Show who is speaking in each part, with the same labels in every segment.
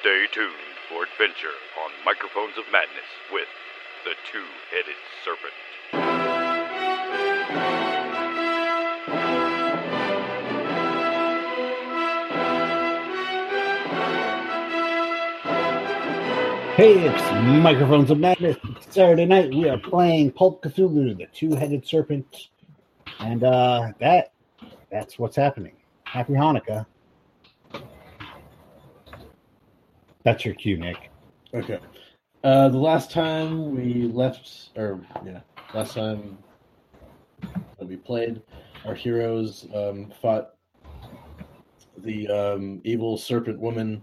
Speaker 1: Stay tuned for adventure on Microphones of Madness with the Two Headed Serpent.
Speaker 2: Hey, it's Microphones of Madness. It's Saturday night, we are playing Pulp Cthulhu, the two-headed serpent, and uh, that—that's what's happening. Happy Hanukkah. That's your cue, Nick.
Speaker 3: Okay. Uh, the last time we left, or yeah, last time that we played, our heroes um, fought the um, evil serpent woman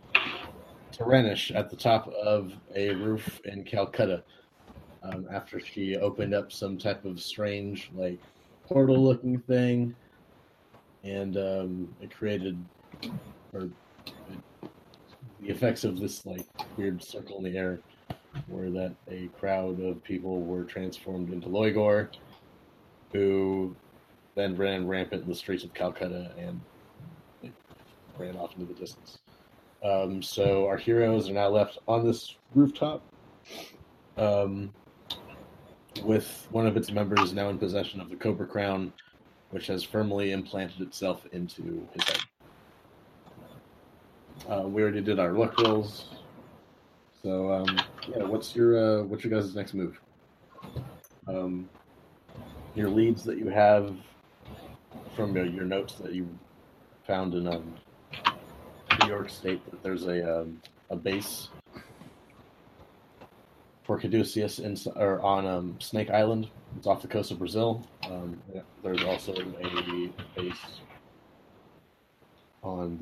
Speaker 3: Terenish at the top of a roof in Calcutta. Um, after she opened up some type of strange, like portal-looking thing, and um, it created, or the effects of this like weird circle in the air were that a crowd of people were transformed into Loigor, who then ran rampant in the streets of Calcutta and like, ran off into the distance. Um, so our heroes are now left on this rooftop um, with one of its members now in possession of the Cobra Crown, which has firmly implanted itself into his head. Uh, we already did our luck rolls. So um, yeah, what's your uh, what's your guys' next move? Um, your leads that you have from your, your notes that you found in um, New York State that there's a um, a base for Caduceus in, or on um, Snake Island. It's off the coast of Brazil. Um, there's also a base on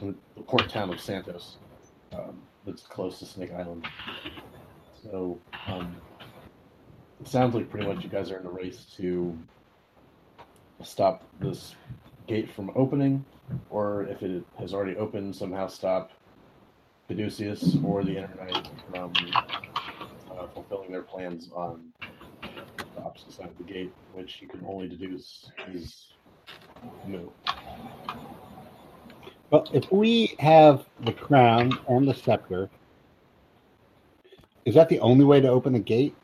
Speaker 3: the the port town of Santos. Um, that's close to Snake Island. So um, it sounds like pretty much you guys are in a race to stop this gate from opening, or if it has already opened, somehow stop Caduceus or the Inner Knight from uh, fulfilling their plans on the opposite side of the gate, which you can only deduce is Moo.
Speaker 2: Well, if we have the crown and the scepter, is that the only way to open a gate?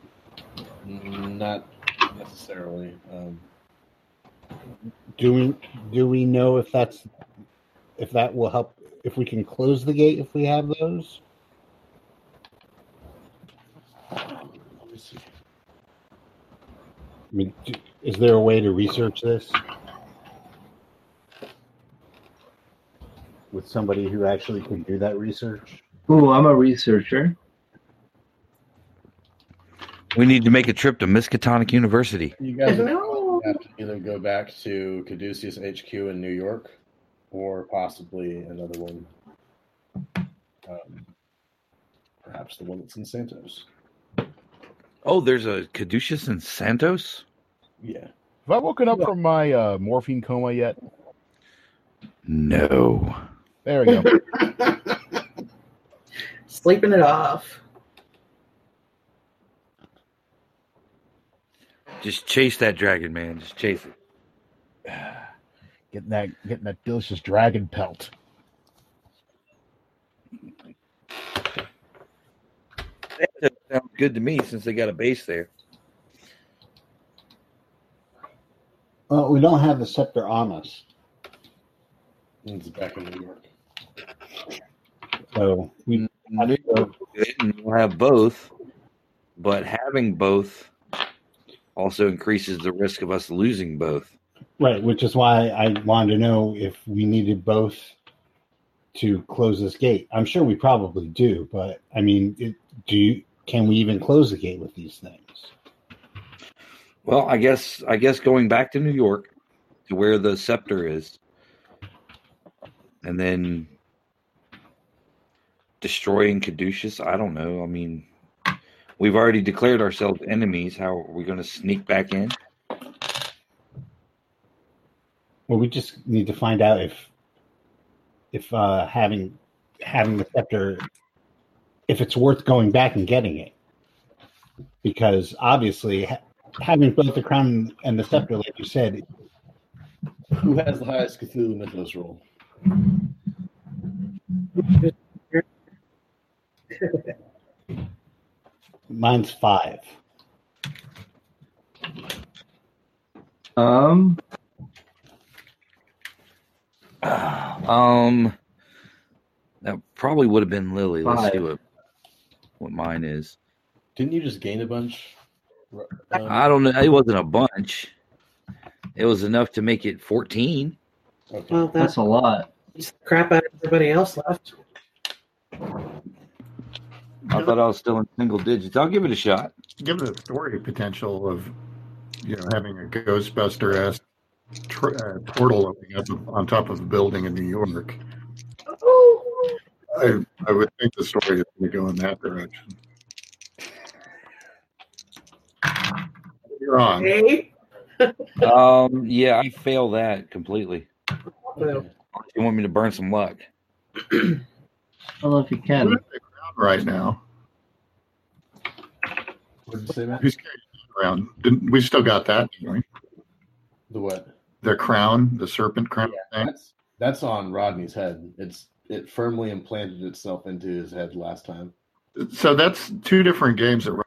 Speaker 3: Not necessarily. Um,
Speaker 2: Do we do we know if that's if that will help if we can close the gate if we have those?
Speaker 3: let me see.
Speaker 2: I mean, do, is there a way to research this with somebody who actually can do that research?
Speaker 4: Ooh, I'm a researcher.
Speaker 5: We need to make a trip to Miskatonic University.
Speaker 3: You guys would
Speaker 4: No.
Speaker 3: have to either go back to Caduceus HQ in New York, or possibly another one. Um, perhaps the one that's in Santos.
Speaker 5: Oh, there's a Caduceus in Santos?
Speaker 3: Yeah.
Speaker 6: Have I woken up from my uh, morphine coma yet?
Speaker 5: No.
Speaker 6: There we go.
Speaker 4: Sleeping it off.
Speaker 5: Just chase that dragon, man. Just chase it.
Speaker 6: getting that, getting that delicious dragon pelt.
Speaker 5: That sounds good to me since they got a base there.
Speaker 2: Well, Uh, we don't have the scepter on us,
Speaker 3: It's back in New York.
Speaker 2: so we
Speaker 5: New York will do it, and We'll have both, but having both also increases the risk of us losing both.
Speaker 2: Right, which is why I wanted to know if we needed both to close this gate. I'm sure we probably do, but I mean, it, do you, can we even close the gate with these things?
Speaker 5: Well, I guess I guess going back to New York to where the scepter is and then destroying Caduceus, I don't know. I mean, we've already declared ourselves enemies. How are we going to sneak back in?
Speaker 2: Well, we just need to find out if if uh, having having the scepter, if it's worth going back and getting it, because obviously ha- having both the crown and the scepter, like you said,
Speaker 3: Who has the highest Cthulhu Mythos roll?
Speaker 2: Mine's five.
Speaker 7: Um,
Speaker 5: Um, that probably would have been Lily. let Let's see
Speaker 7: Five.
Speaker 5: what what mine is.
Speaker 3: Didn't you just gain a bunch? Um,
Speaker 5: I don't know. It wasn't a bunch. It was enough to make it fourteen.
Speaker 3: okay.
Speaker 8: Well,
Speaker 7: that's
Speaker 8: that's
Speaker 7: a lot.
Speaker 8: crap out of everybody else left.
Speaker 5: I thought I was still in single digits. I'll give it a shot.
Speaker 9: Give it a story potential of you know having a Ghostbuster esque tr- uh, portal opening up on top of a building in New York. I, I would think the story is going to go in that direction. You're on.
Speaker 8: Hey,
Speaker 5: Um, yeah, I fail that completely.
Speaker 8: well,
Speaker 5: You want me to burn some luck?
Speaker 7: I don't know if you
Speaker 9: Who's
Speaker 7: can.
Speaker 9: on the ground right now?
Speaker 3: What did you say, Matt?
Speaker 9: Who's carrying the crown? Didn't, we still got that. didn't we?
Speaker 3: The what?
Speaker 9: The crown, the serpent crown thing.
Speaker 3: That's that's on Rodney's head. It's it firmly implanted itself into his head last time.
Speaker 9: So that's two different games that Robert-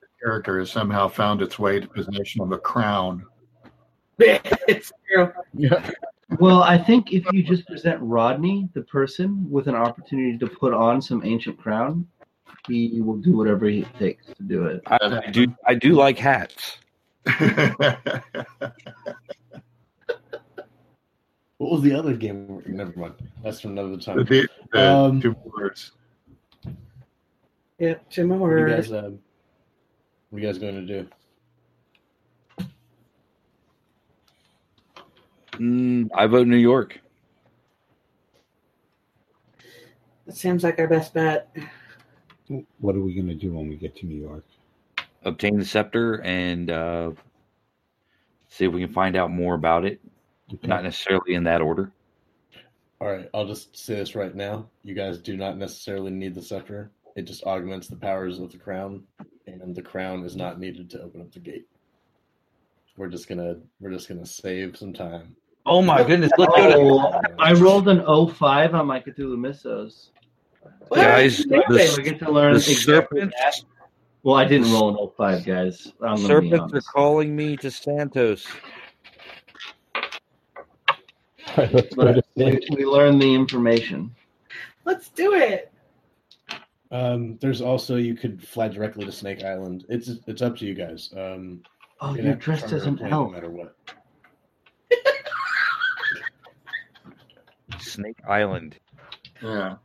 Speaker 9: the character has somehow found its way to possession of a crown.
Speaker 8: it's true.
Speaker 10: Yeah.
Speaker 7: Well, I think if you just present Rodney, the person, with an opportunity to put on some ancient crown, he will do whatever it takes to do it.
Speaker 5: I, I do. I do like hats.
Speaker 3: What was the other game? Never mind. That's from another time.
Speaker 9: the, the
Speaker 3: Um,
Speaker 9: two words.
Speaker 8: Yep, two
Speaker 3: What
Speaker 8: more.
Speaker 3: are you guys, um, what are you guys going to do?
Speaker 5: Mm, I vote New York.
Speaker 8: That seems like our best bet.
Speaker 2: What are we going to do when we get to New York?
Speaker 5: Obtain the scepter and uh, see if we can find out more about it.
Speaker 2: Okay.
Speaker 5: Not necessarily in that order.
Speaker 3: All right, I'll just say this right now. You guys do not necessarily need the scepter. It just augments the powers of the crown, and the crown is not needed to open up the gate. We're just gonna we're just gonna save some time.
Speaker 5: Oh my goodness! Let's go to
Speaker 7: Oh, I rolled an 05 on my Cthulhu Missos. Oh,
Speaker 5: Guys,
Speaker 7: Next
Speaker 5: the-
Speaker 7: day we get to learn
Speaker 5: the
Speaker 7: exactly
Speaker 5: serpents-
Speaker 7: that. Well, I didn't roll an 05, guys. I'm gonna be
Speaker 5: Serpents are
Speaker 7: honest.
Speaker 5: calling me to Santos.
Speaker 2: All right, let's go to
Speaker 7: But we, we learned the information.
Speaker 8: Let's do it.
Speaker 3: Um, there's also you could fly directly to Snake Island. It's it's up to you guys. Um,
Speaker 7: Oh,
Speaker 3: you're
Speaker 7: you're dressed as an
Speaker 3: no
Speaker 7: elf.
Speaker 3: matter what.
Speaker 5: Snake Island.
Speaker 9: Yeah.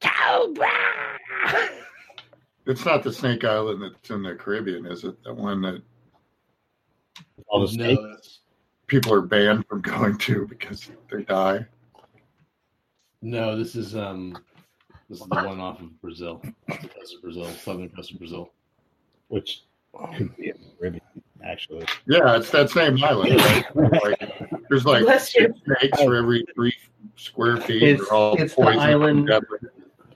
Speaker 5: Cobra.
Speaker 9: It's not the Snake Island that's in the Caribbean, is it? The one that
Speaker 2: all the
Speaker 3: No,
Speaker 2: snakes.
Speaker 3: that's-
Speaker 9: people are banned from going to because they die.
Speaker 3: no, this is um, this is the one off of Brazil, off the coast of Brazil, southern coast of Brazil.
Speaker 2: which could be a ribbon, actually.
Speaker 9: Yeah, it's that same island. Right? Like, there's like
Speaker 8: Bless you.
Speaker 9: snakes for every three square feet.
Speaker 7: It's-
Speaker 9: They're all
Speaker 7: it's the
Speaker 9: poisonous
Speaker 7: island-
Speaker 9: and deadly.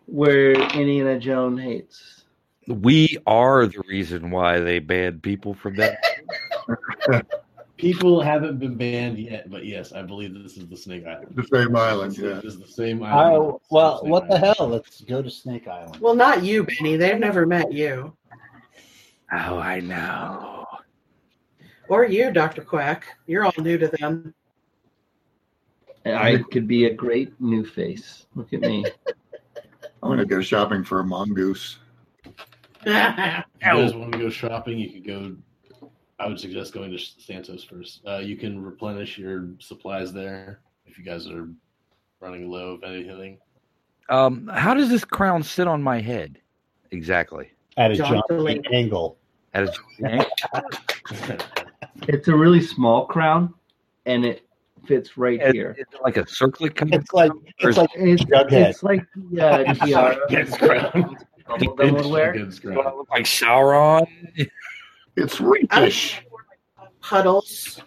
Speaker 7: Where Indiana Jones hates.
Speaker 5: We are the reason why they banned people from that.
Speaker 3: People haven't been banned yet, but yes, I believe this is the Snake Island.
Speaker 9: The same island. Yeah.
Speaker 3: This is the same island.
Speaker 6: Uh,
Speaker 2: Oh well,
Speaker 3: Snake
Speaker 2: what the
Speaker 3: Island.
Speaker 2: hell? Let's go to Snake Island.
Speaker 8: Well, not you, Benny. They've never met you.
Speaker 5: Oh, I know.
Speaker 8: Or you, Dr. Quack. You're all new to them.
Speaker 7: I could be a great new face. Look at me.
Speaker 9: I'm gonna go shopping for a mongoose.
Speaker 3: If you guys want to go shopping, you could go. I would suggest going to Santos first. Uh, you can replenish your supplies there if you guys are running low of anything.
Speaker 5: Um, how does this crown sit on my head? Exactly.
Speaker 2: At a
Speaker 8: John
Speaker 2: John
Speaker 8: Delaney.
Speaker 2: angle.
Speaker 5: At a-
Speaker 7: It's a really small crown, and it fits right
Speaker 5: is,
Speaker 7: here.
Speaker 5: is it like a circlet kind of
Speaker 2: It's like
Speaker 5: There's-
Speaker 2: it's like
Speaker 7: It's,
Speaker 2: Jughead.
Speaker 7: it's like the uh, tiara
Speaker 3: Yes, crown.
Speaker 7: Dumbledore would wear.
Speaker 3: Good
Speaker 5: Do I
Speaker 3: crown.
Speaker 5: look like Sauron?
Speaker 9: It's
Speaker 8: I would
Speaker 9: rakish.
Speaker 8: say more like Puddles.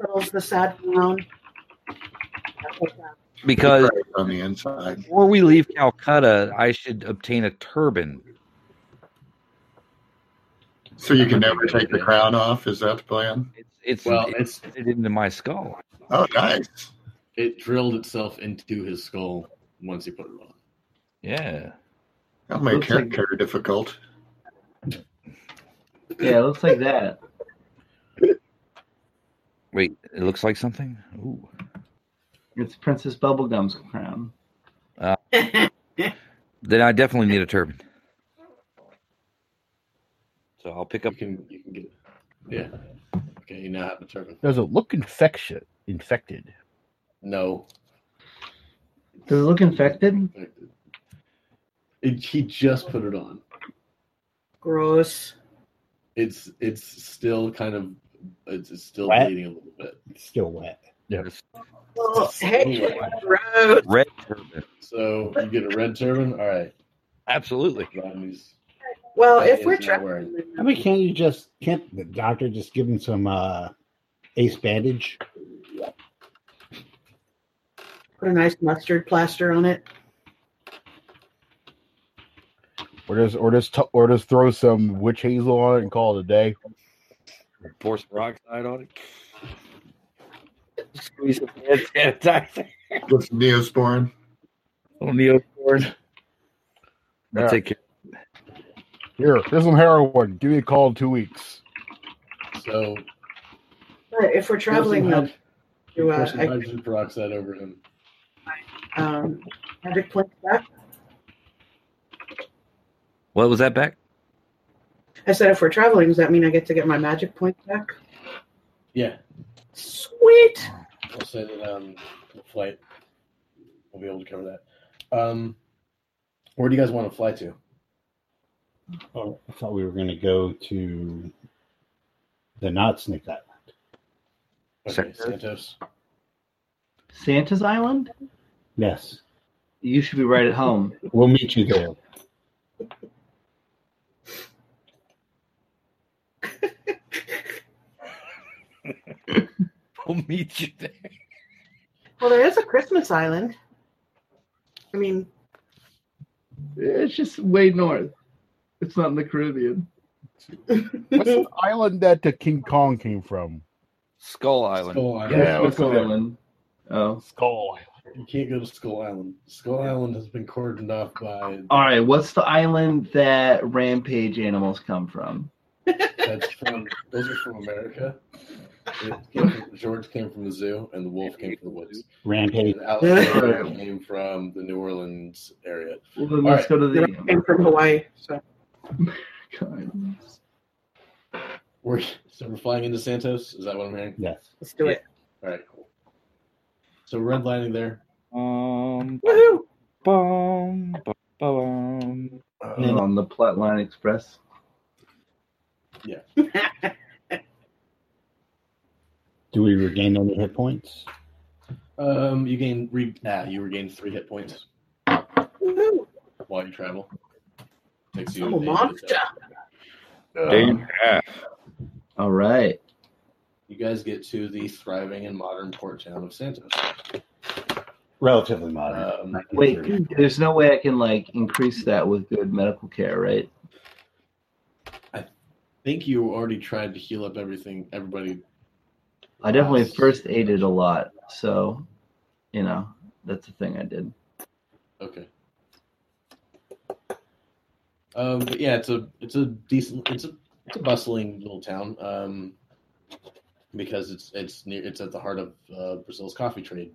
Speaker 8: Puddles, the sad clown.
Speaker 5: Because
Speaker 9: Right on the inside.
Speaker 5: before we leave Calcutta, I should obtain a turban.
Speaker 9: So you can never take the crown off. Is that the plan?
Speaker 5: It's it's
Speaker 3: Well,
Speaker 5: it's
Speaker 3: it's
Speaker 5: fitted into my skull.
Speaker 9: Oh, nice.
Speaker 3: it drilled itself into his skull once he put it on.
Speaker 5: Yeah.
Speaker 11: That'll make
Speaker 4: Looks
Speaker 11: hair
Speaker 4: like-
Speaker 11: care difficult.
Speaker 4: Yeah, it looks like that.
Speaker 5: Wait, it looks like something. Ooh.
Speaker 4: It's Princess Bubblegum's crown.
Speaker 5: Then I definitely need a turban. So I'll pick up.
Speaker 3: You can you can get. Yeah. Okay, you now have a turban.
Speaker 6: Does it look infectious? Infected.
Speaker 3: No.
Speaker 4: Does it look infected?
Speaker 3: It, he just put it on.
Speaker 8: Gross.
Speaker 3: It's it's still kind of it's, it's still
Speaker 2: Wet?
Speaker 3: bleeding a little bit.
Speaker 2: It's still wet.
Speaker 8: Well, hey,
Speaker 3: Anyway,
Speaker 8: gross.
Speaker 5: Red turban.
Speaker 3: so you get a red turban. All right,
Speaker 5: Absolutely.
Speaker 3: Rodney's.
Speaker 8: Well,
Speaker 3: That
Speaker 8: if
Speaker 3: is
Speaker 8: we're
Speaker 3: not
Speaker 8: traveling,
Speaker 3: wearing-
Speaker 2: I mean, can't you just can't the doctor just give him some uh ace bandage?
Speaker 8: put a nice mustard plaster on it.
Speaker 6: Or does or does t- or does throw some witch hazel on it and call it a day?
Speaker 5: Pour some peroxide on it. Squeeze some hand sanitizer.
Speaker 11: With some Neosporin.
Speaker 5: Little neosporin. I'll
Speaker 6: Yeah.
Speaker 5: take care.
Speaker 6: Here, here's some heroin. Give me a call in two weeks.
Speaker 3: So
Speaker 8: But if we're traveling, though, do
Speaker 3: you
Speaker 8: uh,
Speaker 3: pour some
Speaker 8: I,
Speaker 3: hydrogen peroxide over him.
Speaker 8: um, magic plant back.
Speaker 5: What was that back?
Speaker 8: I said, if we're traveling, does that mean I get to get my magic points back?
Speaker 3: Yeah,
Speaker 8: Sweet.
Speaker 3: I'll say that um, the flight will be able to cover that. Um, where do you guys want to fly to?
Speaker 2: Oh, I thought we were going to go to the not snake island.
Speaker 3: Okay,
Speaker 5: Santos.
Speaker 3: Santos.
Speaker 4: Santa's Island?
Speaker 2: Yes,
Speaker 4: You should be right at home.
Speaker 2: we'll meet you there.
Speaker 5: We'll meet you there.
Speaker 8: Well, there is a Christmas island. I mean,
Speaker 4: It's just way north. It's not in the Caribbean.
Speaker 6: What's the island that the King Kong came from?
Speaker 5: Skull Island.
Speaker 3: Skull Island.
Speaker 6: Yeah,
Speaker 4: That's
Speaker 6: what's
Speaker 4: Skull
Speaker 6: there?
Speaker 4: Island. Oh.
Speaker 6: Skull Island.
Speaker 3: You can't go to Skull Island. Skull Island has been cordoned off by
Speaker 4: All right, what's the island that rampage animals come from?
Speaker 3: that's from those are from America. It came from, George came from the zoo, and the wolf came from the woods.
Speaker 2: Rampage.
Speaker 3: And Alexander came from the New Orleans area.
Speaker 4: Well, then let's
Speaker 3: All
Speaker 4: go to
Speaker 8: they're
Speaker 4: the
Speaker 8: all came from Hawaii, so
Speaker 4: American islands.
Speaker 3: We're so we're flying into Santos. Is that what I'm hearing?
Speaker 2: Yes.
Speaker 8: let's do it.
Speaker 3: All right, cool. So we're redlining there.
Speaker 5: Um,
Speaker 8: Woohoo!
Speaker 5: bum, bum, bum.
Speaker 7: Uh-huh.
Speaker 2: Mm.
Speaker 4: on the Flatline Express.
Speaker 2: Do we regain any hit points?
Speaker 3: Um, you gain re- ah, you regain three hit points
Speaker 8: Woohoo!
Speaker 3: while you travel. Takes you
Speaker 8: I'm a
Speaker 3: eight
Speaker 8: monster.
Speaker 3: minutes.
Speaker 4: All right.
Speaker 3: You guys get to the thriving and modern port town of Santos.
Speaker 2: Relatively modern.
Speaker 3: Um,
Speaker 4: Wait, there's no way I can like increase that with good medical care, right?
Speaker 3: think you already tried to heal up everything, everybody.
Speaker 4: I definitely first aided a lot, so you know that's the thing I did.
Speaker 3: Okay. Um, but yeah, it's a it's a decent it's a it's a bustling little town. Um, because it's it's near it's at the heart of uh, Brazil's coffee trade.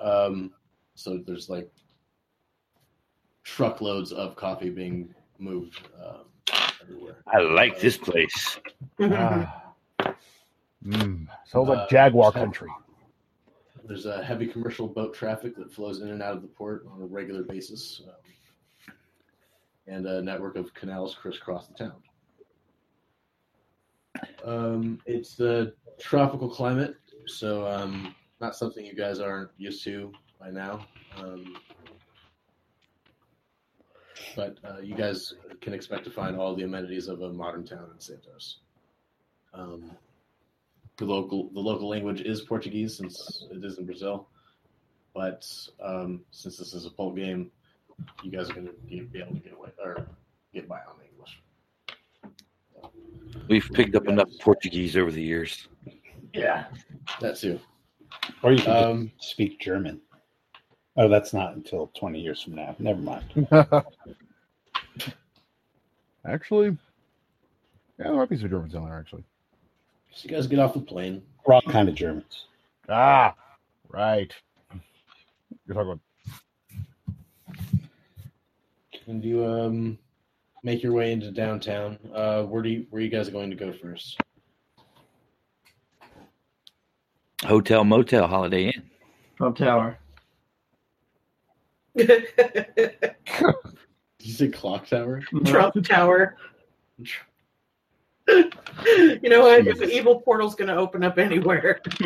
Speaker 3: Um, so there's like truckloads of coffee being moved um, everywhere.
Speaker 5: I like this place.
Speaker 6: Ah. Mm. Sounds
Speaker 3: Uh,
Speaker 6: like Jaguar
Speaker 3: so-
Speaker 6: country.
Speaker 3: There's a heavy commercial boat traffic that flows in and out of the port on a regular basis, um, and a network of canals crisscross the town. Um, it's a tropical climate, so um, not something you guys aren't used to by now. Um, but uh, you guys can expect to find all the amenities of a modern town in Santos. Um, the local the local language is Portuguese since it is in Brazil. But um, since this is a poll game, you guys are going to be be able to get away or get by on English.
Speaker 5: We've picked up enough Portuguese over the years.
Speaker 3: Yeah, that too.
Speaker 2: Or you can
Speaker 3: Um,
Speaker 2: just speak German. Oh, that's not until 20 years from now. Never mind.
Speaker 6: actually, yeah, there might be some Germans down there. Actually,
Speaker 3: So you guys get off the plane.
Speaker 2: Wrong kind of Germans.
Speaker 6: ah, right. You're talking about
Speaker 3: And you um make your way into downtown. Uh, where do you, where you guys going to go first?
Speaker 5: Hotel, motel, Holiday Inn.
Speaker 4: Trump Tower.
Speaker 3: Did you say clock tower?
Speaker 8: Trump Tower. you know what? The evil portal's going to open up anywhere.
Speaker 4: Just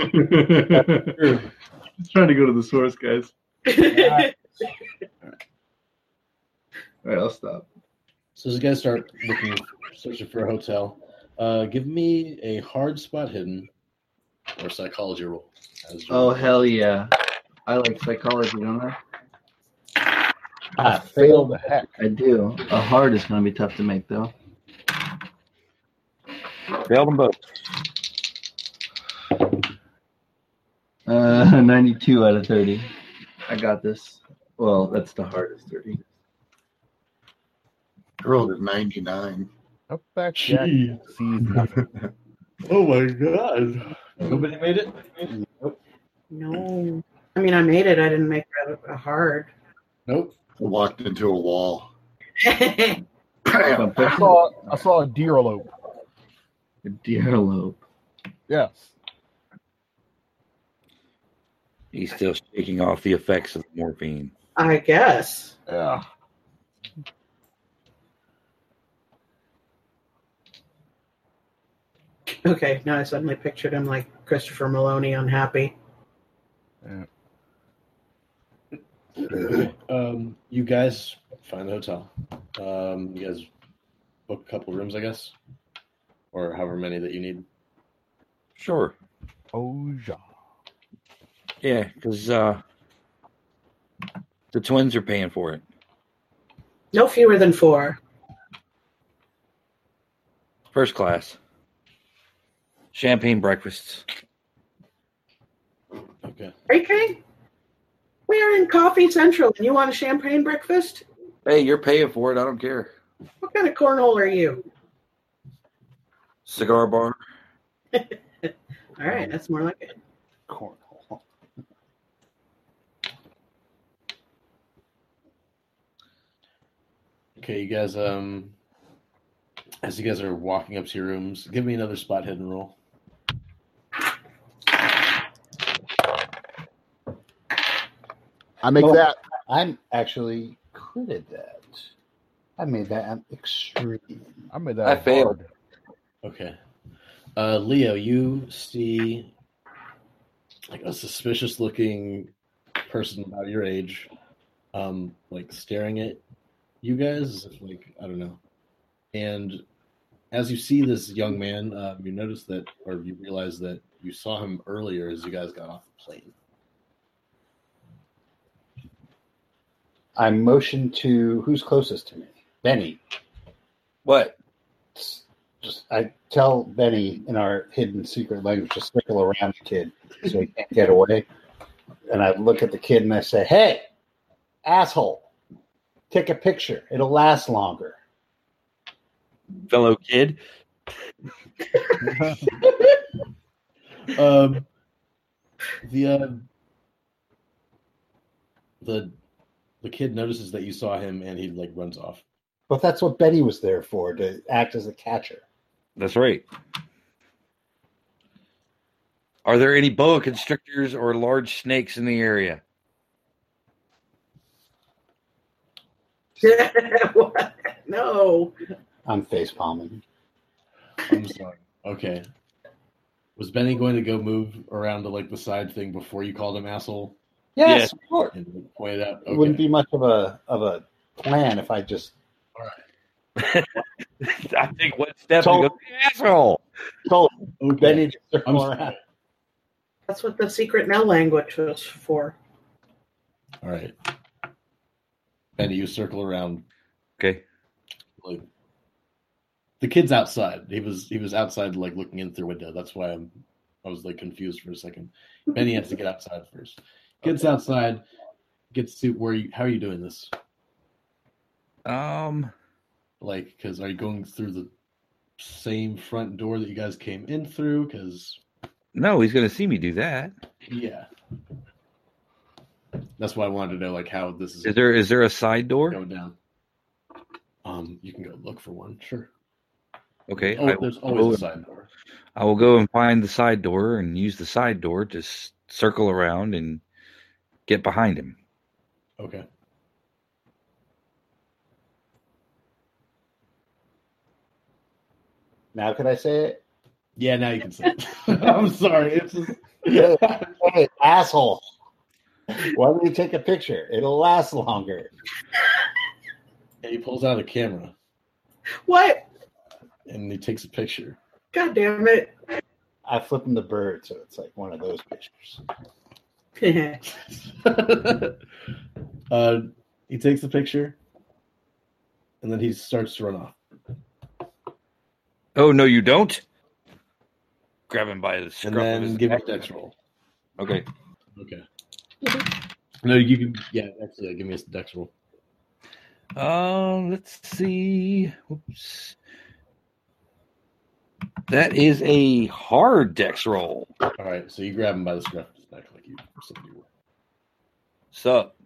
Speaker 4: trying to go to the source, guys. All right, I'll stop.
Speaker 3: So as you guys start looking, searching for a hotel, uh, give me a hard spot hidden or psychology roll. As
Speaker 4: Oh hell yeah! I like psychology, don't I?
Speaker 6: I failed the heck.
Speaker 4: I do. A hard is going to be tough to make though.
Speaker 5: Failed them both.
Speaker 4: Uh, 92 out of 30. I got this. Well, that's the hardest 30.
Speaker 11: I rolled a 99.
Speaker 6: Outback Jack sees nothing.
Speaker 3: Oh my god! Nobody made it.
Speaker 8: no. I mean, I made it. I didn't make it a hard.
Speaker 3: Nope.
Speaker 11: I walked into a wall.
Speaker 8: That's
Speaker 11: Bam!
Speaker 6: I saw, I saw a deer elope.
Speaker 4: A deerlope.
Speaker 6: Yes.
Speaker 5: He's still shaking off the effects of morphine.
Speaker 8: I guess.
Speaker 6: Yeah.
Speaker 8: Okay, now I suddenly pictured him like Christopher Maloney, unhappy.
Speaker 3: Um, you guys find the hotel. Um, you guys book a couple rooms, I guess, or however many that you need.
Speaker 5: Sure.
Speaker 6: Oh yeah.
Speaker 5: Yeah, because uh, the twins are paying for it.
Speaker 8: No fewer than four.
Speaker 5: First class. Champagne breakfasts.
Speaker 3: Okay.
Speaker 8: Are you kidding? We are in Coffee Central and you want a champagne breakfast?
Speaker 5: Hey, you're paying for it. I don't care.
Speaker 8: What kind of cornhole are you?
Speaker 5: Cigar bar.
Speaker 8: All right, that's more like it.
Speaker 2: Cornhole.
Speaker 3: Okay, you guys. Um, as you guys are walking up to your rooms, give me another spot hidden roll.
Speaker 6: I make
Speaker 2: Well-
Speaker 6: that.
Speaker 2: I'm actually critted that. I made that an extreme.
Speaker 6: I made that.
Speaker 5: I failed.
Speaker 6: hard.
Speaker 3: Okay. Uh, Leo, you see like a suspicious looking person about your age, um, like staring at you guys, like, I don't know. And as you see this young man, um, you notice that, or you realize that you saw him earlier as you guys got off the plane.
Speaker 2: I motion to who's closest to me? Benny.
Speaker 5: What?
Speaker 2: Just I tell Benny in our hidden secret language to circle around the kid so he can't get away. And I look at the kid and I say, Hey, asshole, take a picture. It'll last longer.
Speaker 5: Fellow kid?
Speaker 3: um, the uh, the the kid notices that you saw him and he like runs off.
Speaker 2: But that's what Benny was there for, to act as a catcher.
Speaker 5: That's right. Are there any boa constrictors or large snakes in the area?
Speaker 8: What? no.
Speaker 2: I'm face palming.
Speaker 3: I'm sorry. Okay. Was Benny going to go move around to like the side thing before you called him asshole
Speaker 2: Yes,
Speaker 5: Yes.
Speaker 2: of course.
Speaker 3: and like, pointed out?
Speaker 2: It wouldn't
Speaker 3: Okay.
Speaker 2: be much of a of a plan if I just
Speaker 5: I think one step
Speaker 2: So-
Speaker 5: and go, asshole.
Speaker 2: told
Speaker 3: Okay.
Speaker 2: Benny to
Speaker 3: I'm
Speaker 2: circle
Speaker 3: sorry.
Speaker 2: around.
Speaker 8: That's what the secret now language was for.
Speaker 3: All right. Benny, you circle around.
Speaker 5: Okay.
Speaker 3: Like the kid's outside. He was he was outside, like looking in through a window. That's why I'm I was like confused for a second. Benny has to get outside first. Gets outside. gets to where you, how are you doing this?
Speaker 5: Um,
Speaker 3: Like, because are you going through the same front door that you guys came in through? Because
Speaker 5: no, he's going to see me do that.
Speaker 3: yeah, that's why I wanted to know like how this is
Speaker 5: Is there is there a side door?
Speaker 3: going down. Um, you can go look for one. Sure.
Speaker 5: Okay,
Speaker 3: Oh,
Speaker 5: I,
Speaker 3: there's
Speaker 5: will-
Speaker 3: always a side door.
Speaker 5: I will go and find the side door and use the side door to s- circle around and get behind him.
Speaker 3: Okay.
Speaker 2: Now can I say it?
Speaker 3: Yeah, now you can see. it. I'm sorry. It's just, yeah.
Speaker 2: Hey, asshole. Why don't you take a picture? It'll last longer.
Speaker 3: He pulls out a camera
Speaker 8: What?
Speaker 3: and he takes a picture.
Speaker 8: God damn it.
Speaker 2: I flip him the bird, so it's like one of those pictures.
Speaker 3: uh, he takes the picture, and then he starts to run off.
Speaker 5: Oh no, you don't. Grab him by the
Speaker 3: And
Speaker 5: scruff of
Speaker 3: then
Speaker 5: his
Speaker 3: give me
Speaker 5: neck.
Speaker 3: a dex roll.
Speaker 5: Okay,
Speaker 3: Okay. No, you can. Yeah, actually, yeah, give me a dex roll.
Speaker 5: Um, let's see. Oops. That is a hard dex roll.
Speaker 3: All right, so you grab him by the scruff of his neck like you said you would.
Speaker 5: Sup?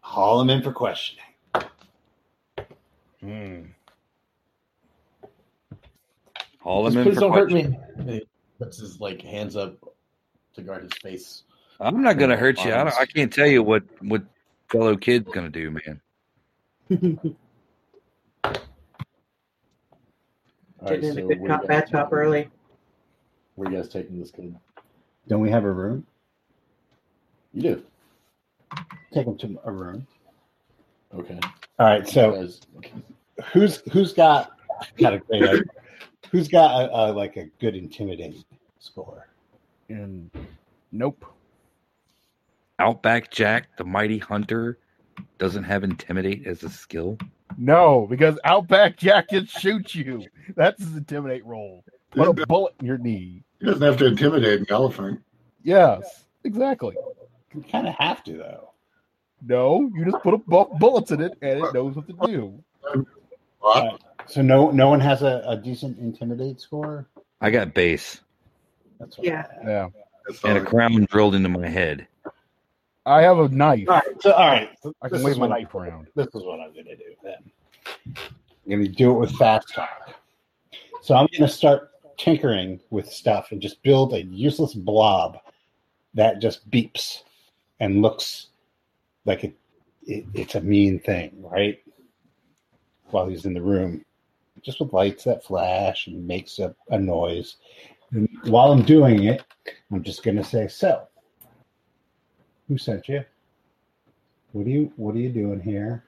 Speaker 2: Haul him in for questioning.
Speaker 5: Haul
Speaker 3: Just
Speaker 5: him in
Speaker 3: please
Speaker 5: for
Speaker 3: don't hurt
Speaker 5: questions.
Speaker 3: me. And He puts his like hands up to guard his face.
Speaker 5: I'm not gonna hurt you. I, don't, I can't tell you what what fellow kid's gonna do, man.
Speaker 3: All right,
Speaker 8: Did
Speaker 3: so
Speaker 8: a
Speaker 3: where
Speaker 8: good
Speaker 3: you
Speaker 8: cop, bad
Speaker 3: guys-
Speaker 8: cop early.
Speaker 3: where you guys taking this kid?
Speaker 2: Don't we have a room?
Speaker 3: You do.
Speaker 2: Take him to a room.
Speaker 3: Okay.
Speaker 2: All right.
Speaker 5: Oh.
Speaker 2: So
Speaker 3: Guys-
Speaker 2: who's who's got got a great idea. who's got a, a, like a good intimidating score?
Speaker 6: And nope.
Speaker 5: Outback Jack, the mighty hunter, doesn't have intimidate as a skill.
Speaker 6: No, because Outback Jack can shoot you. That's his intimidate roll. Put a bullet in your knee.
Speaker 11: He doesn't have to intimidate an elephant.
Speaker 6: Yes, exactly.
Speaker 2: You kind of have to though.
Speaker 6: No, you just put a bu- bullets in it, and it knows what to do.
Speaker 2: So no no one has a, a decent intimidate score.
Speaker 5: I got base
Speaker 2: That's
Speaker 8: Yeah.
Speaker 6: Yeah,
Speaker 11: That's
Speaker 9: Oh.
Speaker 5: and a
Speaker 11: all.
Speaker 5: crown drilled into my head.
Speaker 6: I have a knife.
Speaker 2: All right. So all right. So
Speaker 6: I
Speaker 2: this
Speaker 6: can
Speaker 2: is
Speaker 6: wave my
Speaker 2: what-
Speaker 6: knife around.
Speaker 2: this is what I'm going to do then. I'm going to do it with fast talk. So I'm going to start tinkering with stuff and just build a useless blob that just beeps and looks like it, it, it's a mean thing, right? While he's in the room, just with lights that flash and makes a, a noise. And while I'm doing it, I'm just going to say, "So, who sent you? What are you What are you doing here?"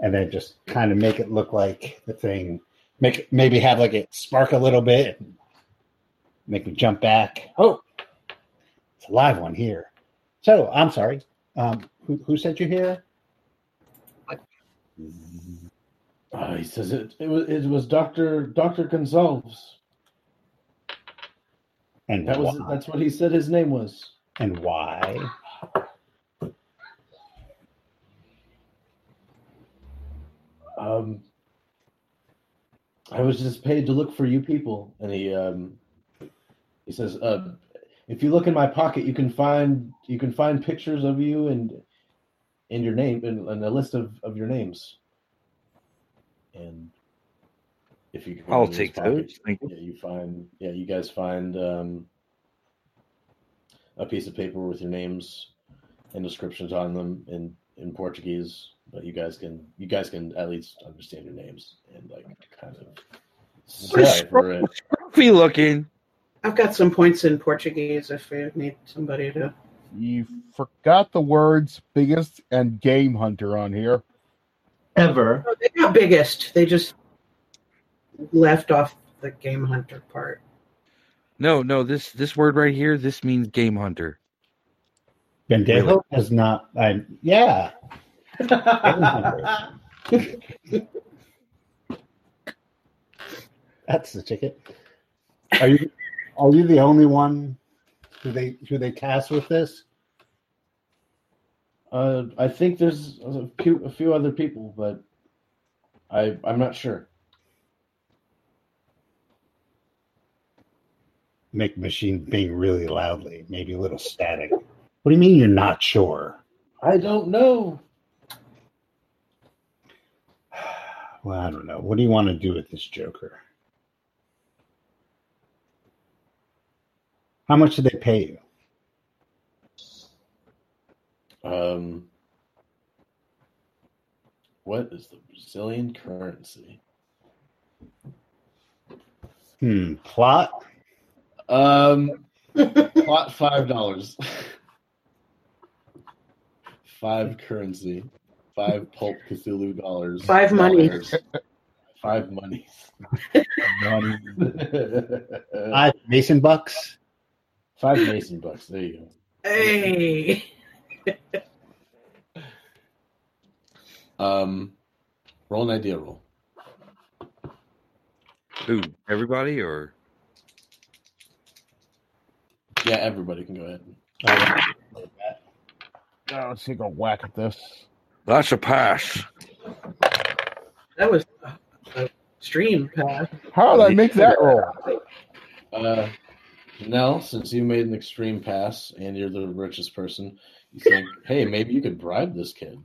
Speaker 2: and then just kind of make it look like the thing make it, maybe have like it spark a little bit make me jump back oh it's a live one here so i'm sorry um who, who sent you here
Speaker 3: Uh, he says it, it was it was Doctor Doctor Gonzalez.
Speaker 2: and
Speaker 3: That was
Speaker 2: why,
Speaker 3: that's what he said his name was.
Speaker 2: and why
Speaker 3: Um, I was just paid to look for you people, and he um, he says, uh, if you look in my pocket, you can find you can find pictures of you and and your name and, and a list of of your names. And if you, go
Speaker 5: I'll
Speaker 3: into his
Speaker 5: take
Speaker 3: pocket,
Speaker 5: those. Thank you.
Speaker 3: Yeah, you find. Yeah, you guys find um, a piece of paper with your names and descriptions on them in in Portuguese, but you guys can you guys can at least understand your names and like kind of decipher it.
Speaker 5: Scruffy looking.
Speaker 8: I've got some points in Portuguese if you need somebody to.
Speaker 6: You forgot the words biggest and game hunter on here.
Speaker 4: Ever.
Speaker 8: Oh, they got biggest. They just left off the game hunter part.
Speaker 5: No, no, this this word right here, this means game hunter.
Speaker 2: bendejo
Speaker 5: Really?
Speaker 2: has not i yeah that's the ticket are you are you the only one who they who they tasked with this?
Speaker 3: Uh, I think there's a few, a few other people, but I I'm not sure.
Speaker 2: Make machine being really loudly, maybe a little static. What do you mean you're not sure?
Speaker 3: I don't know.
Speaker 2: Well, I don't know. What do you want to do with this Joker? How much did they pay you?
Speaker 3: Um, what is the Brazilian currency?
Speaker 2: Hmm, plot?
Speaker 3: Um, plot five dollars. five currency. Five pulp Cthulhu dollars.
Speaker 8: Five monies.
Speaker 3: Dollars. Five monies.
Speaker 2: Five Uh, Mason bucks?
Speaker 3: five Mason bucks. There you go.
Speaker 8: Hey.
Speaker 3: Um, roll an idea roll.
Speaker 5: Who? Everybody or
Speaker 3: Yeah, everybody can go ahead.
Speaker 6: Now let's take a whack at this.
Speaker 5: that's a pass.
Speaker 8: That was a- a stream pass.
Speaker 6: How did I make that roll?
Speaker 3: Uh, Nell, since you made an extreme pass and you're the richest person, you think, hey, maybe you could bribe this kid.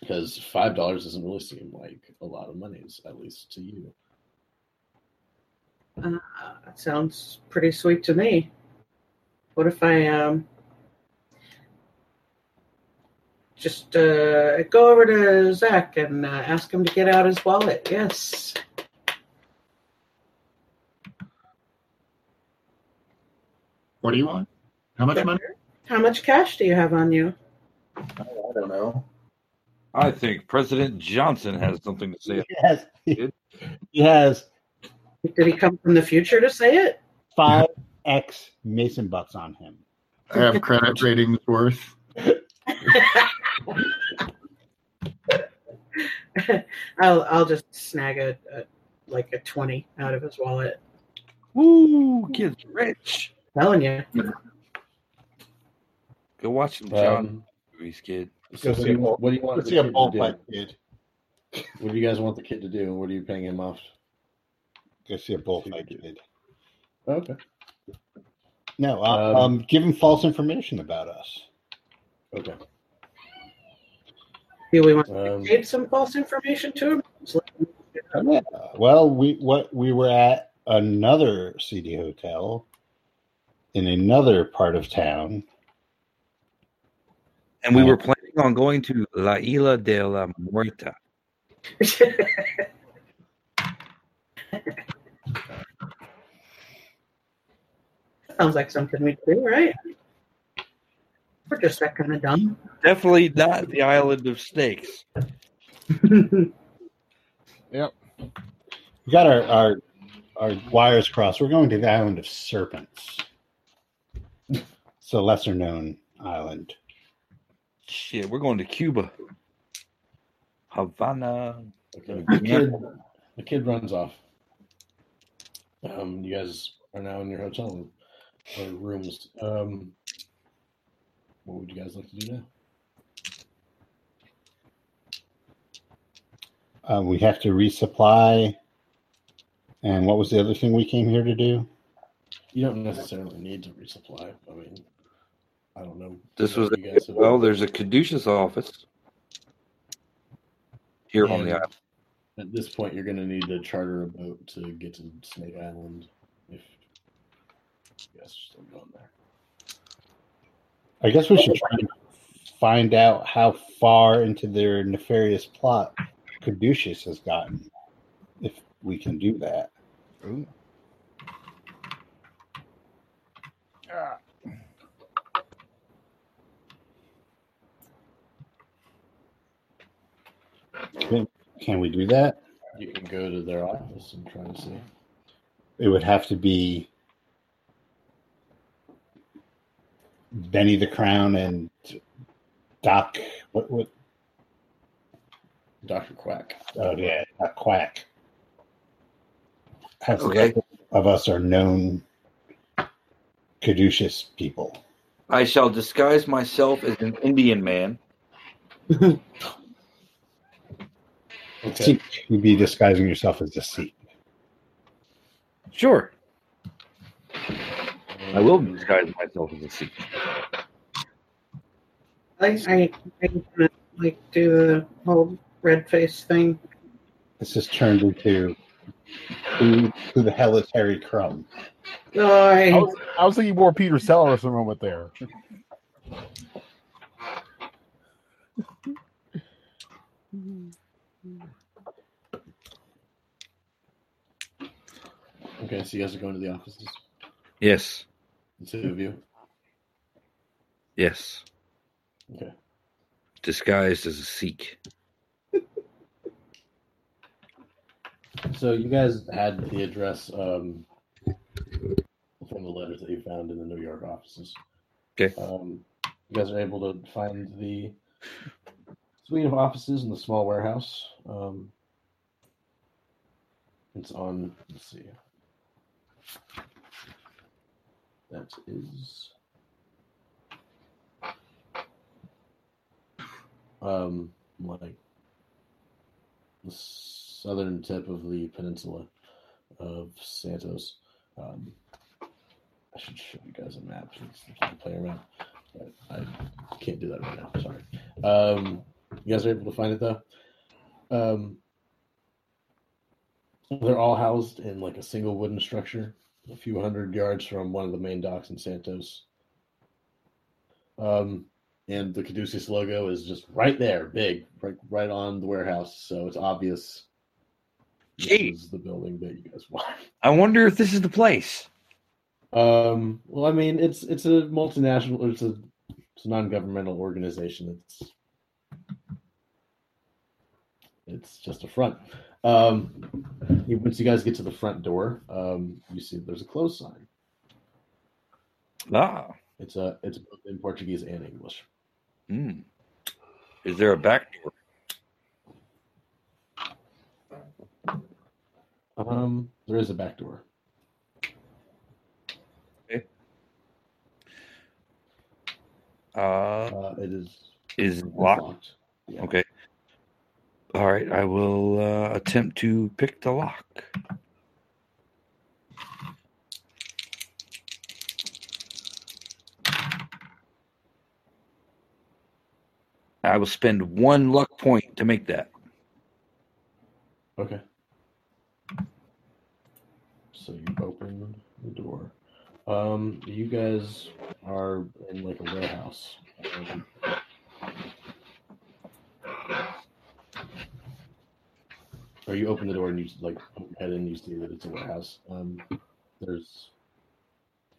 Speaker 3: Because $5 doesn't really seem like a lot of monies, at least to you.
Speaker 8: Uh, that sounds pretty sweet to me. What if I um just uh, go over to Zach and uh, ask him to get out his wallet? Yes.
Speaker 11: What do you want? How much money?
Speaker 8: How much cash do you have on you?
Speaker 4: I don't know.
Speaker 5: I think President Johnson has something to say.
Speaker 2: He has, he has
Speaker 8: Did he come from the future to say it?
Speaker 2: five X Mason bucks on him.
Speaker 11: I have credit ratings worth.
Speaker 8: I'll I'll just snag a, a like a twenty out of his wallet.
Speaker 5: Woo, kids rich.
Speaker 8: telling you.
Speaker 5: Go watch some John
Speaker 3: Um,
Speaker 5: movies, kid.
Speaker 3: so what, do you, what do you want
Speaker 6: Let's
Speaker 3: the
Speaker 6: see a
Speaker 3: kid
Speaker 6: ball
Speaker 3: to do?
Speaker 6: fight, kid.
Speaker 3: What do you guys want the kid to do? What are you paying him off?
Speaker 2: Go see a bullfight, kid.
Speaker 3: Okay.
Speaker 2: No, uh, um,
Speaker 3: Um,
Speaker 2: give him false information about us.
Speaker 3: Okay.
Speaker 8: Do we want to
Speaker 3: Um,
Speaker 8: give some false information to him? Just let him-
Speaker 2: Yeah. Uh, Well, we what we were at another CD hotel in another part of town.
Speaker 5: And we were planning on going to La Isla de la Muerta.
Speaker 8: Sounds like something we do, right? We're just that kind of dumb.
Speaker 5: Definitely not the island of snakes.
Speaker 2: We got our our, our wires crossed. We're going to the island of serpents. It's a lesser known island.
Speaker 5: Shit, we're going to Cuba. Havana.
Speaker 3: Okay. The kid, the kid runs off. Um, you guys are now in your hotel room, or rooms. Um, what would you guys like to do now?
Speaker 2: Uh, we have to resupply. And what was the other thing we came here to do?
Speaker 3: You don't necessarily need to resupply. I mean, I don't know.
Speaker 5: This was
Speaker 3: what you guys have-
Speaker 5: well, there's a Caduceus office here on the
Speaker 3: And
Speaker 5: island.
Speaker 3: At this point, you're going to need to charter a boat to get to Snake Island. If you guys are still going there,
Speaker 2: I guess we should try and find out how far into their nefarious plot Caduceus has gotten, if we can do that.
Speaker 6: Ah,
Speaker 2: Can we do that?
Speaker 3: you can go to their office and try to see.
Speaker 2: It would have to be Benny the Crown and Doc. What? What?
Speaker 3: Doctor Quack.
Speaker 2: Oh yeah, Doc Quack. Have
Speaker 5: Okay.
Speaker 2: Of us are known caduceus people.
Speaker 5: I shall disguise myself as an Indian man.
Speaker 3: Okay.
Speaker 2: Sikh, you'd be disguising yourself as a Sikh.
Speaker 5: Sure. I will disguise myself as a Sikh.
Speaker 8: I, I, I wanna, like do the whole red face thing.
Speaker 2: This has turned into who, who the hell is Harry Crumb?
Speaker 8: No, Oh, I,
Speaker 9: Oh.
Speaker 6: I was, I was thinking more Peter Sellers for a moment there.
Speaker 3: Okay, so you guys are going to the offices.
Speaker 5: Yes.
Speaker 3: The two of you.
Speaker 5: Yes.
Speaker 3: Okay.
Speaker 5: Disguised as a Sikh.
Speaker 3: So you guys had the address um, from the letters that you found in the New York offices.
Speaker 5: Okay.
Speaker 3: Um, you guys are able to find the suite of offices in the small warehouse. Um, it's on. Let's see. That is. Um, like the southern tip of the peninsula of Santos. Um, I should show you guys a map. It's the player map, but I can't do that right now. Sorry. Um, you guys are able to find it though. Um, they're all housed in like a single wooden structure, a few hundred yards from one of the main docks in Santos. Um, and the Caduceus logo is just right there, big, right, right on the warehouse. So it's obvious.
Speaker 5: Gee.
Speaker 3: This is the building that you guys want.
Speaker 5: I wonder if this is the place.
Speaker 3: Um, well, I mean, it's it's a multinational, it's a it's a non-governmental organization. It's it's just a front. Um, you- once you guys get to the front door, um, you see there's a close sign.
Speaker 5: Ah.
Speaker 3: It's a it's both in Portuguese and English.
Speaker 5: Hmm. Is there a back door? Uh-huh.
Speaker 3: Um, there is a back door.
Speaker 5: Uh,
Speaker 3: Uh, it is
Speaker 5: is it locked? Okay. All right. I will uh, attempt to pick the lock. I will spend one luck point to make that.
Speaker 3: Okay. So you open the door. Um, you guys are in like a warehouse. Um, or you open the door and you like head in, you see that it's a warehouse. Um, there's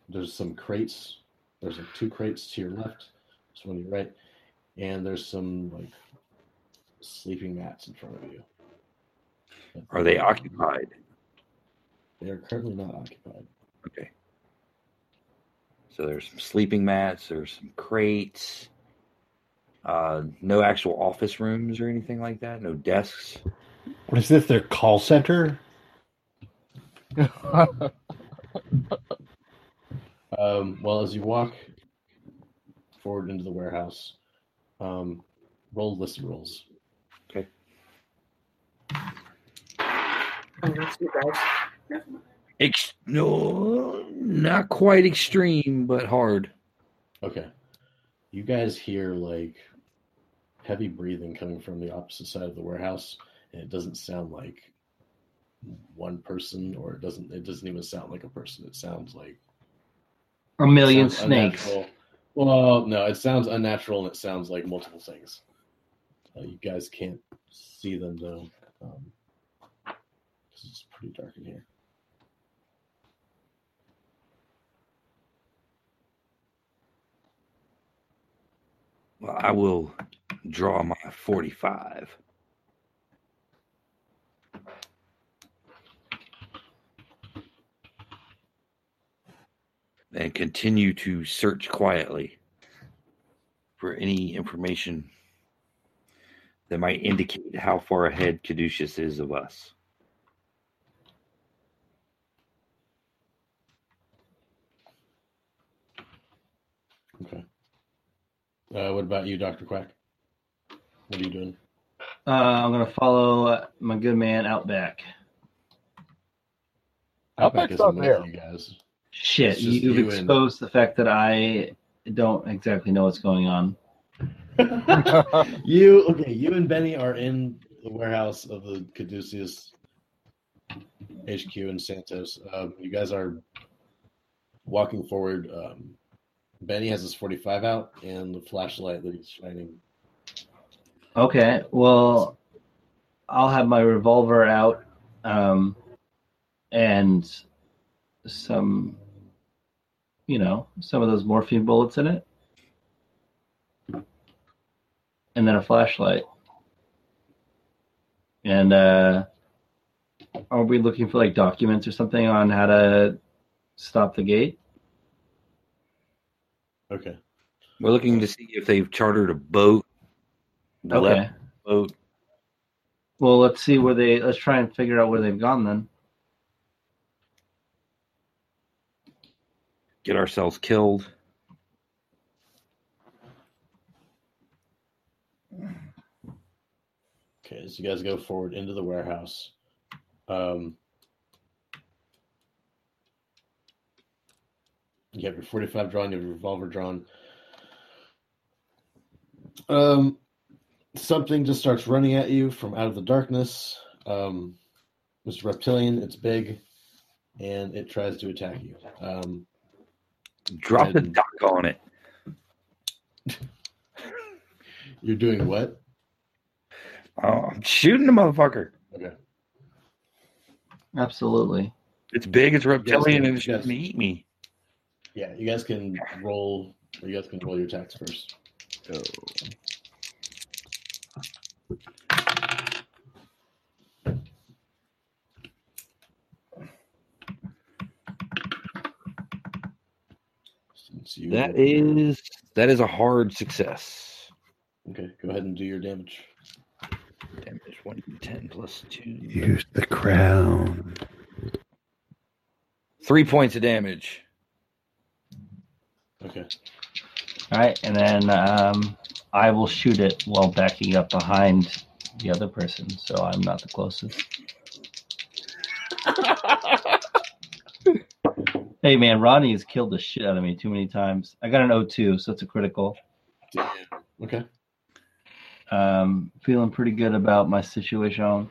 Speaker 3: there's some crates. There's like two crates to your left, there's one to your right, and there's some like sleeping mats in front of you.
Speaker 5: Are they occupied?
Speaker 3: They are currently not occupied.
Speaker 5: Okay. So there's some sleeping mats, there's some crates, uh, no actual office rooms or anything like that, no desks.
Speaker 2: What is this? Their call center?
Speaker 3: Um, well, as you walk forward into the warehouse, um, roll list rolls.
Speaker 8: Oh, that's you guys.
Speaker 5: Ex- no, not quite extreme, but hard.
Speaker 3: Okay. You guys hear like heavy breathing coming from the opposite side of the warehouse, and it doesn't sound like one person, or it doesn't. It doesn't even sound like a person. It sounds like
Speaker 4: A million
Speaker 3: sounds
Speaker 4: snakes.
Speaker 3: unnatural. Well, no, it sounds unnatural and it sounds like multiple things. Uh, you guys can't see them though, um, 'cause it's pretty dark in here.
Speaker 5: Well, I will draw my 45. And continue to search quietly for any information that might indicate how far ahead Caduceus is of us.
Speaker 3: Okay. Uh, what about you, Doctor Quack? What are you doing?
Speaker 7: Uh, I'm gonna follow uh, my good man Outback.
Speaker 6: Outback's not
Speaker 3: with
Speaker 6: there.
Speaker 3: You guys.
Speaker 7: Shit,
Speaker 3: It's just
Speaker 7: you've
Speaker 3: you and-
Speaker 7: exposed the fact that I don't exactly know what's going on.
Speaker 3: you okay? You and Benny are in the warehouse of the Caduceus HQ in Santos. Um, you guys are walking forward. Um, Benny has his forty-five out and the flashlight that he's shining.
Speaker 7: Okay, well, I'll have my revolver out, um, and some, you know, some of those morphine bullets in it, and then a flashlight. And uh, are we looking for like documents or something on how to stop the gate?
Speaker 3: Okay.
Speaker 5: We're looking to see if they've chartered a boat. The
Speaker 7: Okay.
Speaker 5: left boat.
Speaker 7: Well, let's see where they. Let's try and figure out where they've gone then.
Speaker 5: Get ourselves killed.
Speaker 3: Okay, so you guys go forward into the warehouse. Um, you have your 45 drawn, you have your revolver drawn. Um, something just starts running at you from out of the darkness. Um, it's reptilian, it's big, and it tries to attack you. Um,
Speaker 5: Drop the
Speaker 3: Good.
Speaker 5: dock on it.
Speaker 3: you're doing what?
Speaker 5: Oh, I'm shooting the motherfucker.
Speaker 7: Absolutely.
Speaker 5: It's big, it's reptilian,
Speaker 3: Yes,
Speaker 5: and it's
Speaker 3: yes.
Speaker 5: going to eat me.
Speaker 3: Yeah, you guys can roll. You guys can roll your attacks first. Since you-
Speaker 5: That is that is a hard success.
Speaker 3: okay. Go ahead and do your damage.
Speaker 5: Damage one ten plus two.
Speaker 12: Use the crown.
Speaker 5: Three points of damage.
Speaker 3: Okay.
Speaker 7: All right, and then um, I will shoot it while backing up behind the other person, so I'm not the closest. hey man, Ronnie has killed the shit out of me too many times. I got an O2, so it's a critical.
Speaker 3: Okay.
Speaker 7: Um, feeling pretty good about my situation.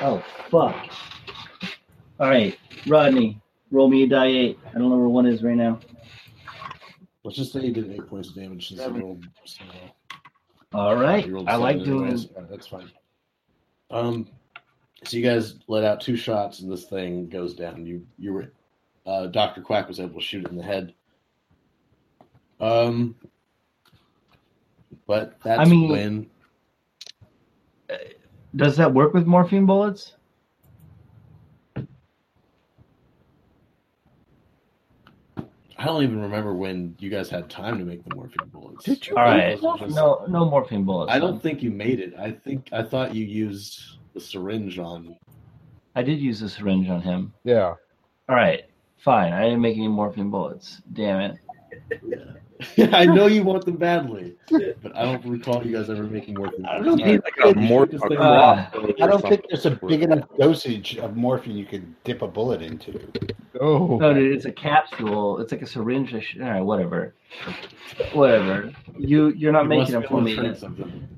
Speaker 7: Oh fuck! All right, Rodney, roll me a die eight. I don't know where one is right now.
Speaker 3: Let's just say you did eight points of damage since you rolled so well.
Speaker 7: All right,
Speaker 3: You rolled
Speaker 7: I
Speaker 3: seven
Speaker 7: like
Speaker 3: anyway,
Speaker 7: doing.
Speaker 3: so that's fine. Um, so you guys let out two shots, and this thing goes down. You you were, uh, Doctor Quack was able to shoot it in the head. Um, but that's
Speaker 7: mean-
Speaker 3: when
Speaker 7: Does that work with morphine bullets?
Speaker 3: I don't even remember when you guys had time to make the morphine bullets.
Speaker 6: Did you
Speaker 7: All right.
Speaker 3: It was just-
Speaker 7: No, no morphine bullets.
Speaker 3: I don't think you made it. I think I thought you used the syringe on.
Speaker 7: I did use a syringe on him.
Speaker 6: Yeah.
Speaker 7: All right, fine. I didn't make any morphine bullets. Damn it.
Speaker 3: I know you want them badly, but I don't recall you guys ever making morphine.
Speaker 2: I don't
Speaker 5: You
Speaker 2: know.
Speaker 3: bullets.
Speaker 5: need like a more.
Speaker 3: Just think-
Speaker 7: Uh,
Speaker 2: I don't think there's a big enough dosage of morphine you could dip a bullet into.
Speaker 6: Oh.
Speaker 7: No, dude, it's a capsule. It's like a syringe. I should- All right, whatever. Whatever. You, you're not
Speaker 3: He wants
Speaker 7: making
Speaker 3: to
Speaker 7: them
Speaker 3: be
Speaker 7: for
Speaker 3: able to
Speaker 7: me.
Speaker 3: train something.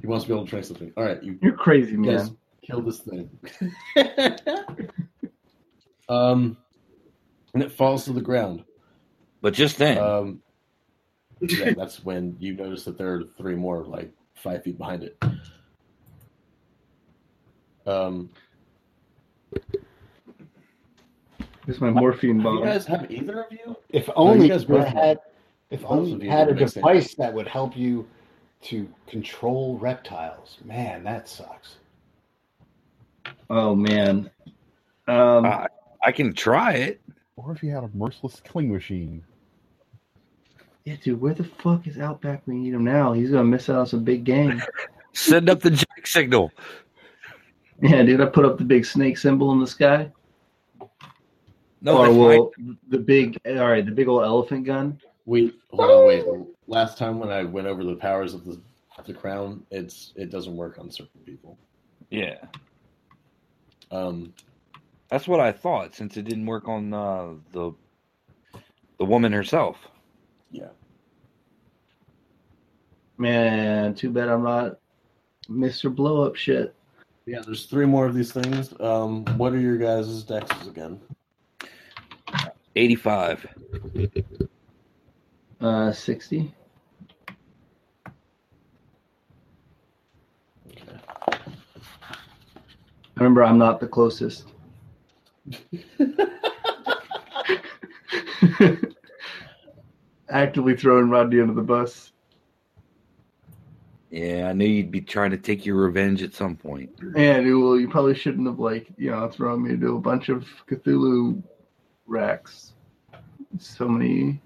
Speaker 3: He wants to be able to train something. All right, you
Speaker 7: You're crazy, man.
Speaker 3: guys kill this thing. um, and it falls to the ground.
Speaker 5: But just then,
Speaker 2: Uh,
Speaker 3: Um, yeah, that's when you notice that there are three more, like five feet behind it. Um,
Speaker 7: Here's my morphine
Speaker 3: do you
Speaker 7: bomb.
Speaker 3: guys have either of you?
Speaker 2: If only
Speaker 3: guys
Speaker 2: you
Speaker 3: both-
Speaker 2: had, if
Speaker 3: both of
Speaker 2: only
Speaker 3: you
Speaker 2: you had a
Speaker 3: would make sense.
Speaker 2: device that would help you to control reptiles. Man, that sucks.
Speaker 7: Oh man. Um,
Speaker 3: Ah.
Speaker 5: I, I can try it.
Speaker 6: Or if you had a merciless killing machine.
Speaker 7: yeah, dude. Where the fuck is Outback? We need him now. He's gonna miss out on some big game.
Speaker 5: Send up the jack signal.
Speaker 7: yeah, dude. I put up the big snake symbol in the sky.
Speaker 5: No,
Speaker 7: or
Speaker 5: that's
Speaker 7: will the big all right the big old elephant gun
Speaker 3: Wait, hold on, wait. Last time when I went over the powers of the of the crown, it's it doesn't work on certain people.
Speaker 5: Yeah.
Speaker 3: Um,
Speaker 5: That's what I thought, since it didn't work on uh, the the woman herself.
Speaker 7: Man, too bad I'm not Mr. Blow Up shit.
Speaker 3: yeah, there's three more of these things. Um, what are your guys' dexes again?
Speaker 5: Eighty five.
Speaker 7: Uh, 60. Remember, I'm not the closest. Actively throwing Rodney under the bus.
Speaker 5: Yeah, I knew you'd be trying to take your revenge at some point.
Speaker 7: Man, you- well, you probably shouldn't have like you know thrown me into a bunch of Cthulhu racks so many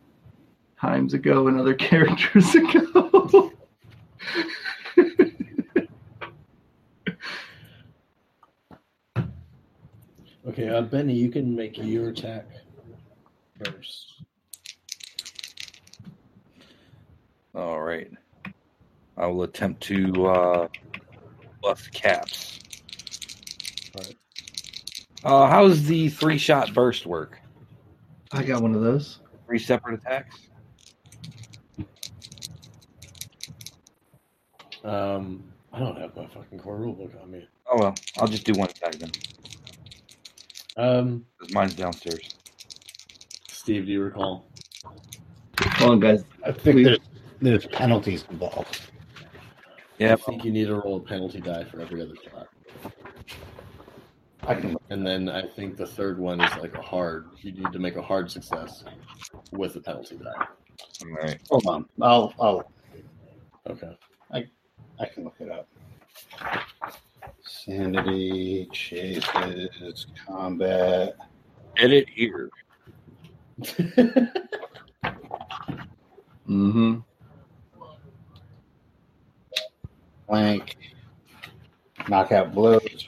Speaker 7: times ago and other characters ago.
Speaker 3: Okay, uh, Benny, you can make your attack first.
Speaker 5: All right. I will attempt to uh, bust caps.
Speaker 3: Alright.
Speaker 5: Uh, how's the three shot burst work?
Speaker 7: I got one of those.
Speaker 5: Three separate attacks?
Speaker 3: Um, I don't have my fucking core rulebook on me.
Speaker 5: Oh, well. I'll just do one attack then,
Speaker 3: Um,
Speaker 5: 'cause mine's downstairs.
Speaker 3: Steve, do you recall?
Speaker 7: Hold on, guys.
Speaker 2: I think
Speaker 7: We-
Speaker 2: there's there's penalties involved.
Speaker 5: Yeah,
Speaker 3: I think you need to roll a penalty die for every other shot.
Speaker 5: I can.
Speaker 3: And then I think the third one is like a hard. You need to make a hard success with a penalty die.
Speaker 5: All right.
Speaker 2: Hold on, I'll I'll
Speaker 3: Okay.
Speaker 2: I can look it up. Sanity chases combat.
Speaker 5: Edit here.
Speaker 7: Mm-hmm.
Speaker 2: blank, knockout blows.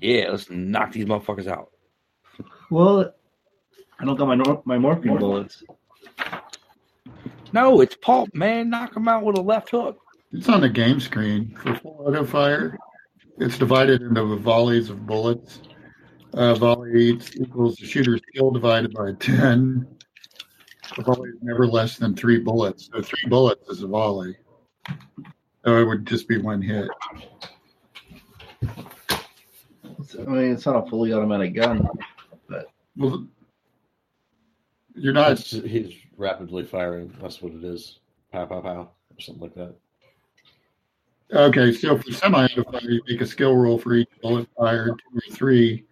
Speaker 5: Yeah, let's knock these motherfuckers out.
Speaker 7: Well, I don't got my nor- my morphine bullets.
Speaker 5: No, it's pulp, man. Knock them out with a left hook.
Speaker 9: It's on the game screen for full auto fire. It's divided into volleys of bullets. Uh, volley equals the shooter's skill divided by 10. A volley is never less than three bullets. So three bullets is a volley. So it would just be one hit.
Speaker 7: It's- I mean, it's not a fully automatic gun.
Speaker 9: Well, you're
Speaker 3: That's
Speaker 9: not.
Speaker 3: just- he's rapidly firing. That's what it is. Pow, pow, pow, or something like that.
Speaker 9: Okay, so for semi auto fire, you make a skill roll for each bullet fired, two or three,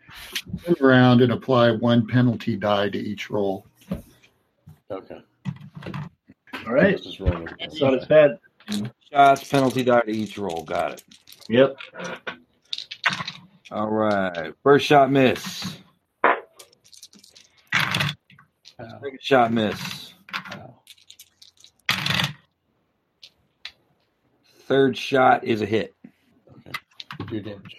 Speaker 9: turn around and apply one penalty die to each roll.
Speaker 3: Okay.
Speaker 7: All right,
Speaker 3: Let's just roll with
Speaker 7: it's
Speaker 3: it.
Speaker 7: not as bad.
Speaker 5: Shots, penalty die to each roll. Got it.
Speaker 7: Yep.
Speaker 5: All right. First shot miss.
Speaker 3: Pow,
Speaker 5: Second shot miss.
Speaker 3: pow.
Speaker 5: Third shot is a hit.
Speaker 3: Do your damage.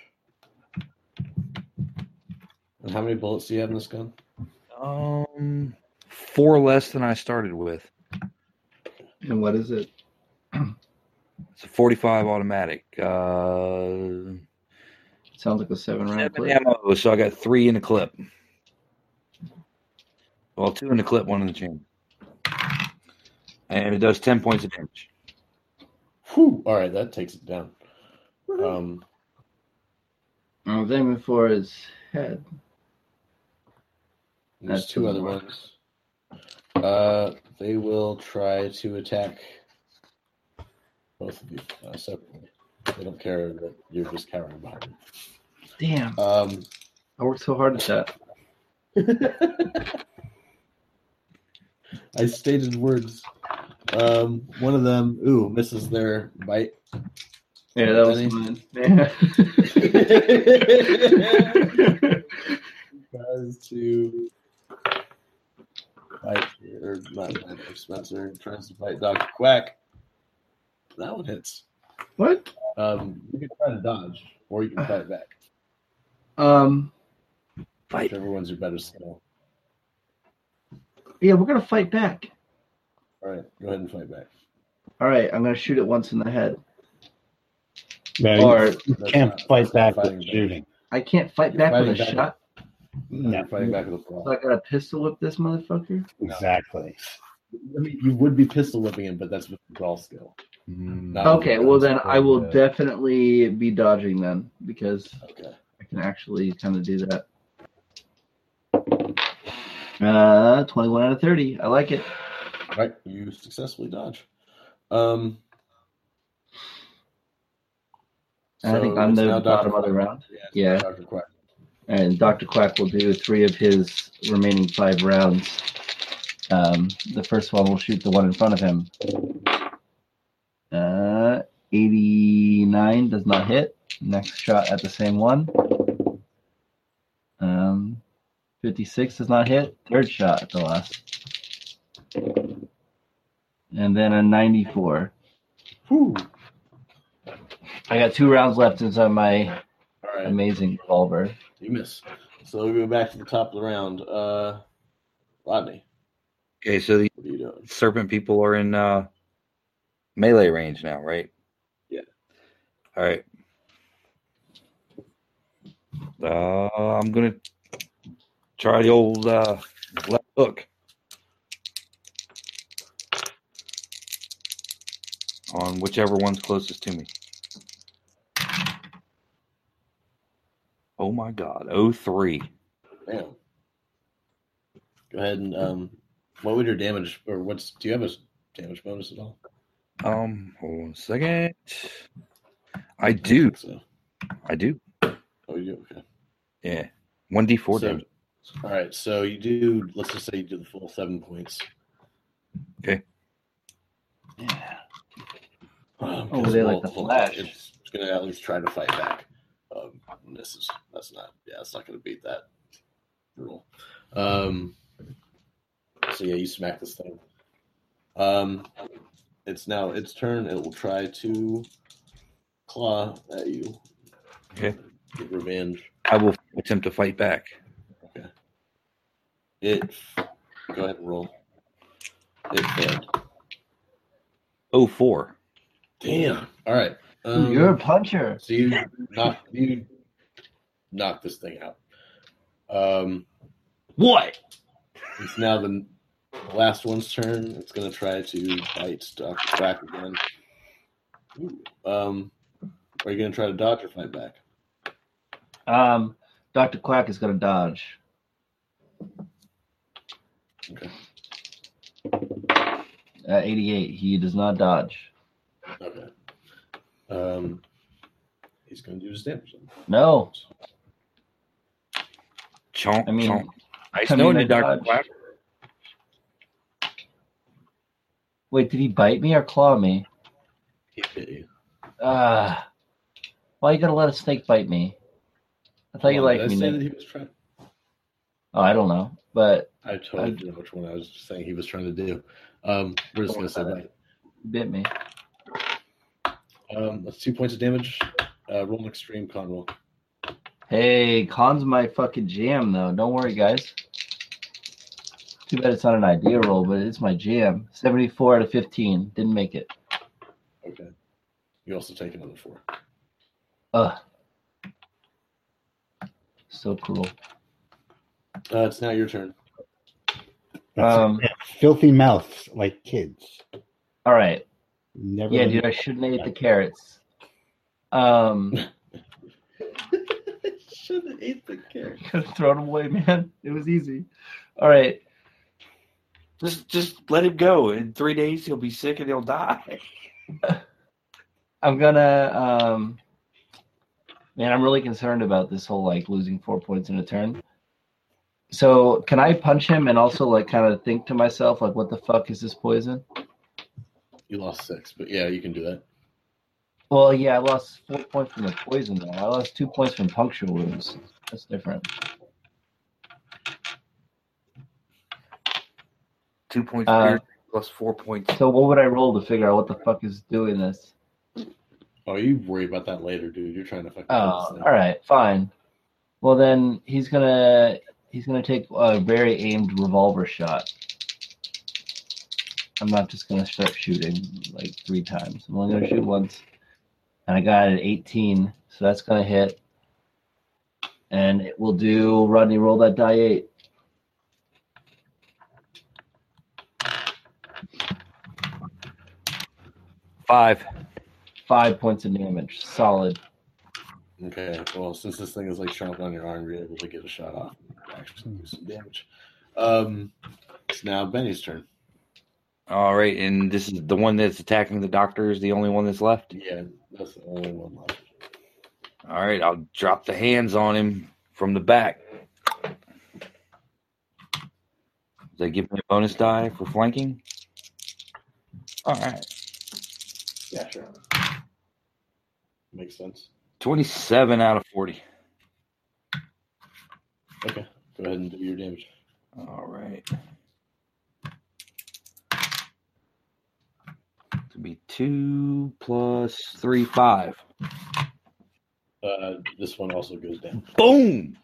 Speaker 3: And how many bullets do you have in this gun?
Speaker 5: Um, four less than I started with.
Speaker 7: And what is it?
Speaker 5: It's a 45 automatic. Uh,
Speaker 7: Sounds like a seven round
Speaker 5: seven
Speaker 7: clip.
Speaker 5: ammo, so I got three in the clip. Well, two in the clip, one in the chamber. And it does 10 points of damage.
Speaker 3: Whew. All right, that takes it down. Um,
Speaker 7: I was aiming for his head.
Speaker 3: There's
Speaker 7: That's
Speaker 3: two
Speaker 7: the
Speaker 3: other
Speaker 7: one.
Speaker 3: ones. Uh, they will try to attack both of you uh, separately. They don't care that you're just cowering behind them.
Speaker 7: Damn,
Speaker 3: Um,
Speaker 7: I worked so hard at that.
Speaker 3: I stated words. Um, one of them, ooh, misses their bite.
Speaker 7: Yeah, that was mine. Yeah.
Speaker 3: Tries to bite, or not bite Dr. Spencer, tries to bite Dr. Quack. That one hits.
Speaker 7: what?
Speaker 3: Um, you can try to dodge, or you can fight back.
Speaker 7: Um,
Speaker 5: Fight.
Speaker 3: Whichever one's your better skill.
Speaker 7: Yeah, we're gonna fight back.
Speaker 3: All right, go ahead and fight back.
Speaker 7: All right, I'm gonna shoot it once in the head.
Speaker 2: No, you
Speaker 7: Or
Speaker 3: That's
Speaker 2: can't
Speaker 3: not-
Speaker 2: fight back
Speaker 3: fighting
Speaker 2: with shooting.
Speaker 7: I can't fight
Speaker 3: You're
Speaker 7: back with a
Speaker 3: fighting back.
Speaker 7: shot.
Speaker 3: No, fighting back with a
Speaker 7: So
Speaker 3: claw.
Speaker 7: I gotta pistol whip this motherfucker.
Speaker 2: Exactly.
Speaker 3: I mean, you would be pistol whipping him, but that's with the claw skill.
Speaker 6: Mm,
Speaker 3: Not with
Speaker 7: Okay,
Speaker 3: the
Speaker 7: well
Speaker 3: gun
Speaker 7: then
Speaker 3: skill,
Speaker 7: I will
Speaker 3: yeah.
Speaker 7: definitely be dodging then because
Speaker 3: Okay.
Speaker 7: I can actually kind of do that. Uh, 21 out of 30. I like it.
Speaker 3: All right, you successfully dodge. Um.
Speaker 7: And I think I'm
Speaker 3: it's
Speaker 7: the
Speaker 3: now Dr.
Speaker 7: bottom of the
Speaker 3: Quack.
Speaker 7: round.
Speaker 3: Yeah. it's
Speaker 7: Yeah.
Speaker 3: now Dr. Quack.
Speaker 7: And Dr. Quack will do three of his remaining five rounds. Um, the first one will shoot the one in front of him. Uh, 89 does not hit. Next shot at the same one. Um, 56 does not hit. Third shot at the last. And then a 94.
Speaker 3: Whew.
Speaker 7: I got two rounds left inside my
Speaker 3: All right.
Speaker 7: amazing revolver.
Speaker 3: You miss. So we go back to the top of the round. Uh, Rodney,
Speaker 5: Okay, so the
Speaker 3: what are you doing?
Speaker 5: serpent people are in uh, melee range now, right?
Speaker 3: Yeah.
Speaker 5: All right. Uh, I'm gonna try the old uh, left hook on whichever one's closest to me. Oh my God! Oh three.
Speaker 3: Damn. Go ahead and um, what would your damage or what's do you have a s- damage bonus at all?
Speaker 5: Um, hold on a second. I do.
Speaker 3: So,
Speaker 5: I do.
Speaker 3: oh, you do. Okay.
Speaker 5: Yeah. One D four
Speaker 3: So-
Speaker 5: damage.
Speaker 3: All right. So you do. Let's just say you do the full seven points.
Speaker 5: Okay.
Speaker 3: Um,
Speaker 7: Oh,
Speaker 3: 'cause
Speaker 7: they
Speaker 3: we'll-
Speaker 7: like the
Speaker 3: we'll-
Speaker 7: Flash.
Speaker 3: It's, it's gonna at least try to fight back. Um, and this is that's not yeah, it's not gonna beat that rule. Um, so yeah, you smack this thing. Um, it's now its turn. It will try to claw at you.
Speaker 5: Okay.
Speaker 3: Get revenge.
Speaker 5: I will attempt to fight back.
Speaker 3: It go ahead and roll. It failed.
Speaker 5: Oh four.
Speaker 3: Damn. All right.
Speaker 7: Ooh,
Speaker 3: Um,
Speaker 7: You're a puncher.
Speaker 3: So you knock you knock this thing out. Um,
Speaker 5: What?
Speaker 3: it's now the last one's turn. It's gonna try to bite Doctor Quack again. Ooh, um, are you gonna try to dodge or fight back?
Speaker 7: Um, Dr. Quack is going to dodge.
Speaker 3: Okay.
Speaker 7: Uh, 88. He does not dodge.
Speaker 3: Okay. Um, he's gonna do his damage. then.
Speaker 7: No.
Speaker 5: Chomp.
Speaker 7: I mean-
Speaker 5: chomp. Nice
Speaker 7: I mean,
Speaker 5: knowing
Speaker 7: I
Speaker 5: you, Doctor
Speaker 7: dodged.
Speaker 5: Quack.
Speaker 7: Wait, did he bite me or claw me?
Speaker 3: He bit you.
Speaker 7: Ah. why you got to let a snake bite me? I thought you
Speaker 3: Hold on,
Speaker 7: liked me.
Speaker 3: did I say
Speaker 7: Nick.
Speaker 3: that he was trying?
Speaker 7: Oh, I don't know. But
Speaker 3: I totally didn't know which one I was saying he was trying to do. Um, we're just gonna say that.
Speaker 7: he bit me.
Speaker 3: Um, that's two points of damage. Uh, roll an extreme con roll.
Speaker 7: Hey, con's my fucking jam, though. Don't worry, guys. Too bad it's not an idea roll, but it's my jam. 74 out of 15. Didn't make it.
Speaker 3: Okay. You also take another four.
Speaker 7: Ugh. So cruel.
Speaker 3: Uh, it's now your turn. Uh,
Speaker 2: That's
Speaker 7: Um,
Speaker 2: yeah, filthy mouths like kids.
Speaker 7: All right.
Speaker 2: Never.
Speaker 7: Yeah, dude, I shouldn't have ate the carrots. Um,
Speaker 3: Should have ate the carrot.
Speaker 7: could have thrown them away, man. It was easy. All right.
Speaker 5: Just just let him go. In three days he'll be sick and he'll die.
Speaker 7: I'm gonna um man, I'm really concerned about this whole like losing four points in a turn. So can I punch him and also like kind of think to myself like what the fuck is this poison?
Speaker 3: You lost six, but yeah, you can do that.
Speaker 7: Well yeah, I lost four points from the poison though. I lost two points from puncture wounds. That's different.
Speaker 5: Two points
Speaker 7: Uh,
Speaker 5: piercing plus four points.
Speaker 7: So what would I roll to figure out what the fuck is doing this?
Speaker 3: Oh, you worry about that later, dude. You're trying to fucking. kill this
Speaker 7: Oh,
Speaker 3: thing.
Speaker 7: all right, fine. Well then he's gonna he's gonna take a very aimed revolver shot. I'm not just gonna start shooting like three times. I'm only gonna shoot once. And I got an 18, so that's gonna hit. And it will do Rodney roll that die eight.
Speaker 5: Five.
Speaker 7: Five points of damage. Solid.
Speaker 3: Okay, well, since this thing is like shrunk on your arm, you're able to get a shot off. Actually, do some damage. Um, it's now Benny's turn.
Speaker 5: All right, and this is the one that's attacking the doctor is the only one that's left.
Speaker 3: Yeah, that's the only one left.
Speaker 5: All right, I'll drop the hands on him from the back. Does that give me a bonus die for flanking? All right,
Speaker 3: Yeah, sure. Makes sense.
Speaker 5: 27 out of 40.
Speaker 3: Okay, go ahead and do your damage.
Speaker 5: All right. To be two plus three, five.
Speaker 3: Uh, this one also goes down.
Speaker 5: Boom!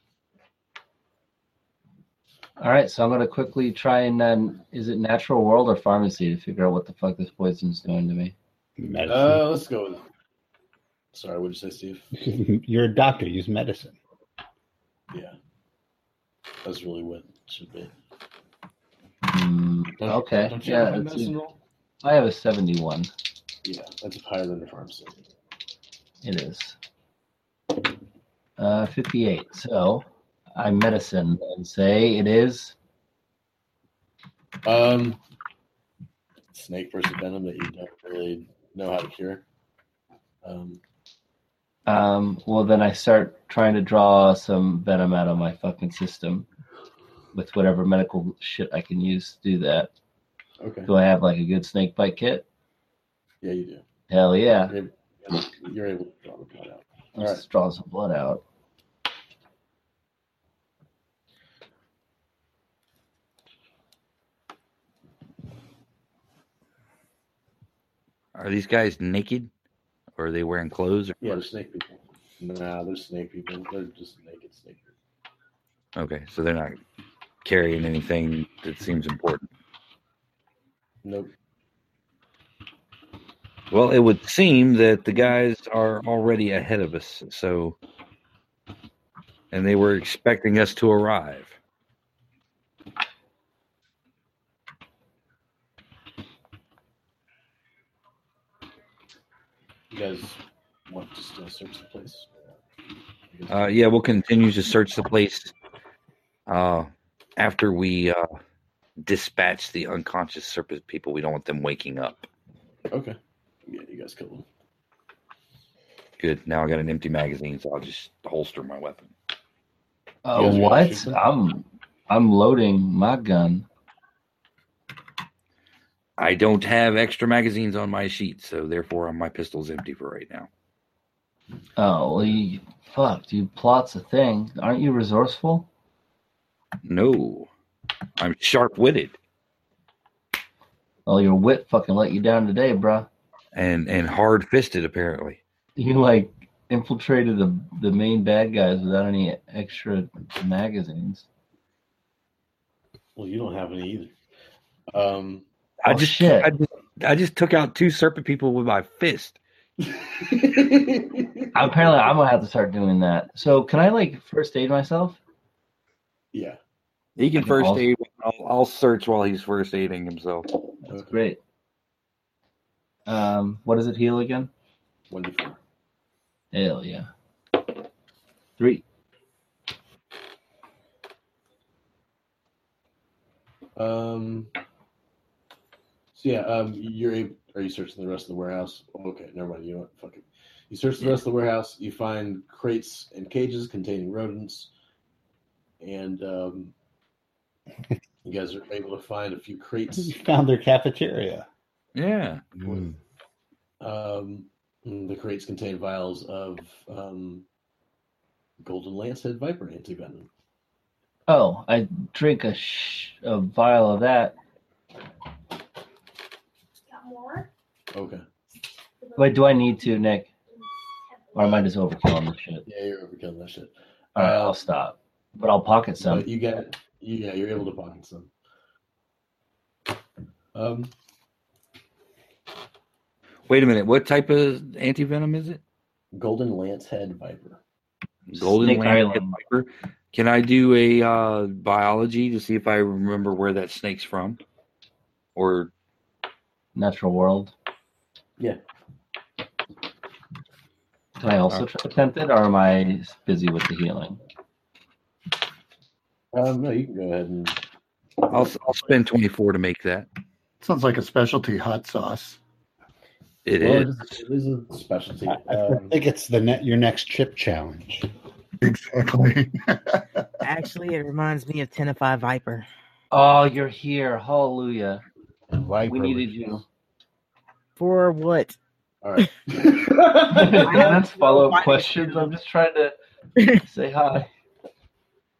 Speaker 7: All right, so I'm gonna quickly try and then is it natural world or pharmacy to figure out what the fuck this poison's doing to me?
Speaker 2: Medicine.
Speaker 3: Uh, let's go with. Sorry, what did you say, Steve?
Speaker 2: You're a doctor. Use medicine.
Speaker 3: Yeah, that's really what it should be.
Speaker 7: Hmm,
Speaker 3: Don't you-
Speaker 7: okay,
Speaker 3: Don't you
Speaker 7: yeah,
Speaker 3: have a
Speaker 7: it's-
Speaker 3: medicine roll?
Speaker 7: I have a 71.
Speaker 3: Yeah, that's higher than the pharmacy.
Speaker 7: It is. Uh, 58. So I medicine and say it is.
Speaker 3: Um, snake versus venom that you don't really know how to cure. Um,
Speaker 7: Um, well, then I start trying to draw some venom out of my fucking system with whatever medical shit I can use to do that.
Speaker 3: okay.
Speaker 7: Do I have like a good snake bite kit?
Speaker 3: Yeah, you do.
Speaker 7: Hell yeah.
Speaker 3: You're able, you're able to draw the blood out. All
Speaker 7: Let's
Speaker 3: right.
Speaker 7: draw some blood out.
Speaker 5: Are these guys naked? Or are they wearing clothes? Or...
Speaker 3: Yeah, they're snake people. Nah, they're snake people. They're just naked snake people.
Speaker 5: Okay, so they're not carrying anything that seems important.
Speaker 3: Nope.
Speaker 5: Well, it would seem that the guys are already ahead of us, so. And they were expecting us to arrive.
Speaker 3: You guys want to still search the place? You guys-
Speaker 5: Uh, yeah, we'll continue to search the place uh, after we uh, dispatch the unconscious serpent people. We don't want them waking up.
Speaker 3: okay. Yeah, you guys killed them.
Speaker 5: Good. Now I got an empty magazine, so I'll just holster my weapon.
Speaker 7: Uh,
Speaker 3: Yes, we
Speaker 7: what?
Speaker 3: gotta shoot them.
Speaker 7: I'm I'm loading my gun.
Speaker 5: I don't have extra magazines on my sheet, so therefore uh, my pistol's empty for right now.
Speaker 7: Oh, well, you, fuck, dude. Plot's a thing. Aren't you resourceful?
Speaker 5: No, I'm sharp witted
Speaker 7: Well, your wit fucking let you down today, bruh.
Speaker 5: and and hard fisted. Apparently,
Speaker 7: You like infiltrated the the main bad guys without any extra magazines.
Speaker 3: Well, you don't have any either. Um,
Speaker 5: I
Speaker 7: Oh,
Speaker 5: just
Speaker 7: shit.
Speaker 5: I just I just took out two serpent people with my fist.
Speaker 7: Apparently, I'm gonna have to start doing that. So, can I like first aid myself?
Speaker 3: yeah.
Speaker 5: He can
Speaker 7: Okay,
Speaker 5: first
Speaker 7: I'll-
Speaker 5: aid. I'll, I'll search while he's first aiding himself.
Speaker 7: That's great. Um, what does it heal again?
Speaker 3: One to four.
Speaker 7: Hell yeah. Three.
Speaker 3: Um. So yeah, um, you're able, are you searching the rest of the warehouse? Okay, never mind. You know what? Fuck it. You search the rest of the warehouse. You find crates and cages containing rodents, and um, you guys are able to find a few crates.
Speaker 2: You found their cafeteria.
Speaker 5: Yeah.
Speaker 13: Mm.
Speaker 3: Um, the crates contain vials of um, golden lancehead viper antivenom.
Speaker 7: Oh, I drink a sh- a vial of that.
Speaker 3: Okay.
Speaker 7: Wait, do I need to, Nick? Or am I just overkilling this shit?
Speaker 3: Yeah, you're overkilling that shit.
Speaker 7: All right, I'll
Speaker 3: Uh,
Speaker 7: stop. But I'll pocket some.
Speaker 3: But you get you, yeah, you're able to pocket some. Um,
Speaker 5: Wait a minute. What type of anti venom is it?
Speaker 3: Golden lance head viper.
Speaker 5: Golden
Speaker 7: Snake
Speaker 5: Lance
Speaker 7: Island.
Speaker 5: Viper. Can I do a uh, biology to see if I remember where that snake's from? Or
Speaker 7: Natural world.
Speaker 3: Yeah.
Speaker 7: Can I also try attempt it, or am I busy with the healing?
Speaker 3: Um, no, you can go ahead and
Speaker 5: I'll, I'll spend 24 to make that.
Speaker 11: Sounds like a specialty hot sauce.
Speaker 5: It
Speaker 3: well,
Speaker 5: is.
Speaker 3: it is. It is a specialty.
Speaker 2: I
Speaker 3: Um,
Speaker 2: think it's the net your next chip challenge.
Speaker 11: Exactly.
Speaker 9: Actually, it reminds me of Tenafly Viper.
Speaker 7: Oh, you're here! Hallelujah!
Speaker 6: Viper.
Speaker 7: We needed you.
Speaker 9: For what?
Speaker 3: all right.
Speaker 7: That's follow up questions. I'm just trying to say hi.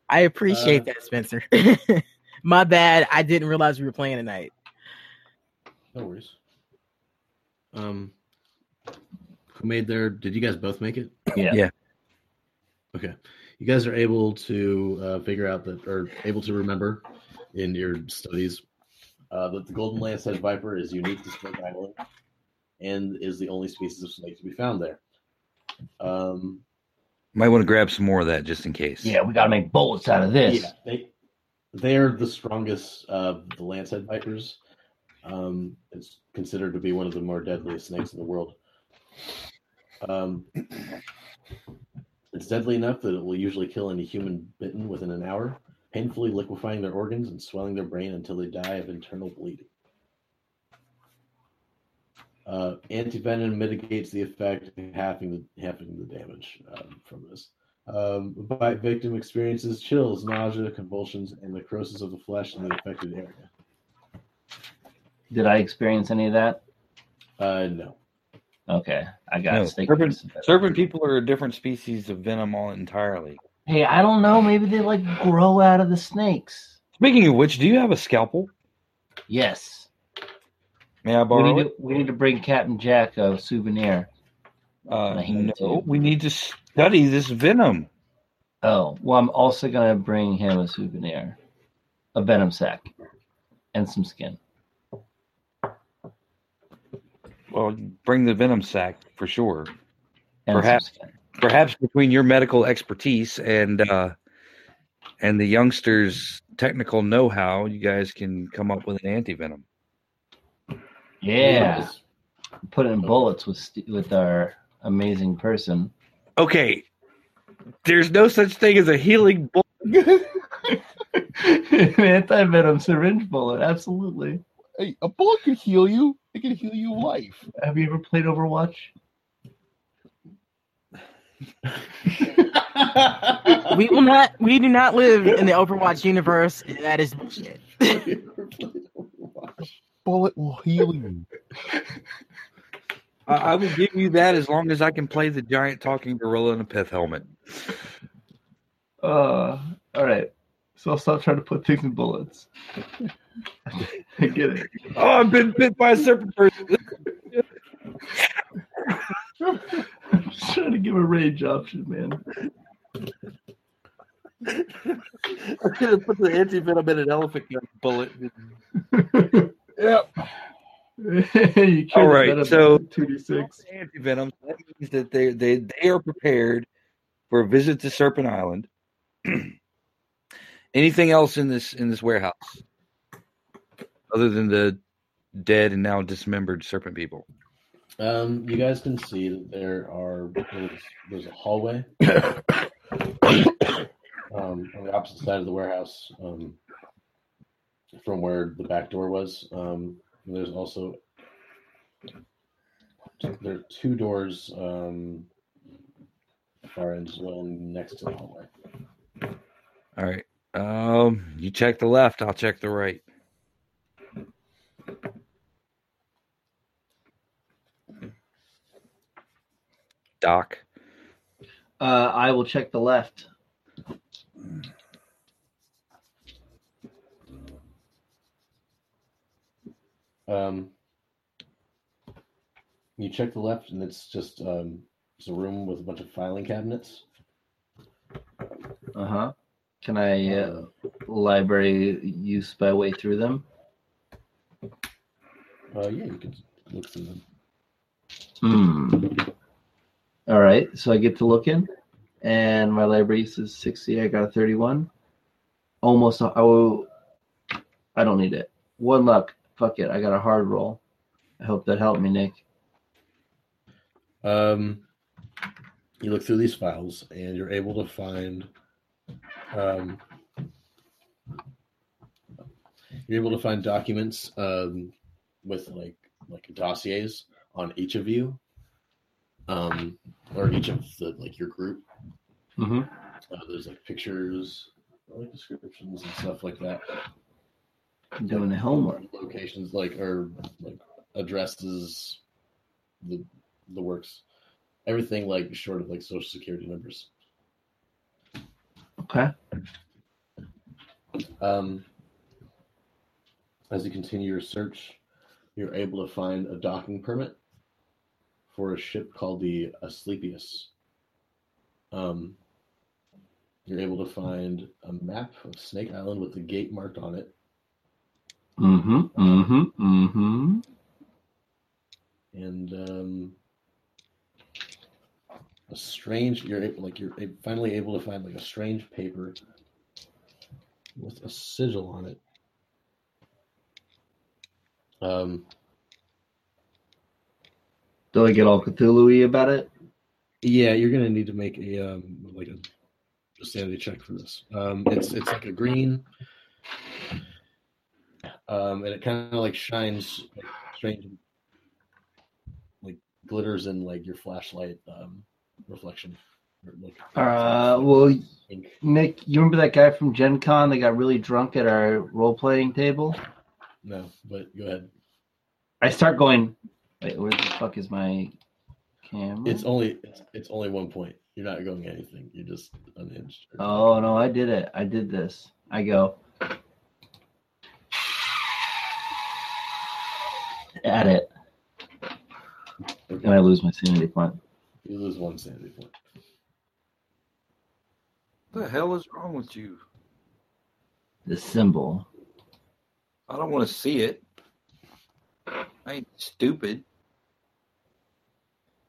Speaker 9: I appreciate that, Spencer. My bad. I didn't realize we were playing tonight.
Speaker 3: Uh, No worries. Um, who made their? Did you guys both make it?
Speaker 7: Yeah.
Speaker 5: Yeah.
Speaker 3: Okay. You guys are able to uh, figure out that, or able to remember in your studies uh, that the golden lance head viper is unique to Snake Island and is the only species of snake to be found there. Um,
Speaker 5: Might want to grab some more of that just in case.
Speaker 7: Yeah, we gotta make bullets out of this.
Speaker 3: Yeah, they they're the strongest of the lancehead vipers. Um, it's considered to be one of the more deadliest snakes in the world. Um, it's deadly enough that it will usually kill any human bitten within an hour, painfully liquefying their organs and swelling their brain until they die of internal bleeding. Uh, antivenom mitigates the effect, halving the halving the damage um, from this. Um, the bite victim experiences chills, nausea, convulsions, and necrosis of the flesh in the affected area.
Speaker 7: Did I experience any of that?
Speaker 3: Uh, no.
Speaker 7: Okay, I got
Speaker 5: No,
Speaker 7: snake.
Speaker 5: serpent,
Speaker 7: venom.
Speaker 5: serpent people are a different species of venom all entirely.
Speaker 7: Hey, I don't know. Maybe they like grow out of the snakes.
Speaker 5: Speaking of which, do you have a scalpel?
Speaker 7: Yes.
Speaker 5: May I
Speaker 7: We
Speaker 5: borrow
Speaker 7: need, to,
Speaker 5: it?
Speaker 7: we need to bring Captain Jack a souvenir.
Speaker 5: Uh,
Speaker 7: I have
Speaker 5: no,
Speaker 7: to.
Speaker 5: we need to study this venom.
Speaker 7: Oh, well, I'm also going to bring him a souvenir a venom sack and some skin.
Speaker 5: Well, bring the venom sack for sure.
Speaker 7: And some
Speaker 5: Perhaps.
Speaker 7: skin.
Speaker 5: perhaps between your medical expertise and uh, and the youngsters' technical know-how, you guys can come up with an antivenom.
Speaker 7: Yeah. Put in bullets with, st- with our amazing person.
Speaker 5: Okay, there's no such thing as a healing bull.
Speaker 7: An anti venom syringe bullet. Absolutely.
Speaker 6: Hey, a bullet can heal you. It can heal you life.
Speaker 7: Have you ever played Overwatch?
Speaker 9: We will not. We do not live in the Overwatch universe. That is bullshit.
Speaker 6: Bullet will heal you.
Speaker 5: I, I will give you that as long as I can play the giant talking gorilla in a pith helmet.
Speaker 4: Uh, all right. So I'll stop trying to put things in bullets. I get it.
Speaker 5: Oh, I've been bit by a serpent person.
Speaker 4: I'm just trying to give a rage option, man.
Speaker 5: I should have put the antivenom in an elephant gun bullet.
Speaker 6: Yep.
Speaker 4: you
Speaker 5: All right, so-
Speaker 4: two d six.
Speaker 5: Antivenoms. That means that they they they are prepared for a visit to Serpent Island. Anything else in this in this warehouse other than the dead and now dismembered serpent people?
Speaker 3: Um, you guys can see that there are there's, there's a hallway um, on the opposite side of the warehouse um, from where the back door was. Um, and there's also there are two doors um, far end as well next to the hallway.
Speaker 5: All right. Um, you check the left. I'll check the right. Doc.
Speaker 7: Uh, I will check the left.
Speaker 3: Um, you check the left, and it's just um, it's a room with a bunch of filing cabinets.
Speaker 7: Uh huh. Can I uh, library use my way through them?
Speaker 3: Uh, yeah, you can look through them.
Speaker 7: Hmm. All right, so I get to look in, and my library use is 60. I got a 31. Almost, a- oh, I don't need it. One luck. Fuck it. I got a hard roll. I hope that helped me, Nick.
Speaker 3: Um, you look through these files and you're able to find um, you're able to find documents um, with like like dossiers on each of you um, or each of the like your group
Speaker 7: Mhm.
Speaker 3: uh, there's like pictures like descriptions and stuff like that
Speaker 7: I'm doing the homework.
Speaker 3: locations like or like addresses the the works everything like short of like social security numbers
Speaker 7: Okay.
Speaker 3: um, as you continue your search you're able to find a docking permit for a ship called the asclepius um, you're able to find a map of snake island with the gate marked on it
Speaker 7: Mm-hmm. Mm-hmm. Mm-hmm.
Speaker 3: and um, a strange you're able, like you're a- finally able to find like a strange paper with a sigil on it um
Speaker 7: Do I get all Cthulhu about it?
Speaker 3: yeah you're gonna need to make a um like a sanity check for this um it's it's like a green um and it kind of like shines like, strange like glitters in like your flashlight um reflection or, like,
Speaker 7: Uh, well, Nick, you remember that guy from Gen Con that got really drunk at our role playing table?
Speaker 3: No, but go ahead.
Speaker 7: I start going, wait, where the fuck is my camera?
Speaker 3: It's only it's, it's only one point. You're not going anything. You're just unhinged.
Speaker 7: Oh no, I did it. I did this. I go. At it. And I lose my sanity point.
Speaker 3: You lose one sanity point.
Speaker 14: What the hell is wrong with you?
Speaker 7: The symbol.
Speaker 14: I don't want to see it. I ain't stupid.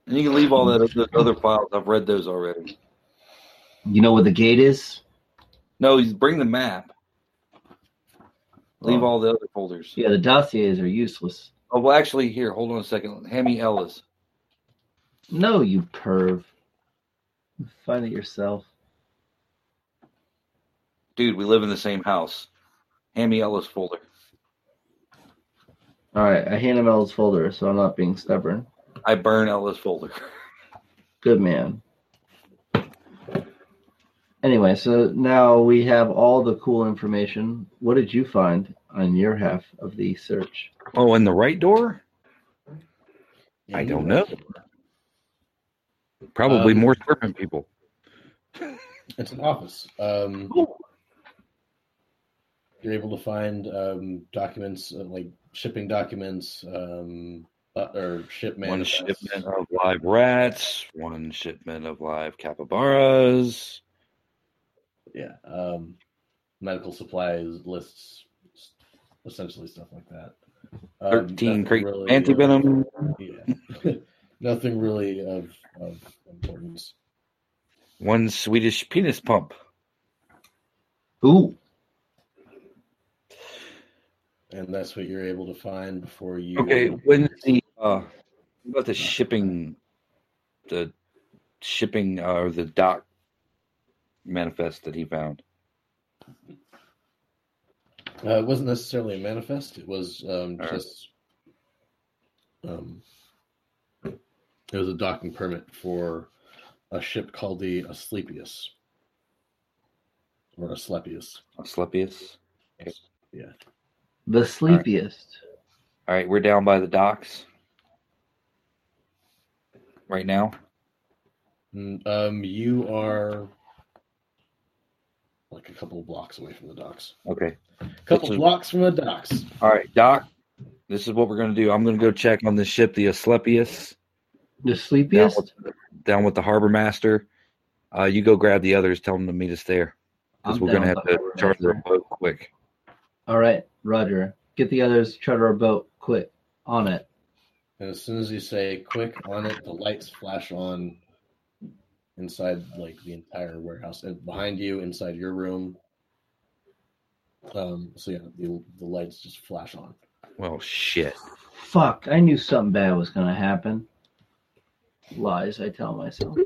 Speaker 14: And you can leave all that those other files. I've read those already.
Speaker 7: You know where the gate is?
Speaker 14: No, you bring the map.
Speaker 5: Oh.
Speaker 14: Leave all the other folders.
Speaker 7: Yeah, the dossiers are useless.
Speaker 14: Oh well, actually, here, hold on a second. Hand me Ella's.
Speaker 7: No, you perv. Find it yourself.
Speaker 14: Dude, we live in the same house. Hand me Ella's folder.
Speaker 7: All right, I hand him Elle's folder, so I'm not being stubborn.
Speaker 14: I burn Ella's folder.
Speaker 7: Good man. Anyway, so now we have all the cool information. What did you find on your half of the search?
Speaker 5: Oh, and the right door? I
Speaker 7: you
Speaker 5: don't know.
Speaker 7: know.
Speaker 5: Probably
Speaker 3: Um,
Speaker 5: more serpent people.
Speaker 3: It's an office. Um, You're able to find um, documents uh, like shipping documents um, uh, or ship
Speaker 5: One
Speaker 3: manifests.
Speaker 5: shipment of live rats, one shipment of live capybaras.
Speaker 3: Yeah. Um, medical supplies lists, essentially stuff like that. Um,
Speaker 5: 13
Speaker 3: nothing
Speaker 5: crates
Speaker 3: really,
Speaker 5: of
Speaker 3: uh,
Speaker 5: antivenom.
Speaker 3: yeah. nothing really of, of importance.
Speaker 5: One Swedish penis pump.
Speaker 7: Ooh.
Speaker 3: And that's what you're able to find before you.
Speaker 5: Okay, when's the uh what about the shipping the shipping uh, or the dock manifest that he found?
Speaker 3: Uh, it wasn't necessarily a manifest. It was um, just um, it was a docking permit for a ship called the Asclepius or Asclepius.
Speaker 5: Asclepius.
Speaker 3: Yeah.
Speaker 7: The sleepiest.
Speaker 5: All right, we're down by the docks right now.
Speaker 3: Mm, Um, you are like a couple of blocks away from the docks.
Speaker 5: Okay.
Speaker 3: A couple
Speaker 5: This is-
Speaker 3: blocks from the docks.
Speaker 5: All right, Doc. This is what we're going to do. I'm going to go check on the ship, the Asclepius.
Speaker 7: The sleepiest?
Speaker 5: Down with, down with the harbor master. Uh, you go grab the others. Tell them to meet us there. Because
Speaker 7: I'm
Speaker 5: we're going to
Speaker 7: down with
Speaker 5: have
Speaker 7: the
Speaker 5: to
Speaker 7: harbor
Speaker 5: charter a boat quick.
Speaker 7: All right, Roger. Get the others, charter a boat quick. On it.
Speaker 3: And as soon as you say quick on it, the lights flash on inside like the entire warehouse and behind you inside your room. Um, so yeah, the, the lights just flash on.
Speaker 5: Well, shit.
Speaker 7: Fuck, I knew something bad was going to happen. Lies, I tell myself.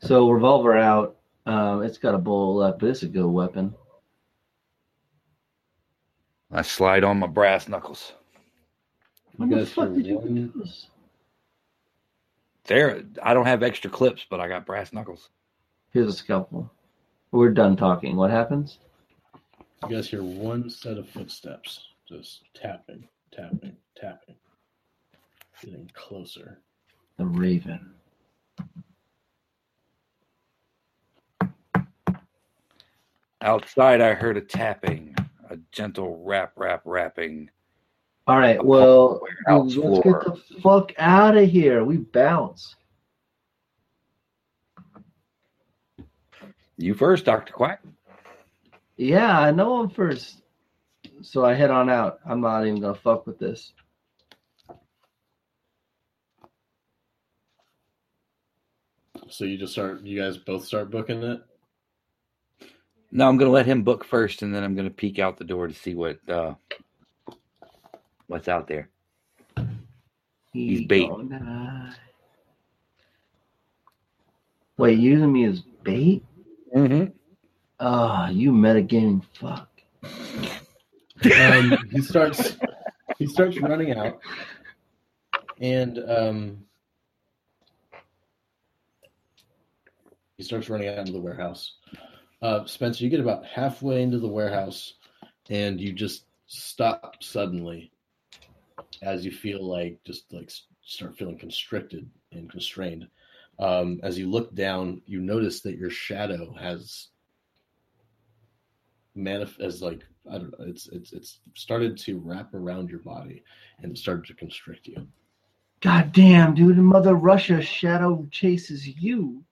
Speaker 7: So, revolver out. Um, it's got a bullet left, but it's a good weapon.
Speaker 5: I slide on my brass knuckles.
Speaker 3: You guys hear one,
Speaker 5: There, I don't have extra clips, but I got brass knuckles.
Speaker 7: Here's a scalpel. We're done talking. What happens?
Speaker 3: you guys hear one set of footsteps just tapping, tapping, tapping, getting closer.
Speaker 7: The raven.
Speaker 5: Outside, I heard a tapping, a gentle rap, rap, rapping.
Speaker 7: All right, well, let's
Speaker 5: warehouse floor.
Speaker 7: get the fuck out of here. We bounce.
Speaker 5: You first, Doctor Quack.
Speaker 7: Yeah, I know I'm first. So I head on out. I'm not even going to fuck with this.
Speaker 3: So you just start, you guys both start booking it.
Speaker 5: No, I'm gonna let him book first, and then I'm gonna peek out the door to see what uh, what's out there. He's bait.
Speaker 7: Wait, using me as bait?
Speaker 5: Mm-hmm.
Speaker 7: Ah, you metagaming fuck.
Speaker 3: um, he starts he starts running out and um, he starts running out into the warehouse uh, spencer you get about halfway into the warehouse and you just stop suddenly as you feel like just like s- start feeling constricted and constrained um, as you look down you notice that your shadow has manif- as like I don't know. It's it's it's started to wrap around your body and it started to constrict you.
Speaker 7: God damn, dude. Mother Russia shadow chases you.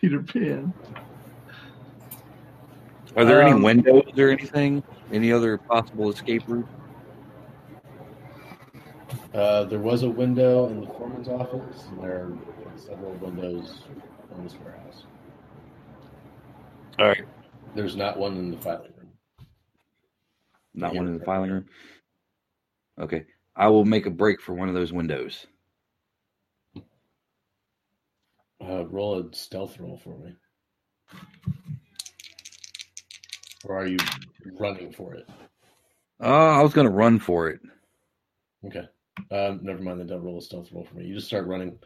Speaker 4: Peter Pan.
Speaker 5: Are there
Speaker 7: Um,
Speaker 5: any windows or anything? Any other possible escape route?
Speaker 3: Uh, there was a window in the foreman's office, and there are several windows in this warehouse.
Speaker 5: All right,
Speaker 3: There's not one in the filing room.
Speaker 5: not one in the filing room. Okay, I will make a break for one of those windows.
Speaker 3: Uh, roll a stealth roll for me. Or are you running for it?
Speaker 5: Uh, I was gonna run for it.
Speaker 3: Okay. Um, never mind. Then don't roll a stealth roll for me. You just start running.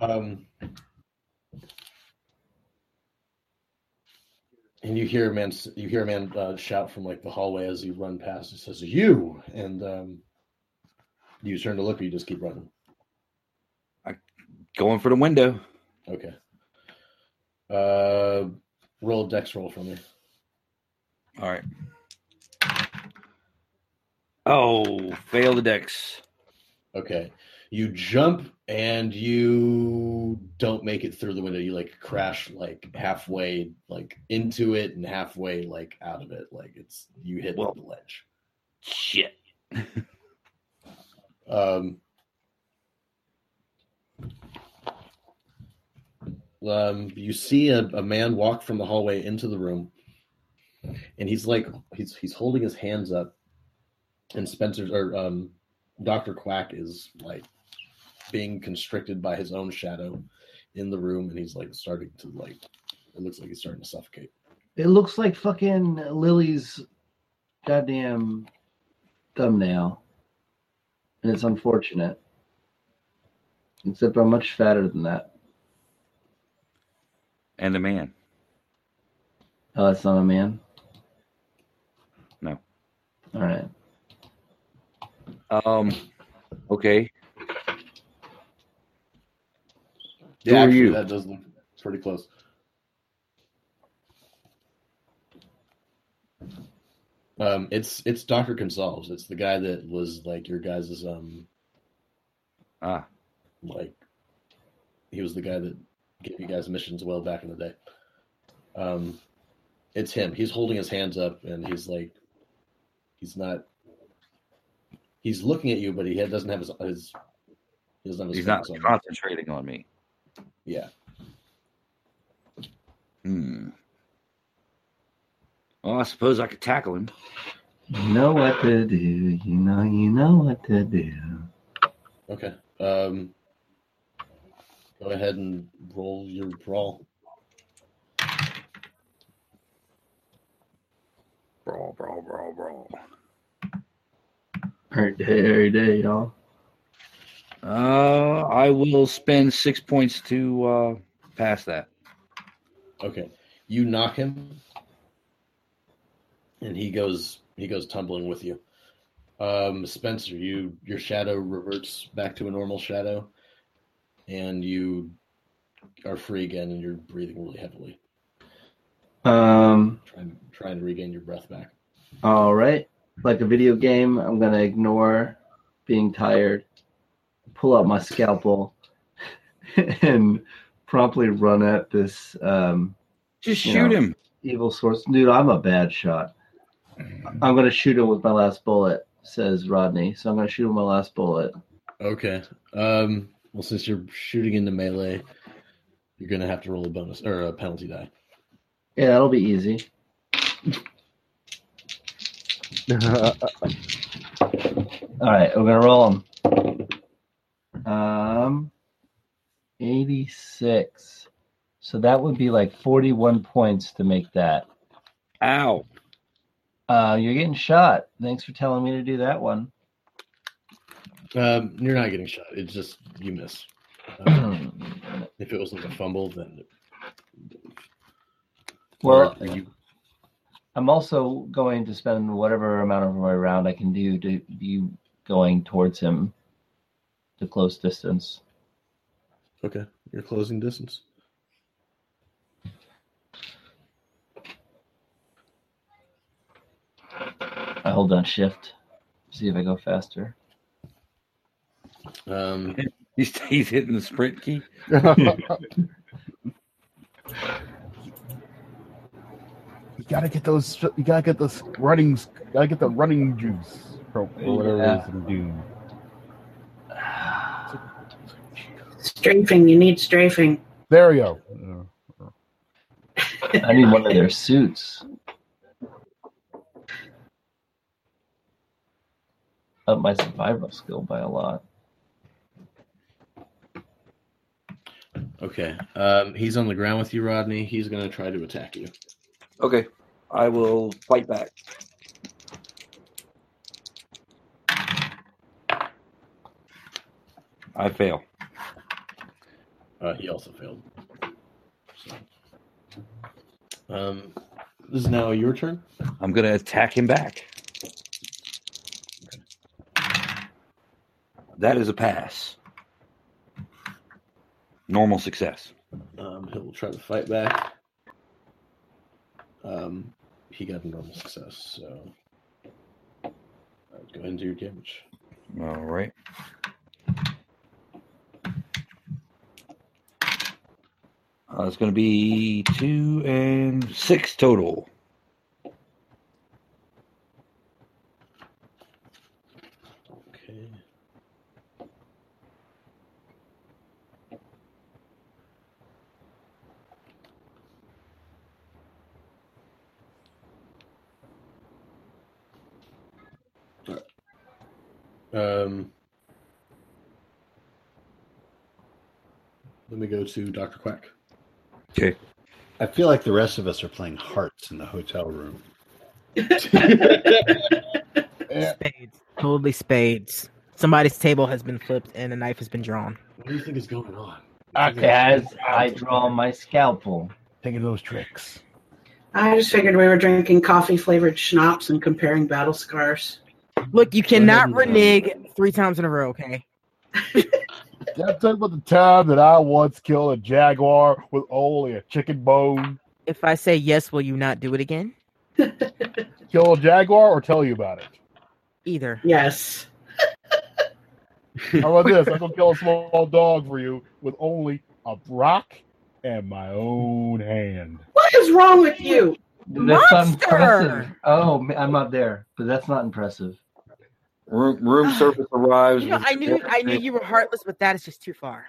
Speaker 3: Um, and you hear a man. You hear a man uh, shout from like the hallway as you run past. He says, "You!" And um, you turn to look, or you just keep running.
Speaker 5: Going for the window.
Speaker 3: Okay. Uh, roll a dex roll for me.
Speaker 5: All right. Oh, fail the dex.
Speaker 3: Okay. You jump and you don't make it through the window. You like crash like halfway like into it and halfway like out of it. Like it's you hit the ledge.
Speaker 5: Shit.
Speaker 3: Um um, you see a, a man walk from the hallway into the room and he's like he's he's holding his hands up and spencer's or um dr quack is like being constricted by his own shadow in the room and he's like starting to like it looks like he's starting to suffocate
Speaker 7: It looks like fucking Lily's goddamn thumbnail. And it's unfortunate. Except I'm much fatter than that.
Speaker 5: And a man.
Speaker 7: Oh, that's not a man?
Speaker 5: No.
Speaker 7: All right.
Speaker 5: Um. Okay.
Speaker 3: yeah
Speaker 5: Who are
Speaker 3: actually,
Speaker 5: you?
Speaker 3: that does look pretty close um it's it's dr Gonsalves. it's the guy that was like your guys' um
Speaker 5: Ah.
Speaker 3: like he was the guy that gave you guys missions well back in the day. Um, It's him. He's holding his hands up and he's like, he's not. He's looking at you, but he ha- doesn't have his. his he doesn't have his
Speaker 5: He's not
Speaker 3: focus on.
Speaker 5: concentrating on me.
Speaker 3: Yeah.
Speaker 5: Hmm. Well, I suppose I could tackle him.
Speaker 7: You know what to do. You know, you know what to do.
Speaker 3: Okay. Um, go ahead and roll your brawl.
Speaker 5: Brawl, brawl, brawl, brawl.
Speaker 7: Every day, every day, y'all.
Speaker 5: Uh, I will spend six points to uh, pass that.
Speaker 3: Okay. You knock him, and he goes he goes tumbling with you. Um, Spencer, you your shadow reverts back to a normal shadow, and you are free again, and you're breathing really heavily,
Speaker 7: Um,
Speaker 3: trying trying to regain your breath back.
Speaker 7: all right. Like a video game, I'm gonna ignore being tired, pull out my scalpel, and promptly run at this. Um,
Speaker 5: Just
Speaker 7: you
Speaker 5: shoot
Speaker 7: know,
Speaker 5: him.
Speaker 7: Evil source, dude. I'm a bad shot. I'm gonna shoot him with my last bullet. Says Rodney. So I'm gonna shoot him with my last bullet.
Speaker 3: Okay. Um, well, since you're shooting into melee, you're gonna have to roll a bonus or a penalty die.
Speaker 7: Yeah, that'll be easy. All right, we're gonna roll them. Um, eighty-six. So that would be like forty-one points to make that.
Speaker 5: Ow!
Speaker 7: Uh, you're getting shot. Thanks for telling me to do that one.
Speaker 3: Um, you're not getting shot. It's just you miss. Um, if it was like a fumble, then
Speaker 7: Well,
Speaker 3: Or you-
Speaker 7: I'm also going to spend whatever amount of my round I can do to be going towards him to close distance.
Speaker 3: okay, you're closing distance.
Speaker 7: I hold down shift, see if I go faster.
Speaker 3: Um,
Speaker 5: he's, he's hitting the sprint key.
Speaker 6: You gotta get those. You gotta get those running. Gotta get the running juice or, or whatever it is in Doom.
Speaker 8: Strafing. You need strafing.
Speaker 6: There we go.
Speaker 7: I need one of their suits. Up my survival skill by a lot.
Speaker 3: Okay. Um, he's on the ground with you, Rodney. He's gonna try to attack you.
Speaker 5: Okay, I will fight back. I fail.
Speaker 3: Uh, he also failed. So. Um, this is now your turn.
Speaker 5: I'm gonna attack him back. That is a pass. Normal success.
Speaker 3: Um, he'll try to fight back. Um, he got a normal success, so All right, go ahead and do your damage.
Speaker 5: All right. Uh, it's going to be two and six total.
Speaker 3: Okay. Um, let me go to Doctor Quack.
Speaker 5: Okay.
Speaker 2: I feel like the rest of us are playing hearts in the hotel room.
Speaker 9: Spades. Probably spades. Somebody's table has been flipped and a knife has been drawn.
Speaker 3: What do you think is going on?
Speaker 7: As I draw my scalpel.
Speaker 6: Thinking of those tricks.
Speaker 8: I just figured we were drinking coffee flavored schnapps and comparing battle scars.
Speaker 9: Look, you
Speaker 8: ahead
Speaker 9: cannot
Speaker 8: and, um,
Speaker 9: renege three times in a row, okay?
Speaker 6: Did I tell you about the time that I once killed a jaguar with only a chicken bone?
Speaker 9: If I say yes, will you not do it again?
Speaker 6: Kill a jaguar or tell you about it?
Speaker 9: Either.
Speaker 8: Yes.
Speaker 6: How about this? I'm gonna kill a small dog for you with only a rock and my own hand.
Speaker 8: What is wrong with you?
Speaker 7: That's not
Speaker 9: Monster!
Speaker 7: impressive. Oh, ma- I'm not there, but that's not impressive.
Speaker 14: Room, room service arrives.
Speaker 9: Ah, You know, I knew I knew you were heartless, but that is just too far.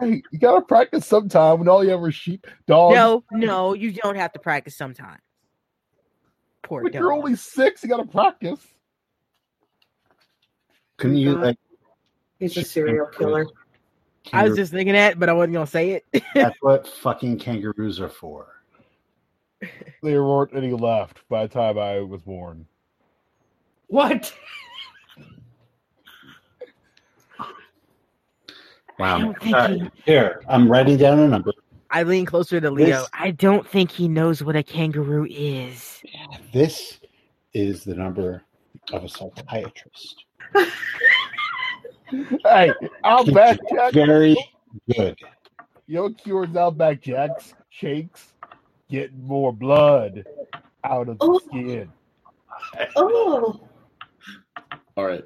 Speaker 6: Hey, you gotta practice sometime when all Oh, you have are sheep, dogs.
Speaker 9: No, no, you don't have to practice sometime. Poor
Speaker 6: But
Speaker 9: dog.
Speaker 6: you're only six. You gotta practice.
Speaker 2: Can you like
Speaker 8: He's a serial killer.
Speaker 9: Uh, I was just thinking that, but I wasn't gonna say it.
Speaker 2: That's what fucking kangaroos are for.
Speaker 6: There weren't any left by the time I was born.
Speaker 8: What?
Speaker 2: Wow.
Speaker 9: don't think
Speaker 2: All right,
Speaker 9: he-
Speaker 2: Here, I'm writing down a number.
Speaker 9: I lean closer to Leo.
Speaker 2: This-
Speaker 9: I don't think he knows what a kangaroo is.
Speaker 2: This is the number of a psychiatrist.
Speaker 6: Hey, Outback Jack.
Speaker 2: Very good.
Speaker 6: You know what cures Outback Jacks? Shakes. Get more blood out of the skin.
Speaker 8: Oh,
Speaker 3: All right.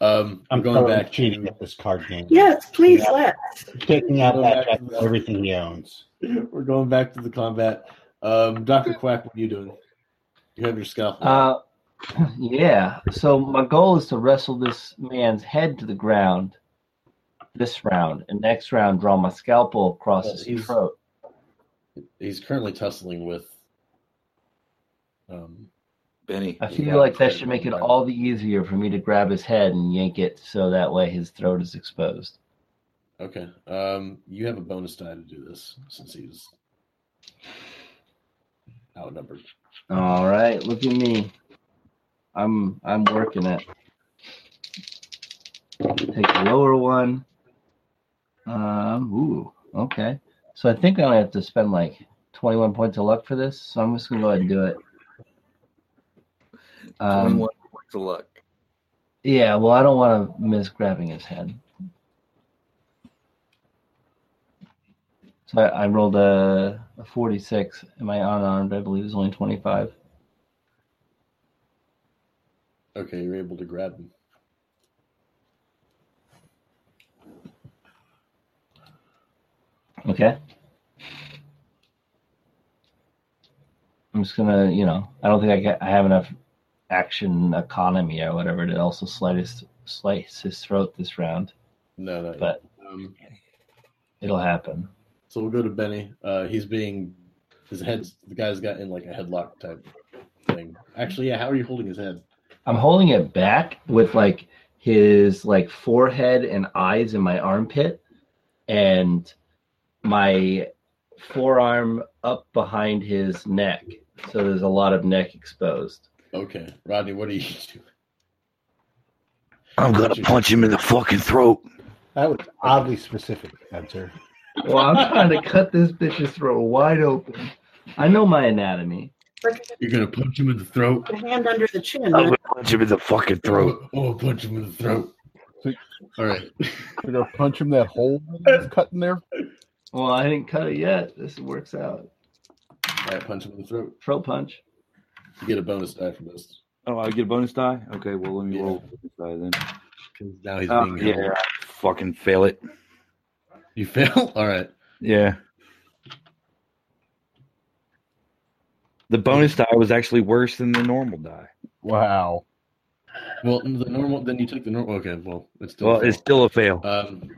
Speaker 3: Um,
Speaker 2: I'm
Speaker 3: going
Speaker 2: totally
Speaker 3: back to-
Speaker 2: cheating at this card game.
Speaker 8: yes, please
Speaker 3: Yeah.
Speaker 8: let.
Speaker 2: Taking out
Speaker 3: Going
Speaker 2: that
Speaker 3: back
Speaker 2: jack
Speaker 3: to
Speaker 2: with
Speaker 3: the-
Speaker 2: everything he owns.
Speaker 3: We're going back to the combat. Um, Doctor Quack, what are you doing? You have your scalpel.
Speaker 7: Uh, yeah. So my goal is to wrestle this man's head to the ground this round, and next round draw my scalpel across
Speaker 3: Uh,
Speaker 7: his
Speaker 3: he's-
Speaker 7: throat.
Speaker 3: He's currently tussling with um,
Speaker 14: Benny.
Speaker 7: I feel like that should make it all the easier for me to grab his head and yank it, so that way his throat is exposed.
Speaker 3: Okay. Um, you have a bonus die to do this since he's outnumbered.
Speaker 7: All right, look at me. I'm I'm working it. Take the lower one. Um, ooh, okay. So I think I only have to spend like 21 points of luck for this, so I'm just gonna go ahead and do it. Um,
Speaker 14: 21 points of luck.
Speaker 7: yeah, well, I don't want to miss grabbing his head. So I, I rolled a, a 46, and my unarmed, I believe, is only 25.
Speaker 3: Okay, you're able to grab him.
Speaker 7: Okay. I'm just gonna, you know, I don't think I get, I have enough action economy or whatever to also slice slice his throat this round,
Speaker 3: No, no.
Speaker 7: but
Speaker 3: Um,
Speaker 7: it'll happen.
Speaker 3: so we'll go to Benny. Uh, he's being his head's the guy's got in like a headlock type thing. Actually, yeah. How are you holding his head?
Speaker 7: I'm holding it back with like his like forehead and eyes in my armpit, and my forearm up behind his neck. So there's a lot of neck exposed.
Speaker 3: Okay, Rodney, what are you doing?
Speaker 13: I'm gonna punch him in the fucking throat.
Speaker 2: That was oddly specific, Spencer.
Speaker 7: Well, I'm trying to cut this bitch's throat wide open. I know my anatomy.
Speaker 8: Like,
Speaker 3: You're gonna punch him in the throat.
Speaker 8: put a hand under the chin.
Speaker 5: Oh,
Speaker 13: I'm gonna punch him in the fucking throat.
Speaker 3: Oh, punch him in the throat. All right.
Speaker 6: You're gonna punch him that hole that's cut in there.
Speaker 7: Well, I didn't cut it yet. This works out.
Speaker 3: All right, punch him in the throat.
Speaker 7: Throat punch.
Speaker 3: You get a bonus die for this.
Speaker 5: Oh, I get a bonus die. Okay, well let me roll bonus die then.
Speaker 3: 'Cause Now he's
Speaker 5: Oh,
Speaker 3: being
Speaker 5: yeah,
Speaker 3: held.
Speaker 5: I fucking fail it.
Speaker 3: You fail. All right.
Speaker 5: Yeah. The bonus die was actually worse than the normal die.
Speaker 6: Wow.
Speaker 3: Well, the normal. Then you take the normal. Okay. Well, it's still. a
Speaker 5: Well, it's
Speaker 3: fail.
Speaker 5: still a fail.
Speaker 3: Um,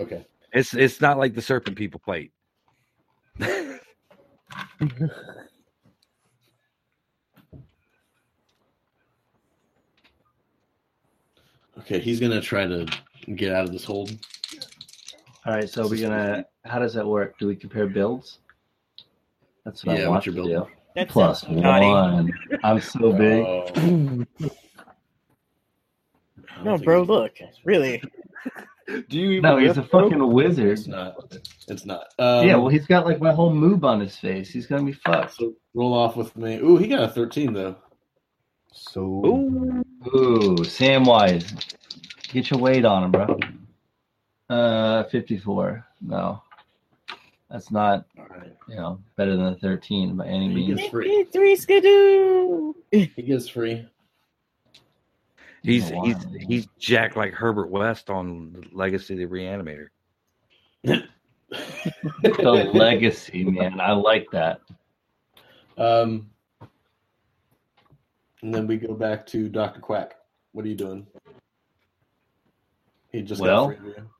Speaker 3: okay.
Speaker 5: It's it's not like the serpent people plate.
Speaker 3: Okay. He's gonna try to get out of this hold.
Speaker 7: All right, so we're gonna. How does that work? Do we compare builds? That's what
Speaker 3: Yeah,
Speaker 7: I want
Speaker 3: what's
Speaker 7: to
Speaker 3: your
Speaker 7: do.
Speaker 3: build?
Speaker 9: That
Speaker 7: Plus
Speaker 9: sounds naughty.
Speaker 7: one. I'm so big.
Speaker 3: Oh, I don't
Speaker 9: no,
Speaker 3: think
Speaker 9: bro,
Speaker 3: it's-
Speaker 9: look, really,
Speaker 5: Do you even
Speaker 7: No, he's a fucking wizard.
Speaker 3: It's not. It's not. Um,
Speaker 7: yeah, well, he's got like my whole moob on his face. He's gonna be fucked.
Speaker 3: so roll off with me. Ooh, he got a thirteen though.
Speaker 2: So
Speaker 5: Ooh.
Speaker 7: Ooh, Samwise, get your weight on him, bro. Uh, fifty-four. No, that's not
Speaker 3: All right.
Speaker 7: you know better than thirteen by any
Speaker 3: He
Speaker 7: means.
Speaker 3: gets free.
Speaker 9: three skidoo.
Speaker 3: He gets free.
Speaker 5: He's
Speaker 13: Oh,
Speaker 7: Wow.
Speaker 5: he's he's jacked like Herbert West on Legacy of the Reanimator.
Speaker 7: the legacy, man. I like that.
Speaker 3: Um, and then we go back to Doctor Quack. What are you doing? He just
Speaker 7: Well-
Speaker 3: got free of you.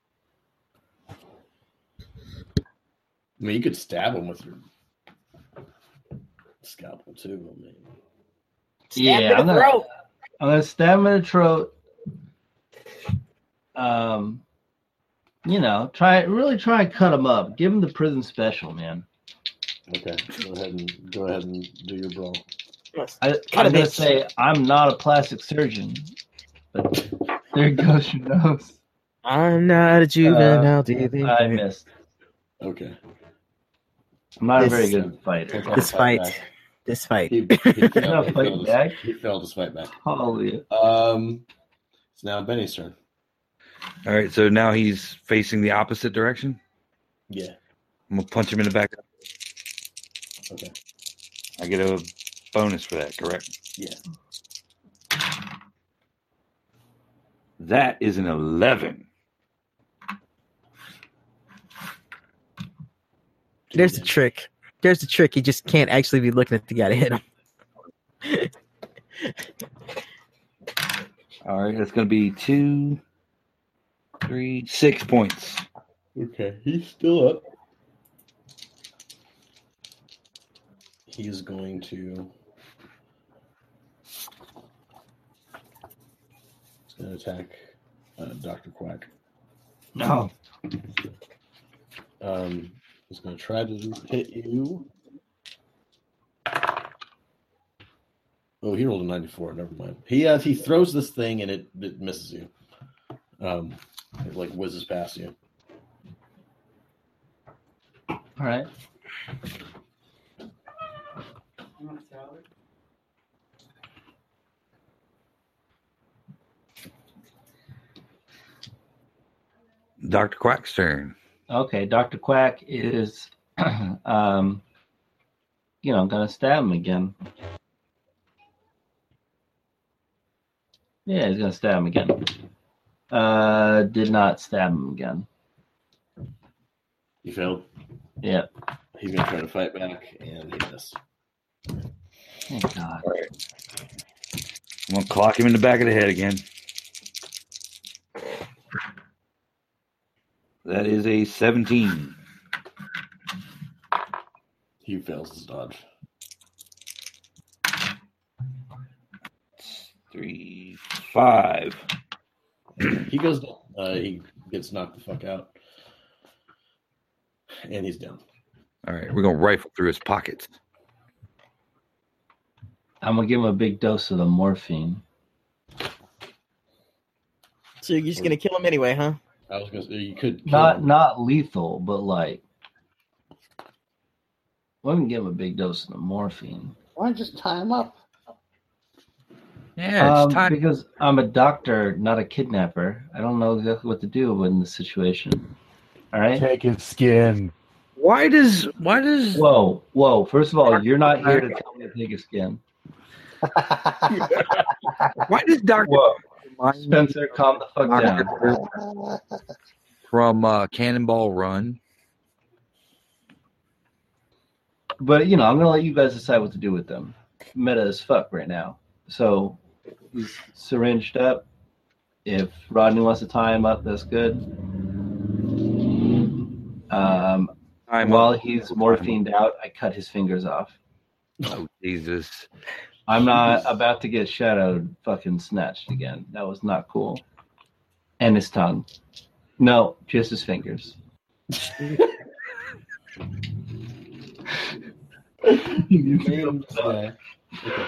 Speaker 3: I mean, you could stab him with your scalpel too. I mean,
Speaker 7: yeah, I'm gonna, I'm gonna stab him in the throat. Um, you know, try really try and cut him up. Give him the prison special, man.
Speaker 3: Okay, go ahead and go ahead and do your brawl.
Speaker 7: I,
Speaker 3: Cut
Speaker 7: I'm
Speaker 3: him,
Speaker 7: gonna
Speaker 3: bitch.
Speaker 7: say I'm not a plastic surgeon, but there goes your nose.
Speaker 9: I'm not a
Speaker 7: Uh,
Speaker 9: juvenile delinquent.
Speaker 7: I missed.
Speaker 3: Okay.
Speaker 7: I'm not
Speaker 9: This-
Speaker 7: a very good fighter.
Speaker 9: This fight. This fight.
Speaker 3: He, he, failed,
Speaker 7: You're not
Speaker 3: he,
Speaker 7: fighting
Speaker 3: failed
Speaker 7: back?
Speaker 3: his, he failed his fight back.
Speaker 7: Holy.
Speaker 3: Um, it's now Benny's turn.
Speaker 5: All right, so now he's facing the opposite direction.
Speaker 3: Yeah.
Speaker 5: I'm gonna punch him in the back.
Speaker 3: Okay.
Speaker 5: I get a bonus for that, correct?
Speaker 3: Yeah.
Speaker 5: That is an eleven.
Speaker 9: There's the trick. There's the trick. You just can't actually be looking at the guy to hit him.
Speaker 5: All right, that's gonna be two, three, six points.
Speaker 3: Okay, he's still up. He's going to. He's going to attack uh, Dr. Quack.
Speaker 7: No.
Speaker 3: Um, he's going to try to hit you. Oh, he rolled a 94. Never mind. He uh, he throws this thing and it, it misses you. Um, it like whizzes past you.
Speaker 7: All right.
Speaker 5: Doctor Quack's turn.
Speaker 7: Okay, Doctor Quack is, um, you know, gonna stab him again. Yeah, he's gonna stab him again. Uh, did not stab him again.
Speaker 3: You failed.
Speaker 7: Yeah.
Speaker 3: He's going to try to fight back and he missed.
Speaker 7: Thank God.
Speaker 5: I'm gonna clock him in the back of the head again. That is a seventeen.
Speaker 3: He fails his dodge.
Speaker 5: Three, five.
Speaker 3: He goes down. Uh, he gets knocked the fuck out. And he's down.
Speaker 5: All right, we're gonna rifle through his pockets.
Speaker 7: I'm gonna give him a big dose of the morphine.
Speaker 9: So you're just gonna kill him anyway, huh?
Speaker 3: I was going to say, you could. kill
Speaker 7: Not
Speaker 3: him.
Speaker 7: not lethal, but like, let me give him a big dose of the morphine.
Speaker 2: Why don't you just tie him up?
Speaker 5: Yeah,
Speaker 7: Um, because I'm a doctor, not a kidnapper. I don't know exactly what to do in this situation. All right.
Speaker 6: Take his skin.
Speaker 5: Why does why does
Speaker 7: Whoa, whoa! First of all, you're not here to tell me to take a skin.
Speaker 5: Why does Doctor
Speaker 7: Spencer calm the fuck down?
Speaker 5: from uh, Cannonball Run?
Speaker 7: But you know, I'm gonna let you guys decide what to do with them. Meta as fuck right now. So he's syringed up. If Rodney wants to tie him up, that's good. Um,
Speaker 5: Time
Speaker 7: while
Speaker 5: up.
Speaker 7: he's morphined out, I cut his fingers off.
Speaker 5: Oh Jesus!
Speaker 7: I'm not about to get shadowed fucking snatched again. That was not cool. And his tongue. No, just his fingers.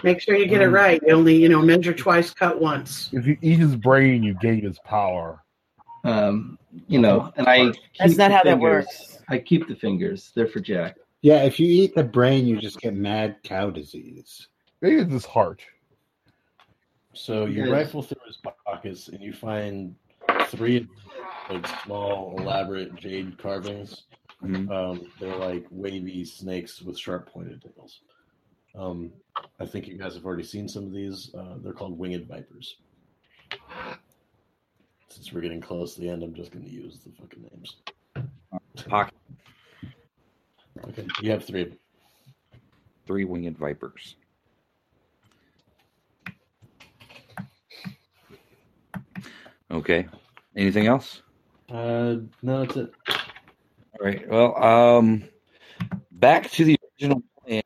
Speaker 8: Make sure you get it right. You only, you know, measure twice, cut once.
Speaker 6: If you eat his brain, you gain his power.
Speaker 7: Um, you know, and I.
Speaker 8: That's
Speaker 7: keep
Speaker 8: not
Speaker 7: the
Speaker 8: how that
Speaker 7: fingers. I keep the fingers. They're for Jack.
Speaker 2: Yeah, if you eat the brain, you just get mad cow disease.
Speaker 6: Maybe it's his heart.
Speaker 3: So you
Speaker 6: Yes.
Speaker 3: rifle through his pockets and you find three like small, elaborate jade carvings. Um, they're like wavy snakes with sharp pointed nails. Um, I think you guys have already seen some of these. Uh, they're called winged vipers. Since we're getting close to the end, I'm just going to use the fucking names.
Speaker 5: Pocket.
Speaker 3: Okay, you have three.
Speaker 5: three winged vipers. Okay. Anything else?
Speaker 3: Uh, no, that's it.
Speaker 5: All right. Well, um, back to the original plan.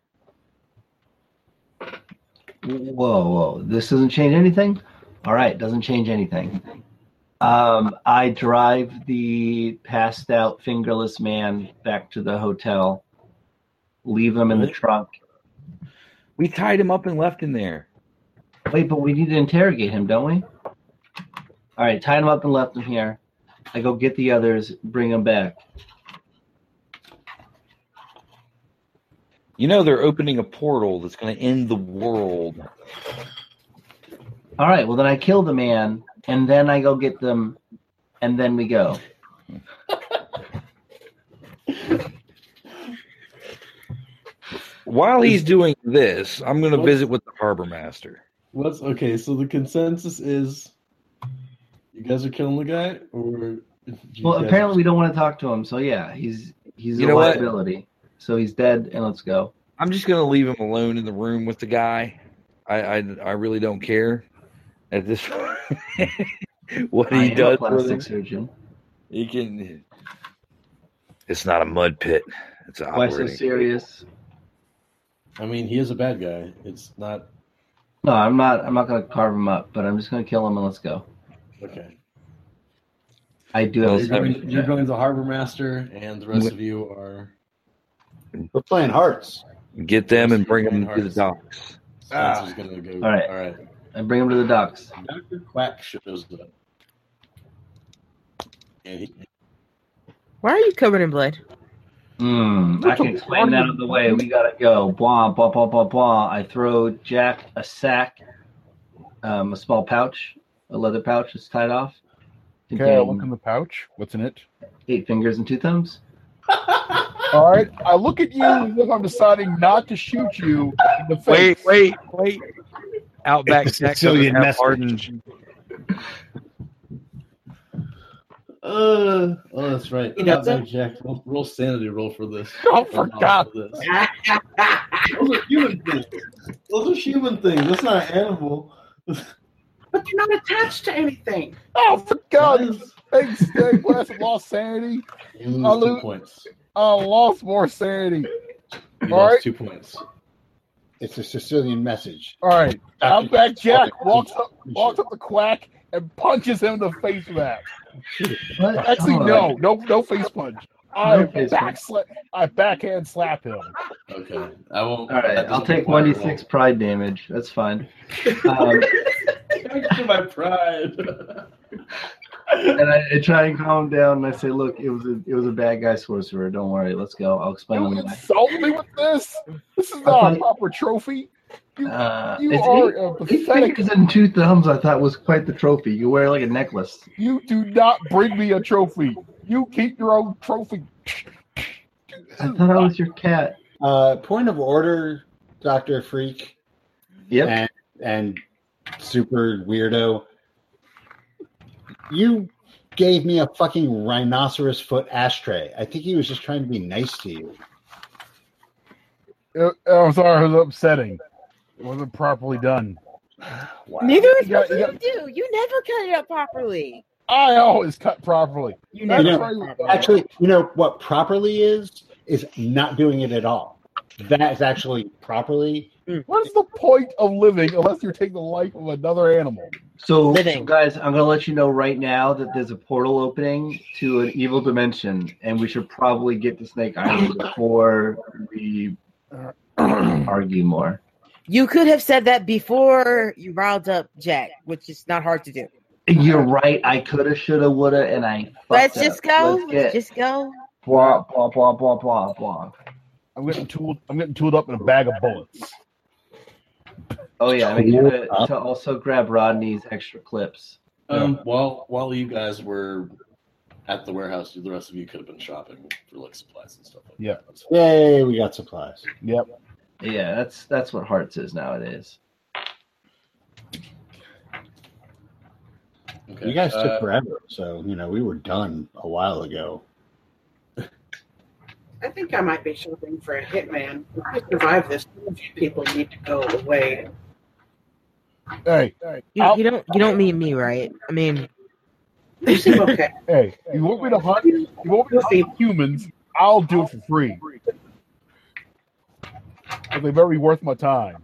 Speaker 7: Whoa, whoa. This doesn't change anything? All right, doesn't change anything. Um, I drive the passed out fingerless man back to the hotel, leave him in the trunk.
Speaker 5: We tied him up and left him there.
Speaker 7: Wait, but we need to interrogate him, don't we? All right, tied him up and left him here. I go get the others, bring him back.
Speaker 5: You know they're opening a portal that's going to end the world.
Speaker 7: All right, well, then I kill the man, and then I go get them, and then we go.
Speaker 5: While he's doing this, I'm going to visit with the harbor master.
Speaker 3: What's okay? So the consensus is you guys are killing the guy, or you
Speaker 7: Well,
Speaker 3: guys-
Speaker 7: apparently we don't want to talk to him, so yeah, he's he's
Speaker 5: You
Speaker 7: a
Speaker 5: know what?
Speaker 7: liability. So he's dead, and let's go.
Speaker 5: I'm just going to leave him alone in the room with the guy. I I, I really don't care at this what
Speaker 7: I
Speaker 5: he
Speaker 7: am a
Speaker 5: does.
Speaker 7: plastic
Speaker 5: with it.
Speaker 7: surgeon.
Speaker 5: He can. It's not a mud pit. It's an
Speaker 7: Why so
Speaker 5: operating.
Speaker 7: serious?
Speaker 3: I mean, he is a bad guy. It's not
Speaker 7: No, I'm not. I'm not going to carve him up, but I'm just going to kill him and let's go.
Speaker 3: okay.
Speaker 7: I do
Speaker 3: You're
Speaker 7: have.
Speaker 3: going, you're going to harbor master, and the rest of you are.
Speaker 5: We're playing hearts. Get them and bring them to the docks.
Speaker 3: Spencer's gonna go.
Speaker 7: All right.
Speaker 3: all right.
Speaker 7: I bring him to the docks.
Speaker 3: Doctor Quack shows up. And he,
Speaker 7: Why are you covered in blood? Mm, I can explain that on the way. We gotta go. Blah blah blah blah blah. I throw Jack a sack, um, a small pouch, a leather pouch that's tied off.
Speaker 6: Okay, I look in
Speaker 7: containing
Speaker 6: the pouch. What's in it?
Speaker 7: Eight fingers and two thumbs.
Speaker 6: All right, I look at you as if I'm deciding not to shoot you in the
Speaker 5: Wait,
Speaker 6: face.
Speaker 5: wait, wait. Outback
Speaker 6: It's a
Speaker 5: Jack
Speaker 6: Sicilian
Speaker 5: doesn't have
Speaker 6: message.
Speaker 5: hardens.
Speaker 3: uh, oh, that's right.
Speaker 8: He does
Speaker 3: Outback
Speaker 8: it?
Speaker 3: Jack, roll, roll sanity roll for this.
Speaker 6: Oh,
Speaker 3: for
Speaker 6: God.
Speaker 3: This. Those are human things. Those are human things. That's not an animal.
Speaker 8: But they're not attached to anything.
Speaker 6: Oh, for God's sakes, Dave Glass lost sanity.
Speaker 3: You lose
Speaker 6: I
Speaker 3: two
Speaker 6: lose-
Speaker 3: points.
Speaker 6: I lost more sanity.
Speaker 3: You
Speaker 6: All
Speaker 3: lost
Speaker 6: right.
Speaker 3: two points.
Speaker 2: It's a Sicilian message.
Speaker 6: All right. Outback Jack walks up, walks up the quack and punches him in the face with that.
Speaker 7: What?
Speaker 6: Actually,
Speaker 7: Hold
Speaker 6: no,
Speaker 7: on.
Speaker 6: no, no face punch. I
Speaker 7: No face
Speaker 6: back
Speaker 7: punch.
Speaker 6: sla- I backhand slap him.
Speaker 3: Okay. I won't.
Speaker 7: All right, I'll take one d six pride damage. That's fine. Um,
Speaker 3: Thanks for my pride.
Speaker 7: and I, I try and calm him down, and I say, "Look, it was a it was a bad guy sorcerer. Don't worry. Let's go. I'll explain on
Speaker 6: You
Speaker 7: the way."
Speaker 6: insult me with this? This is not a proper trophy.
Speaker 7: Uh,
Speaker 6: You
Speaker 7: it's
Speaker 6: are
Speaker 7: eight-
Speaker 6: a
Speaker 7: eight
Speaker 6: pathetic.
Speaker 7: fingers and two thumbs. I thought was quite the trophy. You wear like a necklace.
Speaker 6: You do not bring me a trophy. You keep your own trophy.
Speaker 7: I thought I was your cat.
Speaker 2: Uh, point of order, Doctor Freak.
Speaker 7: Yep.
Speaker 2: And, and super weirdo. You gave me a fucking rhinoceros foot ashtray. I think he was just trying to be nice to you.
Speaker 6: Uh, I'm sorry, it was upsetting. It wasn't properly done.
Speaker 9: Neither
Speaker 6: You
Speaker 9: is
Speaker 6: got-
Speaker 9: what
Speaker 6: you
Speaker 9: you
Speaker 6: got-
Speaker 9: do. You never cut it up properly.
Speaker 6: I always cut properly.
Speaker 9: You
Speaker 6: That's
Speaker 9: never
Speaker 2: know,
Speaker 6: right.
Speaker 2: Actually, you know what properly is is not doing it at all. That is actually properly.
Speaker 6: What is the point of living unless you're taking the life of another animal?
Speaker 7: So, so guys, I'm gonna let you know right now that there's a portal opening to an evil dimension, and we should probably get to Snake Island before we
Speaker 6: Uh,
Speaker 7: argue more.
Speaker 9: You could have said that before you riled up Jack, which is not hard to do.
Speaker 7: You're right. I coulda, shoulda, woulda, and I. fucked
Speaker 9: Let's
Speaker 7: up.
Speaker 9: just go.
Speaker 7: Let's
Speaker 9: Let's
Speaker 7: get
Speaker 9: just go.
Speaker 7: blah blah blah blah blah blah.
Speaker 6: I'm getting tooled. I'm getting tooled up in a bag of bullets.
Speaker 7: Oh yeah, make sure to, to also grab Rodney's extra clips.
Speaker 3: Um, while while you guys were at the warehouse, the rest of you could have been shopping for like supplies and stuff. Like
Speaker 6: Yeah.
Speaker 2: Yay, we got supplies.
Speaker 6: Yep.
Speaker 7: Yeah, that's that's what hearts is nowadays.
Speaker 3: that. Okay.
Speaker 2: You guys took
Speaker 3: Uh,
Speaker 2: forever, so you know we were done a while ago.
Speaker 8: I think I might be shopping for a hitman. If I survive this, some of you people need to go away.
Speaker 6: Hey,
Speaker 9: You, you don't you don't mean me, right? I mean,
Speaker 8: you seem okay.
Speaker 6: Hey, you want me to hunt? You want me to hunt humans? I'll do it for free. It'll be very worth my time.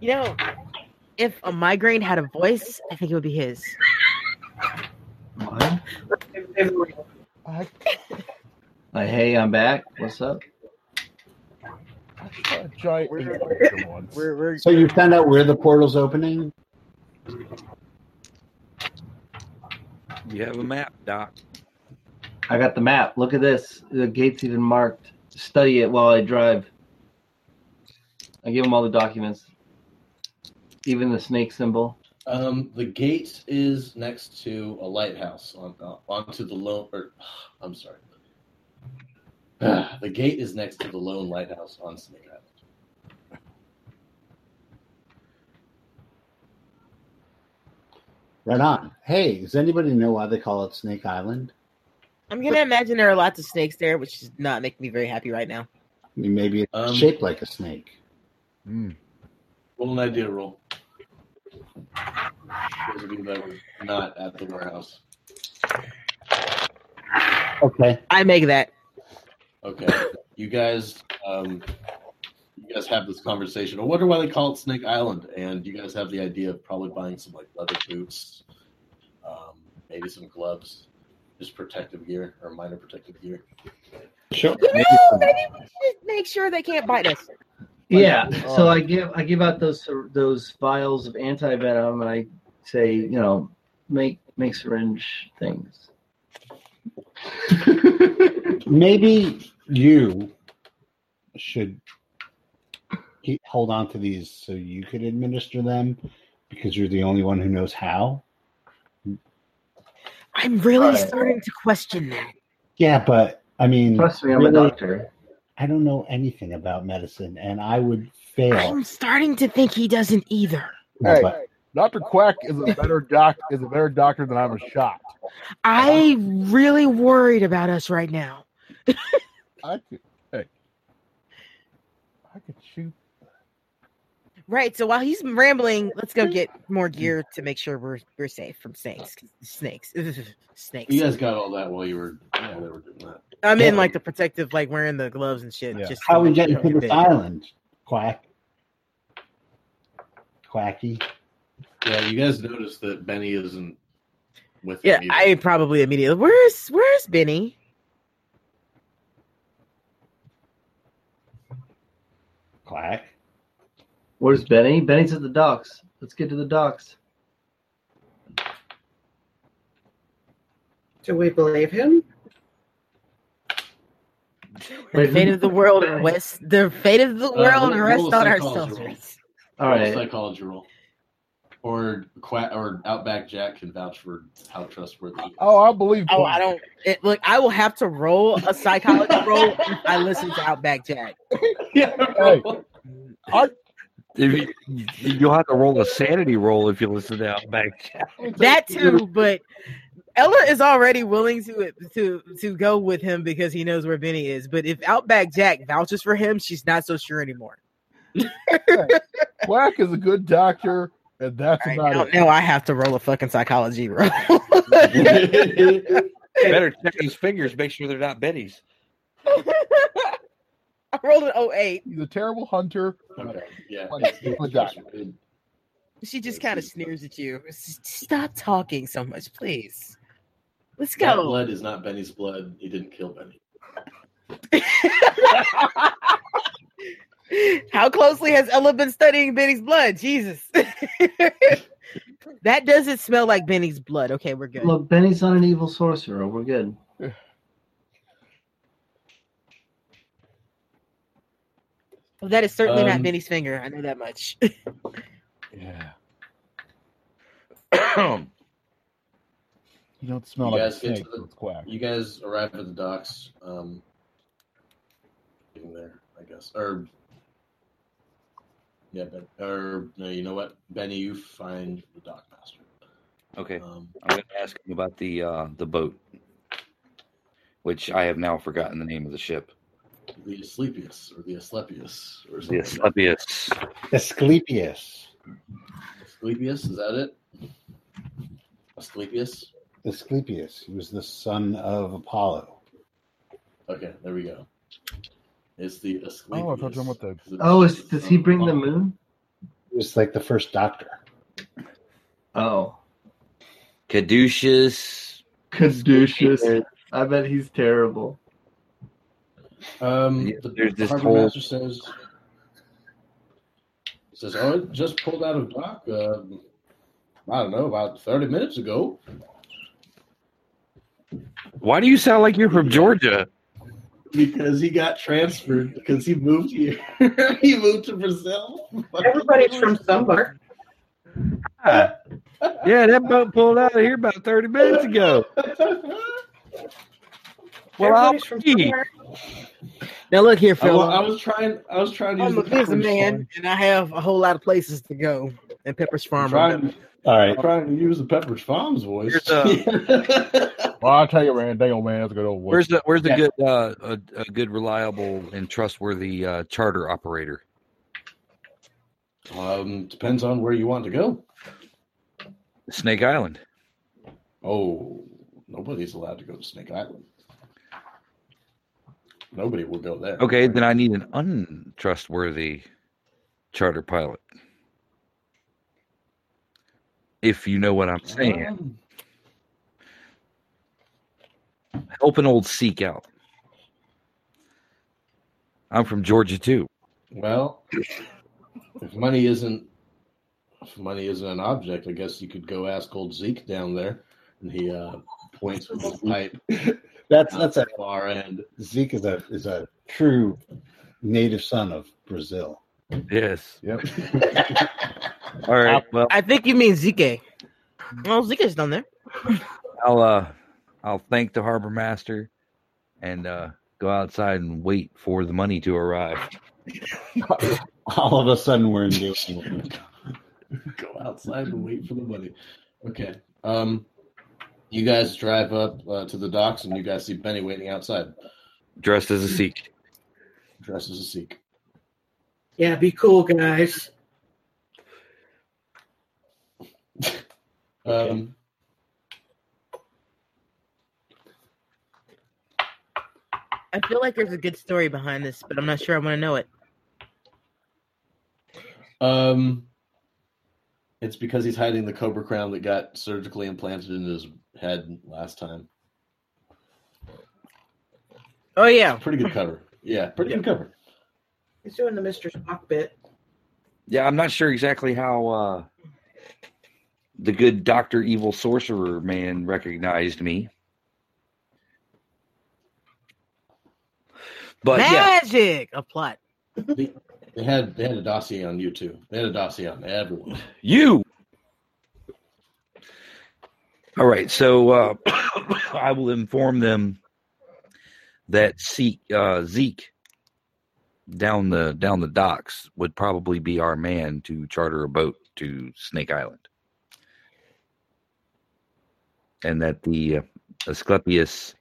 Speaker 9: you know, if a migraine had a voice, I think it would be his.
Speaker 7: Like, hey, I'm back. What's up?
Speaker 6: Giant.
Speaker 2: So you found out where the portal's opening?
Speaker 5: You have a map, Doc.
Speaker 7: I got the map. Look at this. The gate's even marked. Study it while I drive. I give him all the documents, even the snake symbol.
Speaker 3: Um, the gate is next to a lighthouse on uh, onto the lone. Or, I'm sorry. the gate is next to the lone lighthouse on Snake Island.
Speaker 2: Right on. Hey, does anybody know why they call it Snake Island?
Speaker 9: I'm gonna imagine there are lots of snakes there, which is not making me very happy right now.
Speaker 2: I mean, maybe it's
Speaker 3: Um,
Speaker 2: shaped like a snake.
Speaker 3: Roll an idea roll. Those of you that were not at the warehouse.
Speaker 2: Okay.
Speaker 9: I make that.
Speaker 3: Okay, you guys, um, you guys have this conversation. I wonder why they call it Snake Island, and you guys have the idea of probably buying some like leather boots, um, maybe some gloves, just protective gear or minor protective gear.
Speaker 2: Sure.
Speaker 9: You know, maybe we should make sure they can't bite us.
Speaker 7: Yeah.
Speaker 9: oh.
Speaker 7: So I give I give out those those vials of anti venom, and I say, you know, make make syringe things.
Speaker 2: Maybe you should keep, hold on to these so you could administer them because you're the only one who knows how.
Speaker 9: I'm really
Speaker 2: Right.
Speaker 9: starting to question that.
Speaker 2: Yeah, but I mean,
Speaker 7: Trust me, I'm a doctor.
Speaker 2: I don't know anything about medicine, and I would fail.
Speaker 9: I'm starting to think he doesn't either.
Speaker 6: Hey, Doctor Quack is a better doc is a better doctor than I'm a shot.
Speaker 9: I really worried about us right now.
Speaker 6: I could, hey, I could shoot.
Speaker 9: Right. So while he's rambling, let's go get more gear to make sure we're we're safe from snakes. Snakes. snakes.
Speaker 3: You guys got all that while you were while they were doing that.
Speaker 9: I'm in like the protective, like wearing the gloves and shit. Just
Speaker 2: How we getting
Speaker 9: to
Speaker 2: to this
Speaker 9: the
Speaker 2: island? Quack. Quacky.
Speaker 3: Yeah, you guys noticed that Benny isn't with.
Speaker 9: Yeah, I probably immediately. Where's Where's Benny?
Speaker 2: Quack.
Speaker 7: Where's Benny? Benny's at the docks. Let's get to the docks.
Speaker 8: Do we believe him?
Speaker 9: The fate of the world rests. The fate of the
Speaker 3: Uh,
Speaker 9: world
Speaker 3: roll- roll
Speaker 9: rests
Speaker 3: a
Speaker 9: on our
Speaker 3: psychology roll.
Speaker 9: shoulders.
Speaker 7: All
Speaker 3: Roll a
Speaker 7: right.
Speaker 3: psychology roll. Or Qua- or Outback Jack can vouch for how trustworthy. he is.
Speaker 6: Oh, I believe.
Speaker 9: Oh, I don't. It, look, I will have to roll a psychology roll. if I listen to Outback Jack.
Speaker 6: Hey, I,
Speaker 5: If you, you'll have to roll a sanity roll if you listen to Outback.
Speaker 9: That too, but Ella is already willing to to to go with him because he knows where Benny is. But if Outback Jack vouches for him, she's not so sure anymore.
Speaker 6: Quack is a good doctor, and that's about
Speaker 9: Now,
Speaker 6: it.
Speaker 9: now I have to roll a fucking psychology roll.
Speaker 5: Better check his fingers, make sure they're not Betty's.
Speaker 9: I rolled an 08.
Speaker 6: He's a terrible hunter.
Speaker 3: Okay. Yeah.
Speaker 6: Good doctor.
Speaker 9: She just kind of sneers at you. S- Stop talking so much, please. Let's go.
Speaker 3: That blood is not Benny's blood. He didn't kill Benny.
Speaker 9: How closely has Ella been studying Benny's blood? Jesus. that doesn't smell like Benny's blood. Okay, we're good.
Speaker 7: Look, Benny's not an evil sorcerer. We're good.
Speaker 9: Well, that is certainly not
Speaker 3: Um,
Speaker 9: Benny's finger. I know that much.
Speaker 6: Yeah. You don't smell
Speaker 3: you
Speaker 6: like a
Speaker 3: guys get
Speaker 6: snake.
Speaker 3: to the
Speaker 6: it's Quack.
Speaker 3: You guys arrive at the docks. Um, getting there, I guess, or Yeah, but or no, you know what, Benny, you find the dock master. Um,
Speaker 5: Okay. I'm going to ask him about the uh, the boat, which I have now forgotten the name of the ship.
Speaker 3: The Asclepius or the Asclepius or something.
Speaker 5: The Asclepius.
Speaker 2: Asclepius.
Speaker 3: Asclepius, is that it? Asclepius.
Speaker 2: Asclepius. He was the son of Apollo.
Speaker 3: Okay, there we go. It's the Asclepius.
Speaker 6: Oh, I thought you were talking about the.
Speaker 7: Oh, is, does he bring the moon?
Speaker 2: He was like the first doctor.
Speaker 7: Oh,
Speaker 5: Caduceus.
Speaker 7: Caduceus. I bet he's terrible.
Speaker 3: Um,
Speaker 5: Yeah,
Speaker 3: the
Speaker 5: there's this
Speaker 3: harbor
Speaker 5: whole-
Speaker 3: master says, says, oh, it just pulled out of dock. Um, I don't know, about thirty minutes ago.
Speaker 13: Why do you sound like you're from Georgia?
Speaker 3: Because he got transferred because he moved here. he moved to Brazil.
Speaker 8: Everybody's from somewhere.
Speaker 13: Yeah, Yeah, that boat pulled out of here about 30 minutes ago.
Speaker 9: Well, I'll
Speaker 8: Everybody's from
Speaker 9: be.
Speaker 8: somewhere.
Speaker 9: Now look here,
Speaker 3: I,
Speaker 9: Phil.
Speaker 3: wa- I was trying. I was trying to.
Speaker 9: I'm a
Speaker 3: use the Pepperidge
Speaker 9: businessman,
Speaker 3: Farm.
Speaker 9: and I have a whole lot of places to go. And Pepper's
Speaker 3: I'm
Speaker 9: Farm.
Speaker 3: trying,
Speaker 9: remember.
Speaker 2: All
Speaker 3: I'm trying to use the Pepperidge Farm's voice.
Speaker 13: Here's, uh,
Speaker 6: Well, I'll tell you, man. Dang old man, that's a good old.
Speaker 5: Where's the Where's the
Speaker 9: Yeah.
Speaker 5: good uh, a, a good reliable and trustworthy uh, charter operator?
Speaker 3: um, depends on where you want to go.
Speaker 5: Snake Island.
Speaker 3: Oh, nobody's allowed to go to Snake Island. Nobody will go there.
Speaker 5: Okay, then I need an untrustworthy charter pilot. If you know what I'm saying,
Speaker 3: Um,
Speaker 5: help an old seek out. I'm from Georgia too.
Speaker 3: well, if money isn't if money isn't an object, I guess you could go ask old Zeke down there, and he uh, points with his pipe.
Speaker 2: That's that's a
Speaker 3: far end.
Speaker 2: Zeke is a is a true native son of Brazil.
Speaker 5: Yes.
Speaker 6: Yep.
Speaker 5: All right. Well,
Speaker 9: I think you mean Zeke. Well, Zeke's down there.
Speaker 5: I'll uh, I'll thank the harbor master, and uh, go outside and wait for the money to arrive.
Speaker 2: All of a sudden, we're in New England.
Speaker 3: go outside and wait for the money. Okay. Um, you guys drive up uh, to the docks, and you guys see Benny waiting outside,
Speaker 5: Dressed as a Sikh.
Speaker 3: dressed as a Sikh.
Speaker 8: Yeah, be cool, guys.
Speaker 3: Um,
Speaker 9: I feel like there's a good story behind this, but I'm not sure I want to know it.
Speaker 3: um, it's because he's hiding the cobra crown that got surgically implanted in his head last time.
Speaker 9: Oh yeah,
Speaker 3: Pretty good cover. Yeah, pretty good cover.
Speaker 8: He's doing the Mr. Spock bit.
Speaker 5: Yeah, I'm not sure exactly how uh, the good Doctor Evil Sorcerer man recognized me, but yeah,
Speaker 9: magic a plot.
Speaker 3: They, they had they had a dossier on you too. They had a dossier on everyone.
Speaker 5: you. All right, so uh, I will inform them that Zeke, uh, Zeke down the down the docks would probably be our man to charter a boat to Snake Island, and that the uh, Asclepius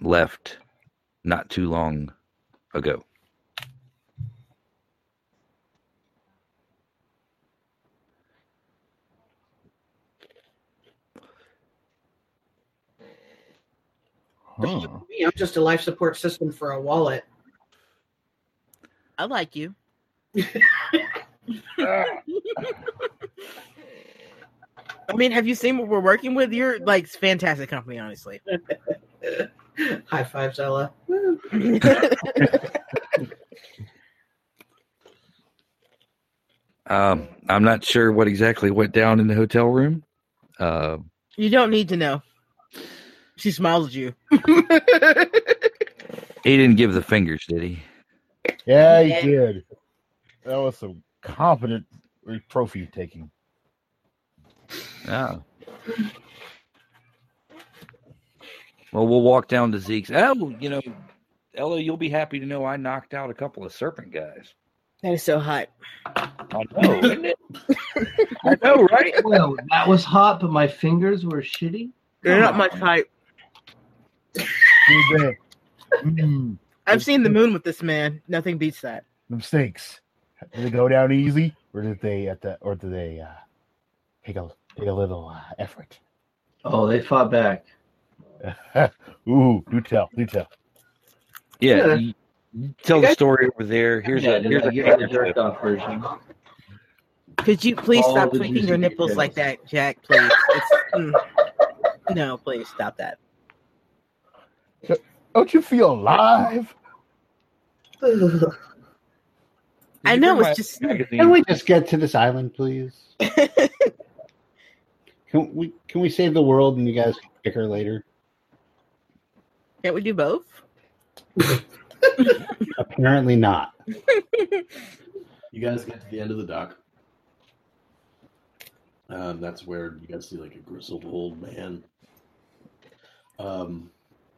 Speaker 5: left not too long ago.
Speaker 6: Huh.
Speaker 8: Me, I'm just a life support system for a wallet.
Speaker 9: I like you.
Speaker 6: Ah,
Speaker 9: I mean, have you seen what we're working with? You're like fantastic company, honestly.
Speaker 8: High fives, Ella.
Speaker 5: Um, I'm not sure what exactly went down in the hotel room. Uh,
Speaker 9: you don't need to know. She smiles at you.
Speaker 5: he didn't give the fingers, did he?
Speaker 6: Yeah, he
Speaker 9: Yeah.
Speaker 6: did. That was some confident trophy taking.
Speaker 5: Oh. Well, we'll walk down to Zeke's. Oh, you know, Ella, you'll be happy to know I knocked out a couple of serpent guys.
Speaker 9: That is so hot.
Speaker 5: I know.
Speaker 7: I
Speaker 5: know, right?
Speaker 7: Well, that was hot, but my fingers were shitty.
Speaker 9: They're not my type.
Speaker 6: Mm,
Speaker 9: I've seen the moon with this man. Nothing beats that.
Speaker 6: them snakes. Did they go down easy, or did they at the, or did they uh, take a take a little uh, effort?
Speaker 7: Oh, they fought back.
Speaker 6: Ooh, do tell, do tell.
Speaker 5: Yeah,
Speaker 6: Yeah.
Speaker 5: you- you tell the story over there. Here's
Speaker 7: Yeah,
Speaker 5: a
Speaker 7: did
Speaker 5: here's
Speaker 7: I
Speaker 5: a
Speaker 7: give
Speaker 5: hand
Speaker 7: you the
Speaker 5: flip.
Speaker 7: jerked off version?
Speaker 9: Could you please
Speaker 7: All
Speaker 9: stop
Speaker 7: the
Speaker 9: tweaking
Speaker 7: juicy
Speaker 9: your nipples like that, Jack? Please. It's, mm. No, please stop that.
Speaker 6: Don't you feel alive?
Speaker 9: I know it's just.
Speaker 2: Can we just get to this island, please? can we can we save the world and you guys can pick her later?
Speaker 9: Can't we do both?
Speaker 2: Apparently not.
Speaker 3: You guys get to the end of the dock. Um, that's where you guys see like a grizzled old man. Um,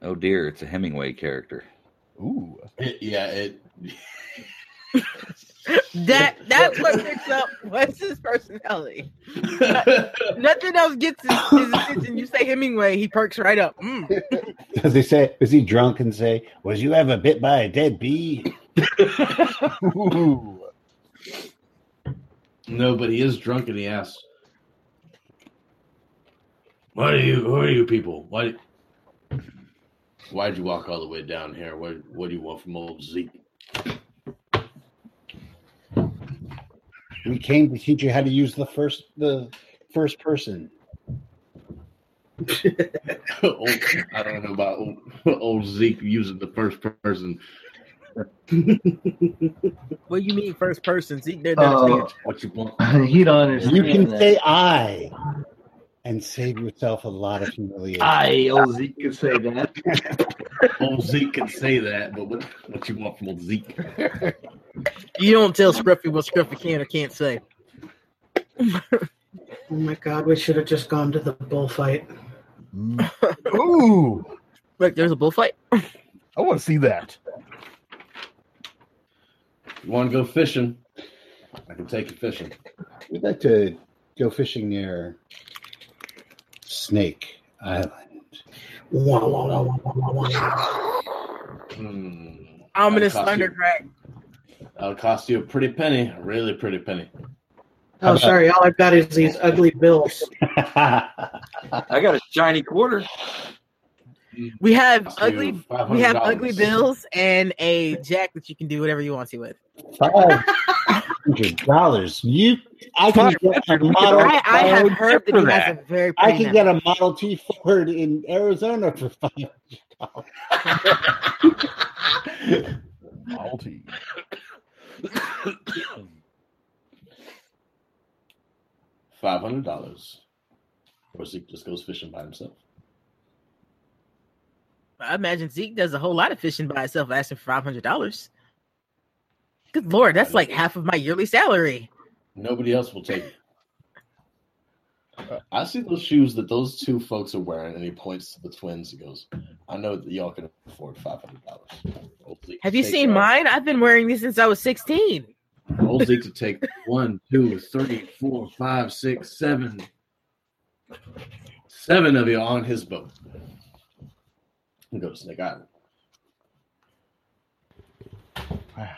Speaker 5: Oh dear, it's a Hemingway character.
Speaker 6: Ooh.
Speaker 3: it- yeah, it.
Speaker 9: That that's what picks up what's his personality. Nothing else gets his, his attention. You say Hemingway, he perks right up. Mm.
Speaker 2: Does he say? Is he drunk and say, "Was you ever bit by a dead bee?"
Speaker 6: Ooh.
Speaker 3: No, but he is drunk and he asks, "What are you? Who are you people? Why? Why'd you walk all the way down here? What? What do you want from old Zeke?"
Speaker 2: We came to teach you how to use the first the first person.
Speaker 3: old, I don't know about old, old Zeke using the first person.
Speaker 9: What do you mean first person? See, they're not
Speaker 7: Oh.
Speaker 9: speaking.
Speaker 3: What you want?
Speaker 7: he don't understand.
Speaker 2: You can
Speaker 7: that.
Speaker 2: say "I" and save yourself a lot of humiliation.
Speaker 9: Ah.
Speaker 7: I, old Zeke, could say that.
Speaker 3: Old Zeke can say that, but what, what you want from old Zeke?
Speaker 9: You don't tell Scruffy what Scruffy can or can't say.
Speaker 8: Oh my god, we should have just gone to the bullfight.
Speaker 6: Mm. Ooh.
Speaker 9: Look, there's a bullfight.
Speaker 6: I want to see that.
Speaker 3: You want to go fishing? I can take you fishing.
Speaker 2: We'd like to go fishing near Snake Island.
Speaker 8: Wah, wah, wah, wah, wah, wah, wah.
Speaker 3: Hmm.
Speaker 9: Ominous
Speaker 3: That'll cost you-
Speaker 9: thunder crack.
Speaker 3: That'll cost you a pretty penny, a really pretty penny.
Speaker 8: Oh, sorry. All I've got is these ugly bills.
Speaker 14: I got a shiny quarter.
Speaker 9: We have
Speaker 14: Cost you
Speaker 9: ugly
Speaker 14: $500.
Speaker 9: we have ugly bills and a jack that you can do whatever you want to with.
Speaker 2: Five hundred dollars. You, I can get a model.
Speaker 9: I, I have heard that he has a very
Speaker 2: I
Speaker 9: pretty
Speaker 2: can get a Model T Ford in Arizona for five hundred dollars.
Speaker 6: Malty.
Speaker 3: Five hundred dollars. Or Zeke just goes fishing by himself.
Speaker 9: I imagine Zeke does a whole lot of fishing by himself, asking for five hundred dollars. Good lord, that's like half of my yearly salary.
Speaker 3: Nobody else will take it. I see those shoes that those two folks are wearing, and he points to the twins and goes, I know that y'all can afford five hundred dollars.
Speaker 9: Have you seen mine? I've been wearing these since I was sixteen.
Speaker 3: Old Zeke to take one, two, three, four, five, six, seven. Seven of you on his boat. And go to Snake Island.
Speaker 6: Wow.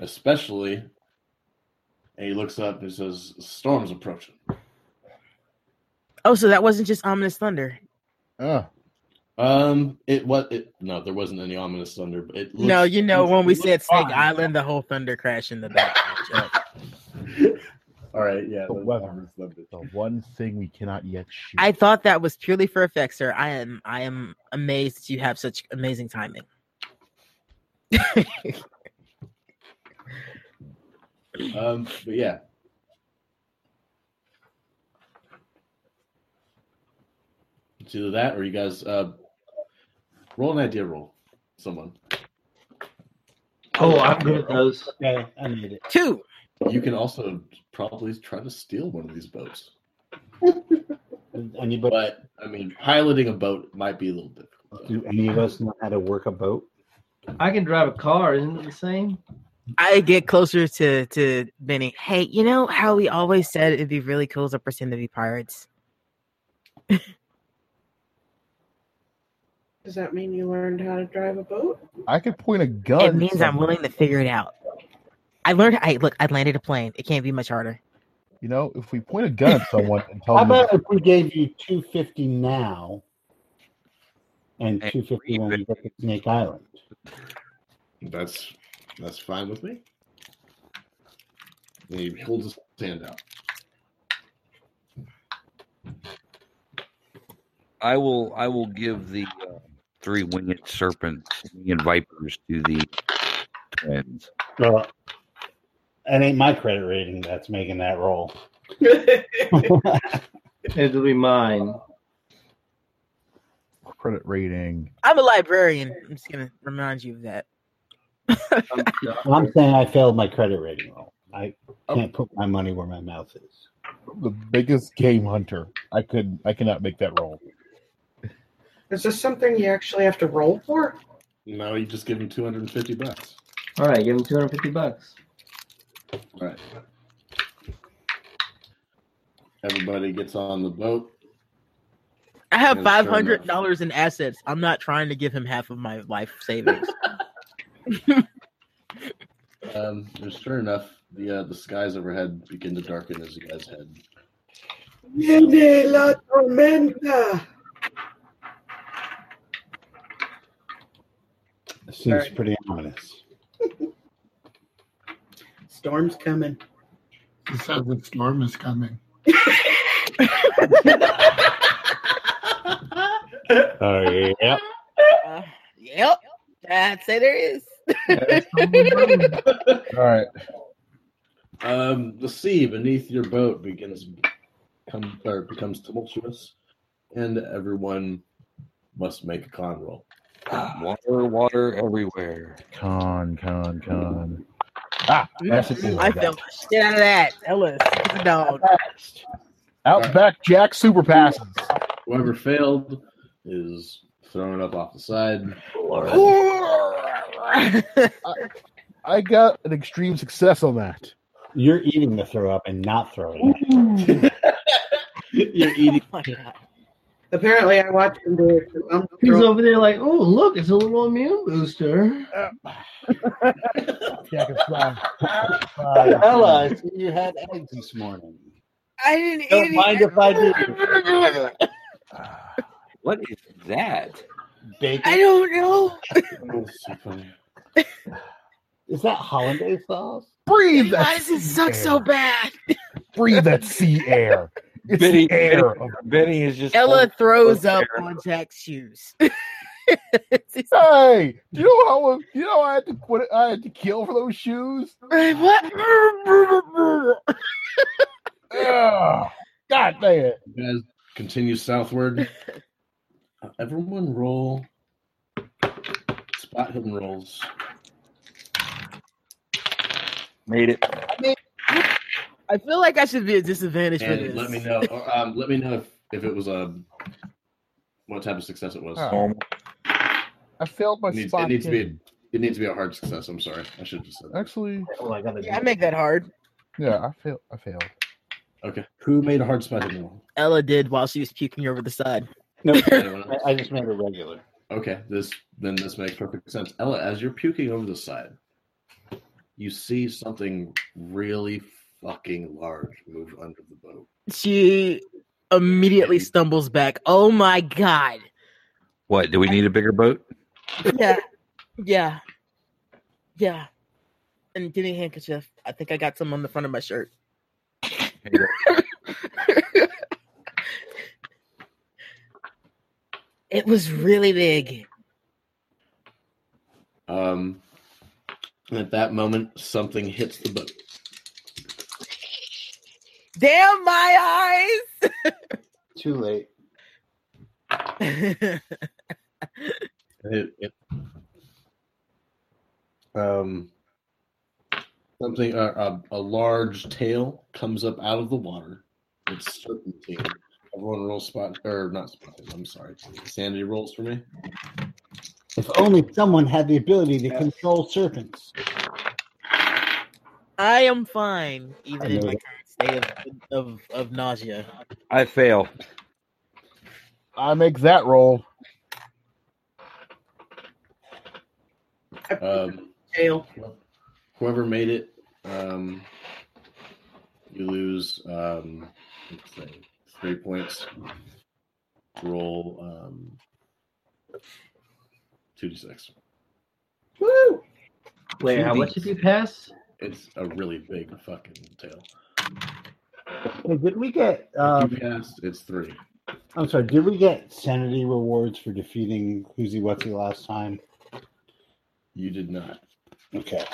Speaker 3: Especially, and he looks up and he says, Storm's approaching.
Speaker 9: Oh, so that wasn't just ominous thunder.
Speaker 6: Uh,
Speaker 3: Um, it was it no, there wasn't any ominous thunder. But it looks,
Speaker 9: no, you know when we
Speaker 3: it
Speaker 9: said
Speaker 3: looks
Speaker 9: Snake
Speaker 3: fine.
Speaker 9: Island, the whole thunder crash in the back.
Speaker 3: All right, yeah,
Speaker 6: the
Speaker 3: there's
Speaker 6: weather.
Speaker 3: ominous thunder.
Speaker 6: The one thing we cannot yet shoot.
Speaker 9: I thought that was purely for effects, sir. I am I am amazed that you have such amazing timing.
Speaker 3: Um, but yeah. It's either that or you guys uh roll an idea roll. Someone.
Speaker 7: Oh, I'm good at those.
Speaker 2: Okay, I need it.
Speaker 9: Two.
Speaker 3: You can also probably try to steal one of these boats.
Speaker 2: Do any,
Speaker 3: But I mean piloting a boat might be a little difficult.
Speaker 2: do any of us know how to work a boat?
Speaker 7: I can drive a car. Isn't it the same?
Speaker 9: I get closer to to Benny. Hey, you know how we always said it'd be really cool to pretend to be pirates.
Speaker 8: Does that mean you learned how to drive a boat?
Speaker 6: I could point a gun.
Speaker 15: Oh,
Speaker 9: It means I'm willing to figure it out. I learned. I look. I landed a plane. It can't be much harder.
Speaker 6: You know, if we point a gun at someone and tell
Speaker 2: How
Speaker 6: them,
Speaker 2: about if we gave you two fifty now, and two fifty when we get to Snake Island?
Speaker 3: That's that's fine with me. And he holds his hand out.
Speaker 5: I will I will give the uh, three winged serpents and vipers to the twins.
Speaker 2: Well, it ain't my credit rating that's making that roll.
Speaker 7: It'll be mine.
Speaker 6: credit rating.
Speaker 9: I'm a librarian. I'm just gonna remind you of that.
Speaker 2: I'm saying I failed my credit rating roll. I can't put my money where my mouth is.
Speaker 6: The biggest game hunter. I could. I cannot make that roll.
Speaker 8: Is this something you actually have to roll for?
Speaker 3: No, you just give him 250 bucks.
Speaker 7: All right, give him 250 bucks.
Speaker 3: All right. Everybody gets on the boat.
Speaker 9: I have
Speaker 3: And sure
Speaker 9: five
Speaker 3: enough.
Speaker 9: hundred dollars in assets. I'm not trying to give him half of my life savings.
Speaker 3: Um, and sure enough, the uh, the skies overhead begin to darken as you guys head.
Speaker 8: Viene la tormenta.
Speaker 2: Seems pretty ominous.
Speaker 8: Storm's coming.
Speaker 15: He says the storm is coming.
Speaker 2: Oh yeah.
Speaker 9: Uh, yep, I'd say there is.
Speaker 16: All right.
Speaker 3: Um, the sea beneath your boat begins come or becomes tumultuous, and everyone must make a con roll.
Speaker 5: Water, water everywhere.
Speaker 6: Con, con, con. Ah, that's it.
Speaker 9: I felt the shit out of that. Ellis, it's a dog.
Speaker 6: Outback Jack super passes.
Speaker 3: Whoever failed is thrown up off the side.
Speaker 6: I got an extreme success on that.
Speaker 2: You're eating the throw up and not throwing it.
Speaker 3: You're eating.
Speaker 8: Apparently, I watched him do it. I'm
Speaker 7: He's over there like, oh, look, it's a little immune booster.
Speaker 6: Jack is flying.
Speaker 2: Ella, I see you had eggs this morning.
Speaker 9: I didn't eat
Speaker 2: Don't mind if I do.
Speaker 5: What is that?
Speaker 2: Bacon?
Speaker 9: don't know.
Speaker 2: Is that hollandaise sauce?
Speaker 6: Breathe
Speaker 9: Why
Speaker 6: that
Speaker 9: does it
Speaker 6: sea
Speaker 9: suck so
Speaker 6: air.
Speaker 9: bad?
Speaker 6: Breathe that sea air. It's
Speaker 5: Benny,
Speaker 6: the air.
Speaker 5: Benny, Benny is just
Speaker 9: Ella
Speaker 5: full-
Speaker 9: throws
Speaker 5: full of
Speaker 9: up
Speaker 5: air.
Speaker 9: on Jack's shoes.
Speaker 6: Hey, you know how you know I had to what I had to kill for those shoes.
Speaker 9: what?
Speaker 6: Ugh. God damn it!
Speaker 3: You guys continue southward. Everyone roll spot hidden rolls.
Speaker 5: Made it.
Speaker 9: I feel like I should be at disadvantage for this.
Speaker 3: And let me know. Or, um, let me know if, if it was a what type of success it was.
Speaker 6: Oh. I failed my
Speaker 3: It needs,
Speaker 6: spot.
Speaker 3: it needs to be a,
Speaker 6: hidden.
Speaker 3: it needs to be a hard success. I'm sorry. I should have just said that.
Speaker 6: actually.
Speaker 2: I got
Speaker 9: Yeah, I make that hard.
Speaker 6: Yeah, I failed. I failed.
Speaker 3: Okay. Who made a hard spot hidden roll?
Speaker 9: Ella did while she was puking over the side.
Speaker 2: No,
Speaker 3: Anyone else?
Speaker 2: I, I just made a regular.
Speaker 3: Okay, this then this makes perfect sense. Ella, as you're puking over the side, you see something really fucking large move under the boat.
Speaker 9: She immediately stumbles back. Oh my god.
Speaker 5: What? Do we need a bigger boat?
Speaker 9: Yeah. Yeah. Yeah. And give me a handkerchief. I think I got some on the front of my shirt. it was really big.
Speaker 3: Um, and at that moment, something hits the boat.
Speaker 9: Damn my
Speaker 2: Too late.
Speaker 9: eyes.
Speaker 3: It- it- um, something uh, a, a large tail comes up out of the water. It's serpentine. Everyone roll spot or not spot. I'm sorry, sanity rolls for me.
Speaker 2: If only someone had the ability to control serpents.
Speaker 9: I am fine, even in
Speaker 17: know
Speaker 9: my
Speaker 17: that.
Speaker 9: current state of, of, of nausea.
Speaker 17: I fail.
Speaker 6: I make that roll.
Speaker 3: Um,
Speaker 9: Tail.
Speaker 3: Whoever made it, um, you lose um, let's say three points. Roll um, 2d6.
Speaker 7: Woo! Wait, how much did you pass?
Speaker 3: It's a really big fucking tail.
Speaker 2: Hey, did we get? Um,
Speaker 3: you passed, it's three.
Speaker 2: I'm sorry. Did we get sanity rewards for defeating Who's He What's He last time?
Speaker 3: You did not.
Speaker 2: Okay.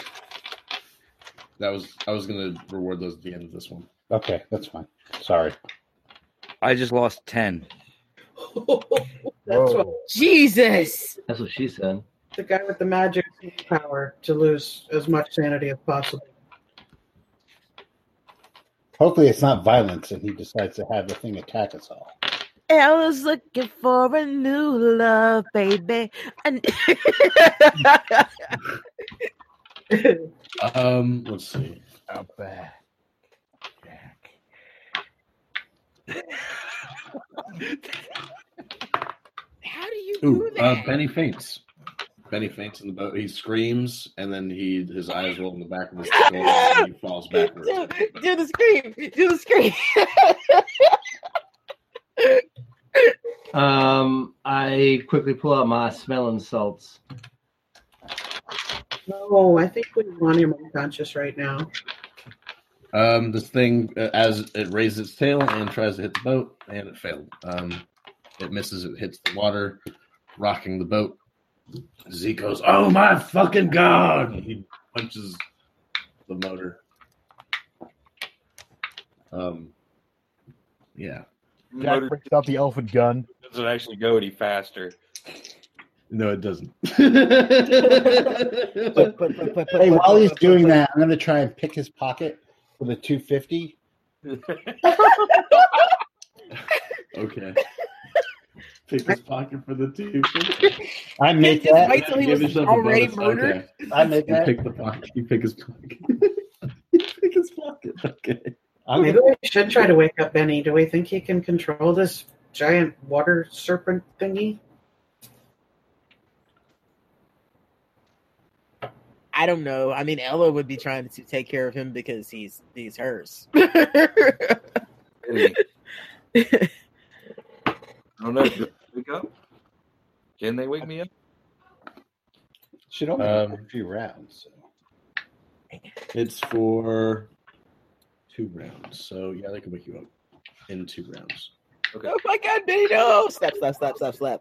Speaker 3: That was I was gonna reward those at the end of this one.
Speaker 2: Okay, that's fine. Sorry.
Speaker 17: I just lost ten.
Speaker 8: That's what,
Speaker 9: Jesus.
Speaker 7: That's what she said.
Speaker 8: the guy with the magic power to lose as much sanity as possible.
Speaker 2: Hopefully, it's not violence, and he decides to have the thing attack us all.
Speaker 9: Ella's looking for a new love, baby. And
Speaker 3: Um, let's see.
Speaker 9: How do you
Speaker 3: Ooh, uh, Benny faints. Benny faints in the boat. He screams, and then he his eyes roll in the back of his skull, and he falls backwards.
Speaker 9: do, do the scream. Do the scream.
Speaker 7: Um, I quickly pull out my smelling salts.
Speaker 8: No, I think we want him unconscious right now.
Speaker 3: Um, this thing uh, as it raises its tail and tries to hit the boat, and it failed. Um, it misses. It hits the water, rocking the boat. Zeke goes, "Oh my fucking god!" And he punches the motor. Um, yeah.
Speaker 6: Jack brings out the elfin gun.
Speaker 5: Doesn't actually go any faster.
Speaker 3: No, it doesn't.
Speaker 2: But- hey, while he's doing that, I'm going to try and pick his pocket with a 250.
Speaker 3: Okay. Pick his pocket for the two.
Speaker 2: I make
Speaker 3: Just
Speaker 2: that.
Speaker 3: wait till he
Speaker 2: Give
Speaker 3: was
Speaker 2: yourself a
Speaker 3: already
Speaker 2: bonus.
Speaker 3: murdered?
Speaker 2: Okay. I make
Speaker 3: You
Speaker 2: that.
Speaker 3: pick the pocket. You pick his pocket. pick his pocket. Okay.
Speaker 8: Maybe we should try to wake up Benny. Do we think he can control this giant water serpent thingy?
Speaker 9: I don't know. I mean, Ella would be trying to take care of him because he's he's hers.
Speaker 5: I don't know. Do they wake up? Can they wake me up?
Speaker 2: Should only
Speaker 3: Um,
Speaker 2: a few rounds.
Speaker 3: It's for two rounds. So yeah, they can wake you up in two rounds.
Speaker 9: Oh my god, Benny! No, slap, slap, slap, slap, slap.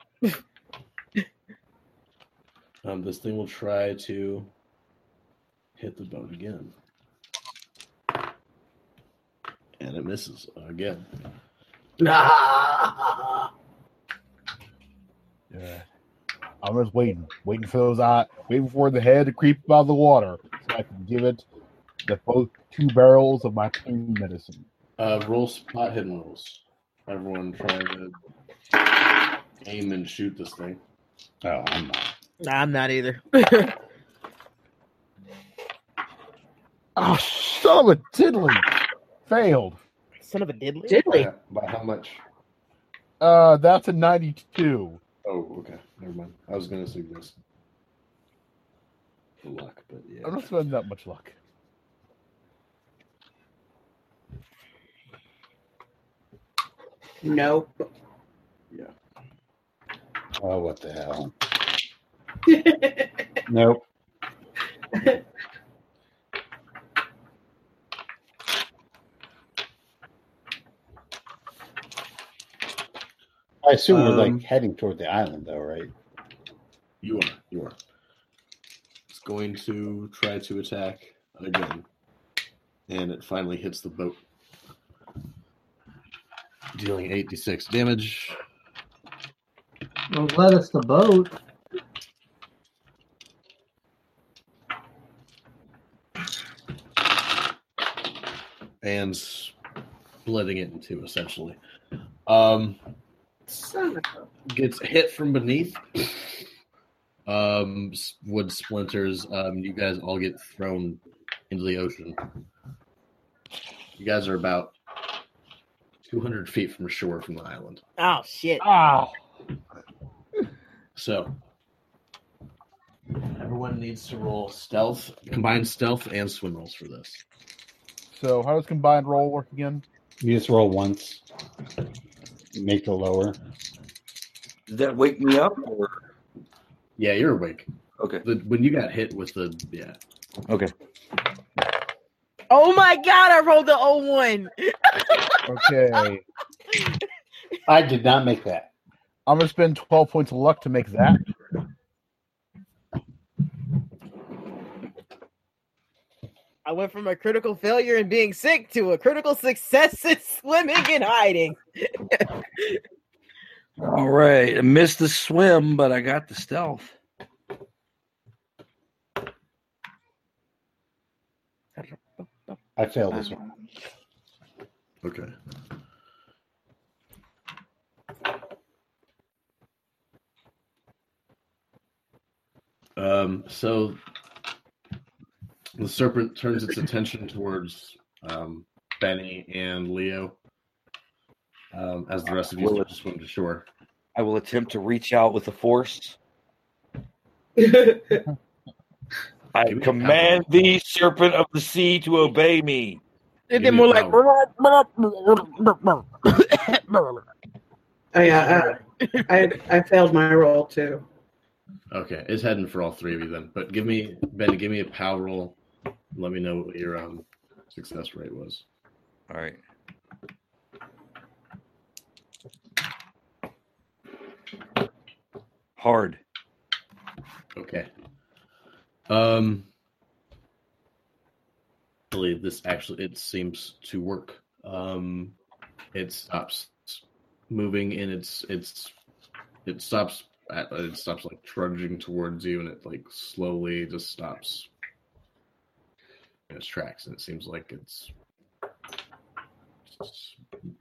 Speaker 3: Um, this thing will try to hit the boat again, and it misses again.
Speaker 8: Nah.
Speaker 6: Yeah. I'm just waiting, waiting for those eye, waiting for the head to creep out of the water so I can give it the both two barrels of my pain medicine.
Speaker 3: Uh, roll spot hidden rolls. Everyone trying to aim and shoot this thing.
Speaker 2: Oh, I'm not.
Speaker 9: Nah, I'm not either.
Speaker 6: Oh, son of a diddly. Failed.
Speaker 9: Son of a diddly.
Speaker 3: By, by how much?
Speaker 6: Uh, that's a 92.
Speaker 3: Oh, okay. Never mind. I was gonna suggest the luck, but yeah.
Speaker 6: I'm not spending that much luck.
Speaker 8: No.
Speaker 3: Yeah.
Speaker 2: Oh, what the hell?
Speaker 8: Oh,
Speaker 2: nope. I assume we're
Speaker 3: Um,
Speaker 2: like heading toward the island, though, right?
Speaker 3: You are. You are. It's going to try to attack again. And it finally hits the boat. Dealing 86 damage.
Speaker 7: Well, let us the boat.
Speaker 3: and splitting it in two essentially. Um, gets hit from beneath. Um, s- wood splinters. Um, you guys all get thrown into the ocean. You guys are about 200 feet from shore from the island.
Speaker 9: Oh shit.
Speaker 6: Oh.
Speaker 3: So everyone needs to roll stealth, combined stealth and swim rolls for this.
Speaker 6: So how does combined roll work again?
Speaker 2: You just roll once, make the lower.
Speaker 18: Did that wake me up? Or?
Speaker 3: Yeah, you're awake.
Speaker 18: Okay.
Speaker 3: The, when you got hit with the yeah.
Speaker 5: Okay.
Speaker 9: Oh my god, I rolled the 01.
Speaker 6: Okay.
Speaker 2: I did not make that.
Speaker 6: I'm gonna spend twelve points of luck to make that.
Speaker 9: I went from a critical failure and being sick to a critical success in swimming and hiding.
Speaker 5: All right. I missed the swim, but I got the stealth.
Speaker 2: I failed this one.
Speaker 3: Okay. Um, so the serpent turns its attention towards um, Benny and Leo um, as the rest of you
Speaker 5: Will
Speaker 3: start to
Speaker 5: it-
Speaker 3: swim to shore.
Speaker 5: I will attempt to reach out with the force. I command thee, serpent of the sea, to obey me.
Speaker 9: And then more like
Speaker 8: Oh yeah, I, I I failed my roll too.
Speaker 3: Okay, it's heading for all three of you then. But give me Benny, give me a power roll. Let me know what your um, success rate was.
Speaker 5: All right. Hard.
Speaker 3: Okay. Um, believe this actually it seems to work. Um, it stops moving and it's it's it stops at, it stops like trudging towards you and it like slowly just stops in its tracks and it seems like it's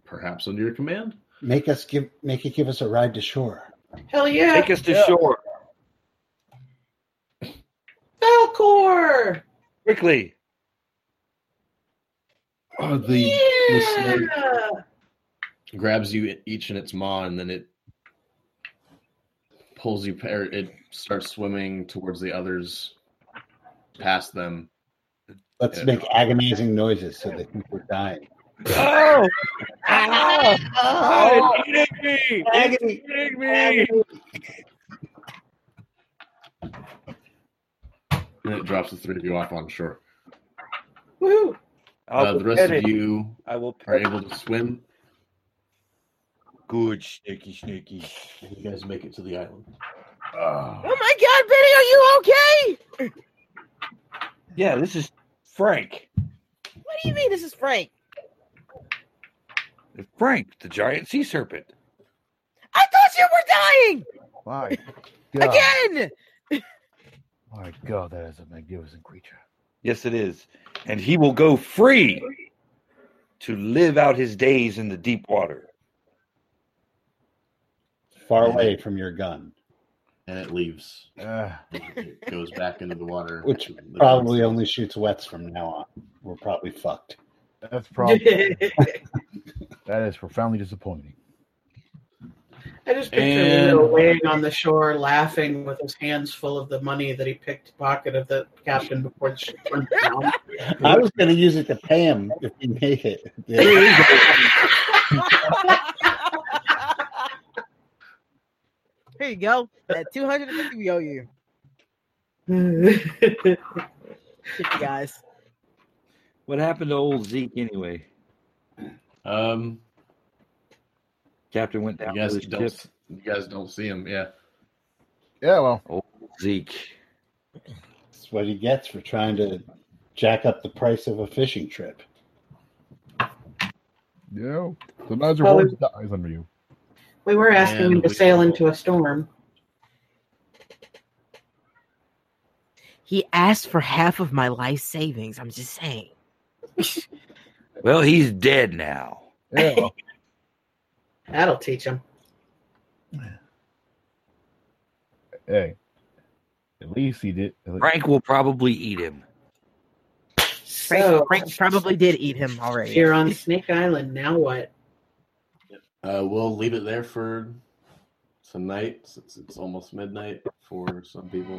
Speaker 3: perhaps under your command.
Speaker 2: Make us give make it give us a ride to shore.
Speaker 8: Hell yeah.
Speaker 5: Take us to shore
Speaker 8: Falcor.
Speaker 5: quickly.
Speaker 3: Uh, the, the snake
Speaker 8: Yeah.
Speaker 3: grabs you e-, each in its maw and then it pulls you or it starts swimming towards the others past them
Speaker 2: Let's
Speaker 3: Yeah.
Speaker 2: make agonizing noises so they think we're dying.
Speaker 5: Oh!
Speaker 8: Oh,
Speaker 5: it's eating me!
Speaker 2: Agony.
Speaker 5: eating me!
Speaker 3: and it drops the three of you off on shore
Speaker 8: Woo.
Speaker 3: uh,
Speaker 5: I'll
Speaker 3: the rest
Speaker 5: pet
Speaker 3: of
Speaker 5: it.
Speaker 3: you
Speaker 5: I will
Speaker 3: are
Speaker 5: pet
Speaker 3: able to swim
Speaker 5: Good, sneaky, sneaky.
Speaker 3: and you guys make it to the island
Speaker 6: Ah,
Speaker 9: Oh my god, Benny, are you okay?
Speaker 5: Yeah, this is Frank.
Speaker 9: What do you mean this is Frank?
Speaker 5: Frank, the giant sea serpent.
Speaker 9: I thought you were dying
Speaker 6: My God.
Speaker 9: again.
Speaker 6: My God, that is a magnificent creature.
Speaker 5: Yes, it is. And he will go free to live out his days in the deep water.
Speaker 2: Far away from your gun,
Speaker 3: and it leaves
Speaker 6: Uh,
Speaker 3: it goes back into the water
Speaker 2: which
Speaker 3: to the-
Speaker 2: probably only shoots wets from now on. We're probably fucked.
Speaker 6: that's probably that is profoundly disappointing.
Speaker 8: I just picture
Speaker 3: And-
Speaker 8: Leo waiting on the shore, laughing with his hands full of the money that he picked pocket of the captain before the ship went down.
Speaker 2: I was going to use it to pay him if we made it.
Speaker 9: Here you go. That 250 we owe you. Shit, you guys.
Speaker 5: What happened to old Zeke anyway?
Speaker 3: um
Speaker 5: Captain went down
Speaker 3: you guys
Speaker 5: to the ship.
Speaker 3: don't you guys don't see him yeah
Speaker 6: Yeah, well,
Speaker 5: Zeke.
Speaker 2: That's what he gets for trying to jack up the price of a fishing trip.
Speaker 6: yeah. Sometimes your
Speaker 8: Well,
Speaker 6: horse dies under you.
Speaker 8: We were asking
Speaker 3: And
Speaker 8: him to
Speaker 3: we-
Speaker 8: sail into a storm.
Speaker 9: He asked for half of my life savings. I'm just saying.
Speaker 5: Well, he's dead now.
Speaker 6: Yeah, well,
Speaker 8: That'll teach him.
Speaker 6: hey. At least he did. at least-
Speaker 5: Frank will probably eat him.
Speaker 9: Frank,
Speaker 8: So-
Speaker 9: Frank probably did eat him already.
Speaker 8: You're on Snake Island. Now what?
Speaker 3: Uh, we'll leave it there for tonight since it's almost midnight for some people.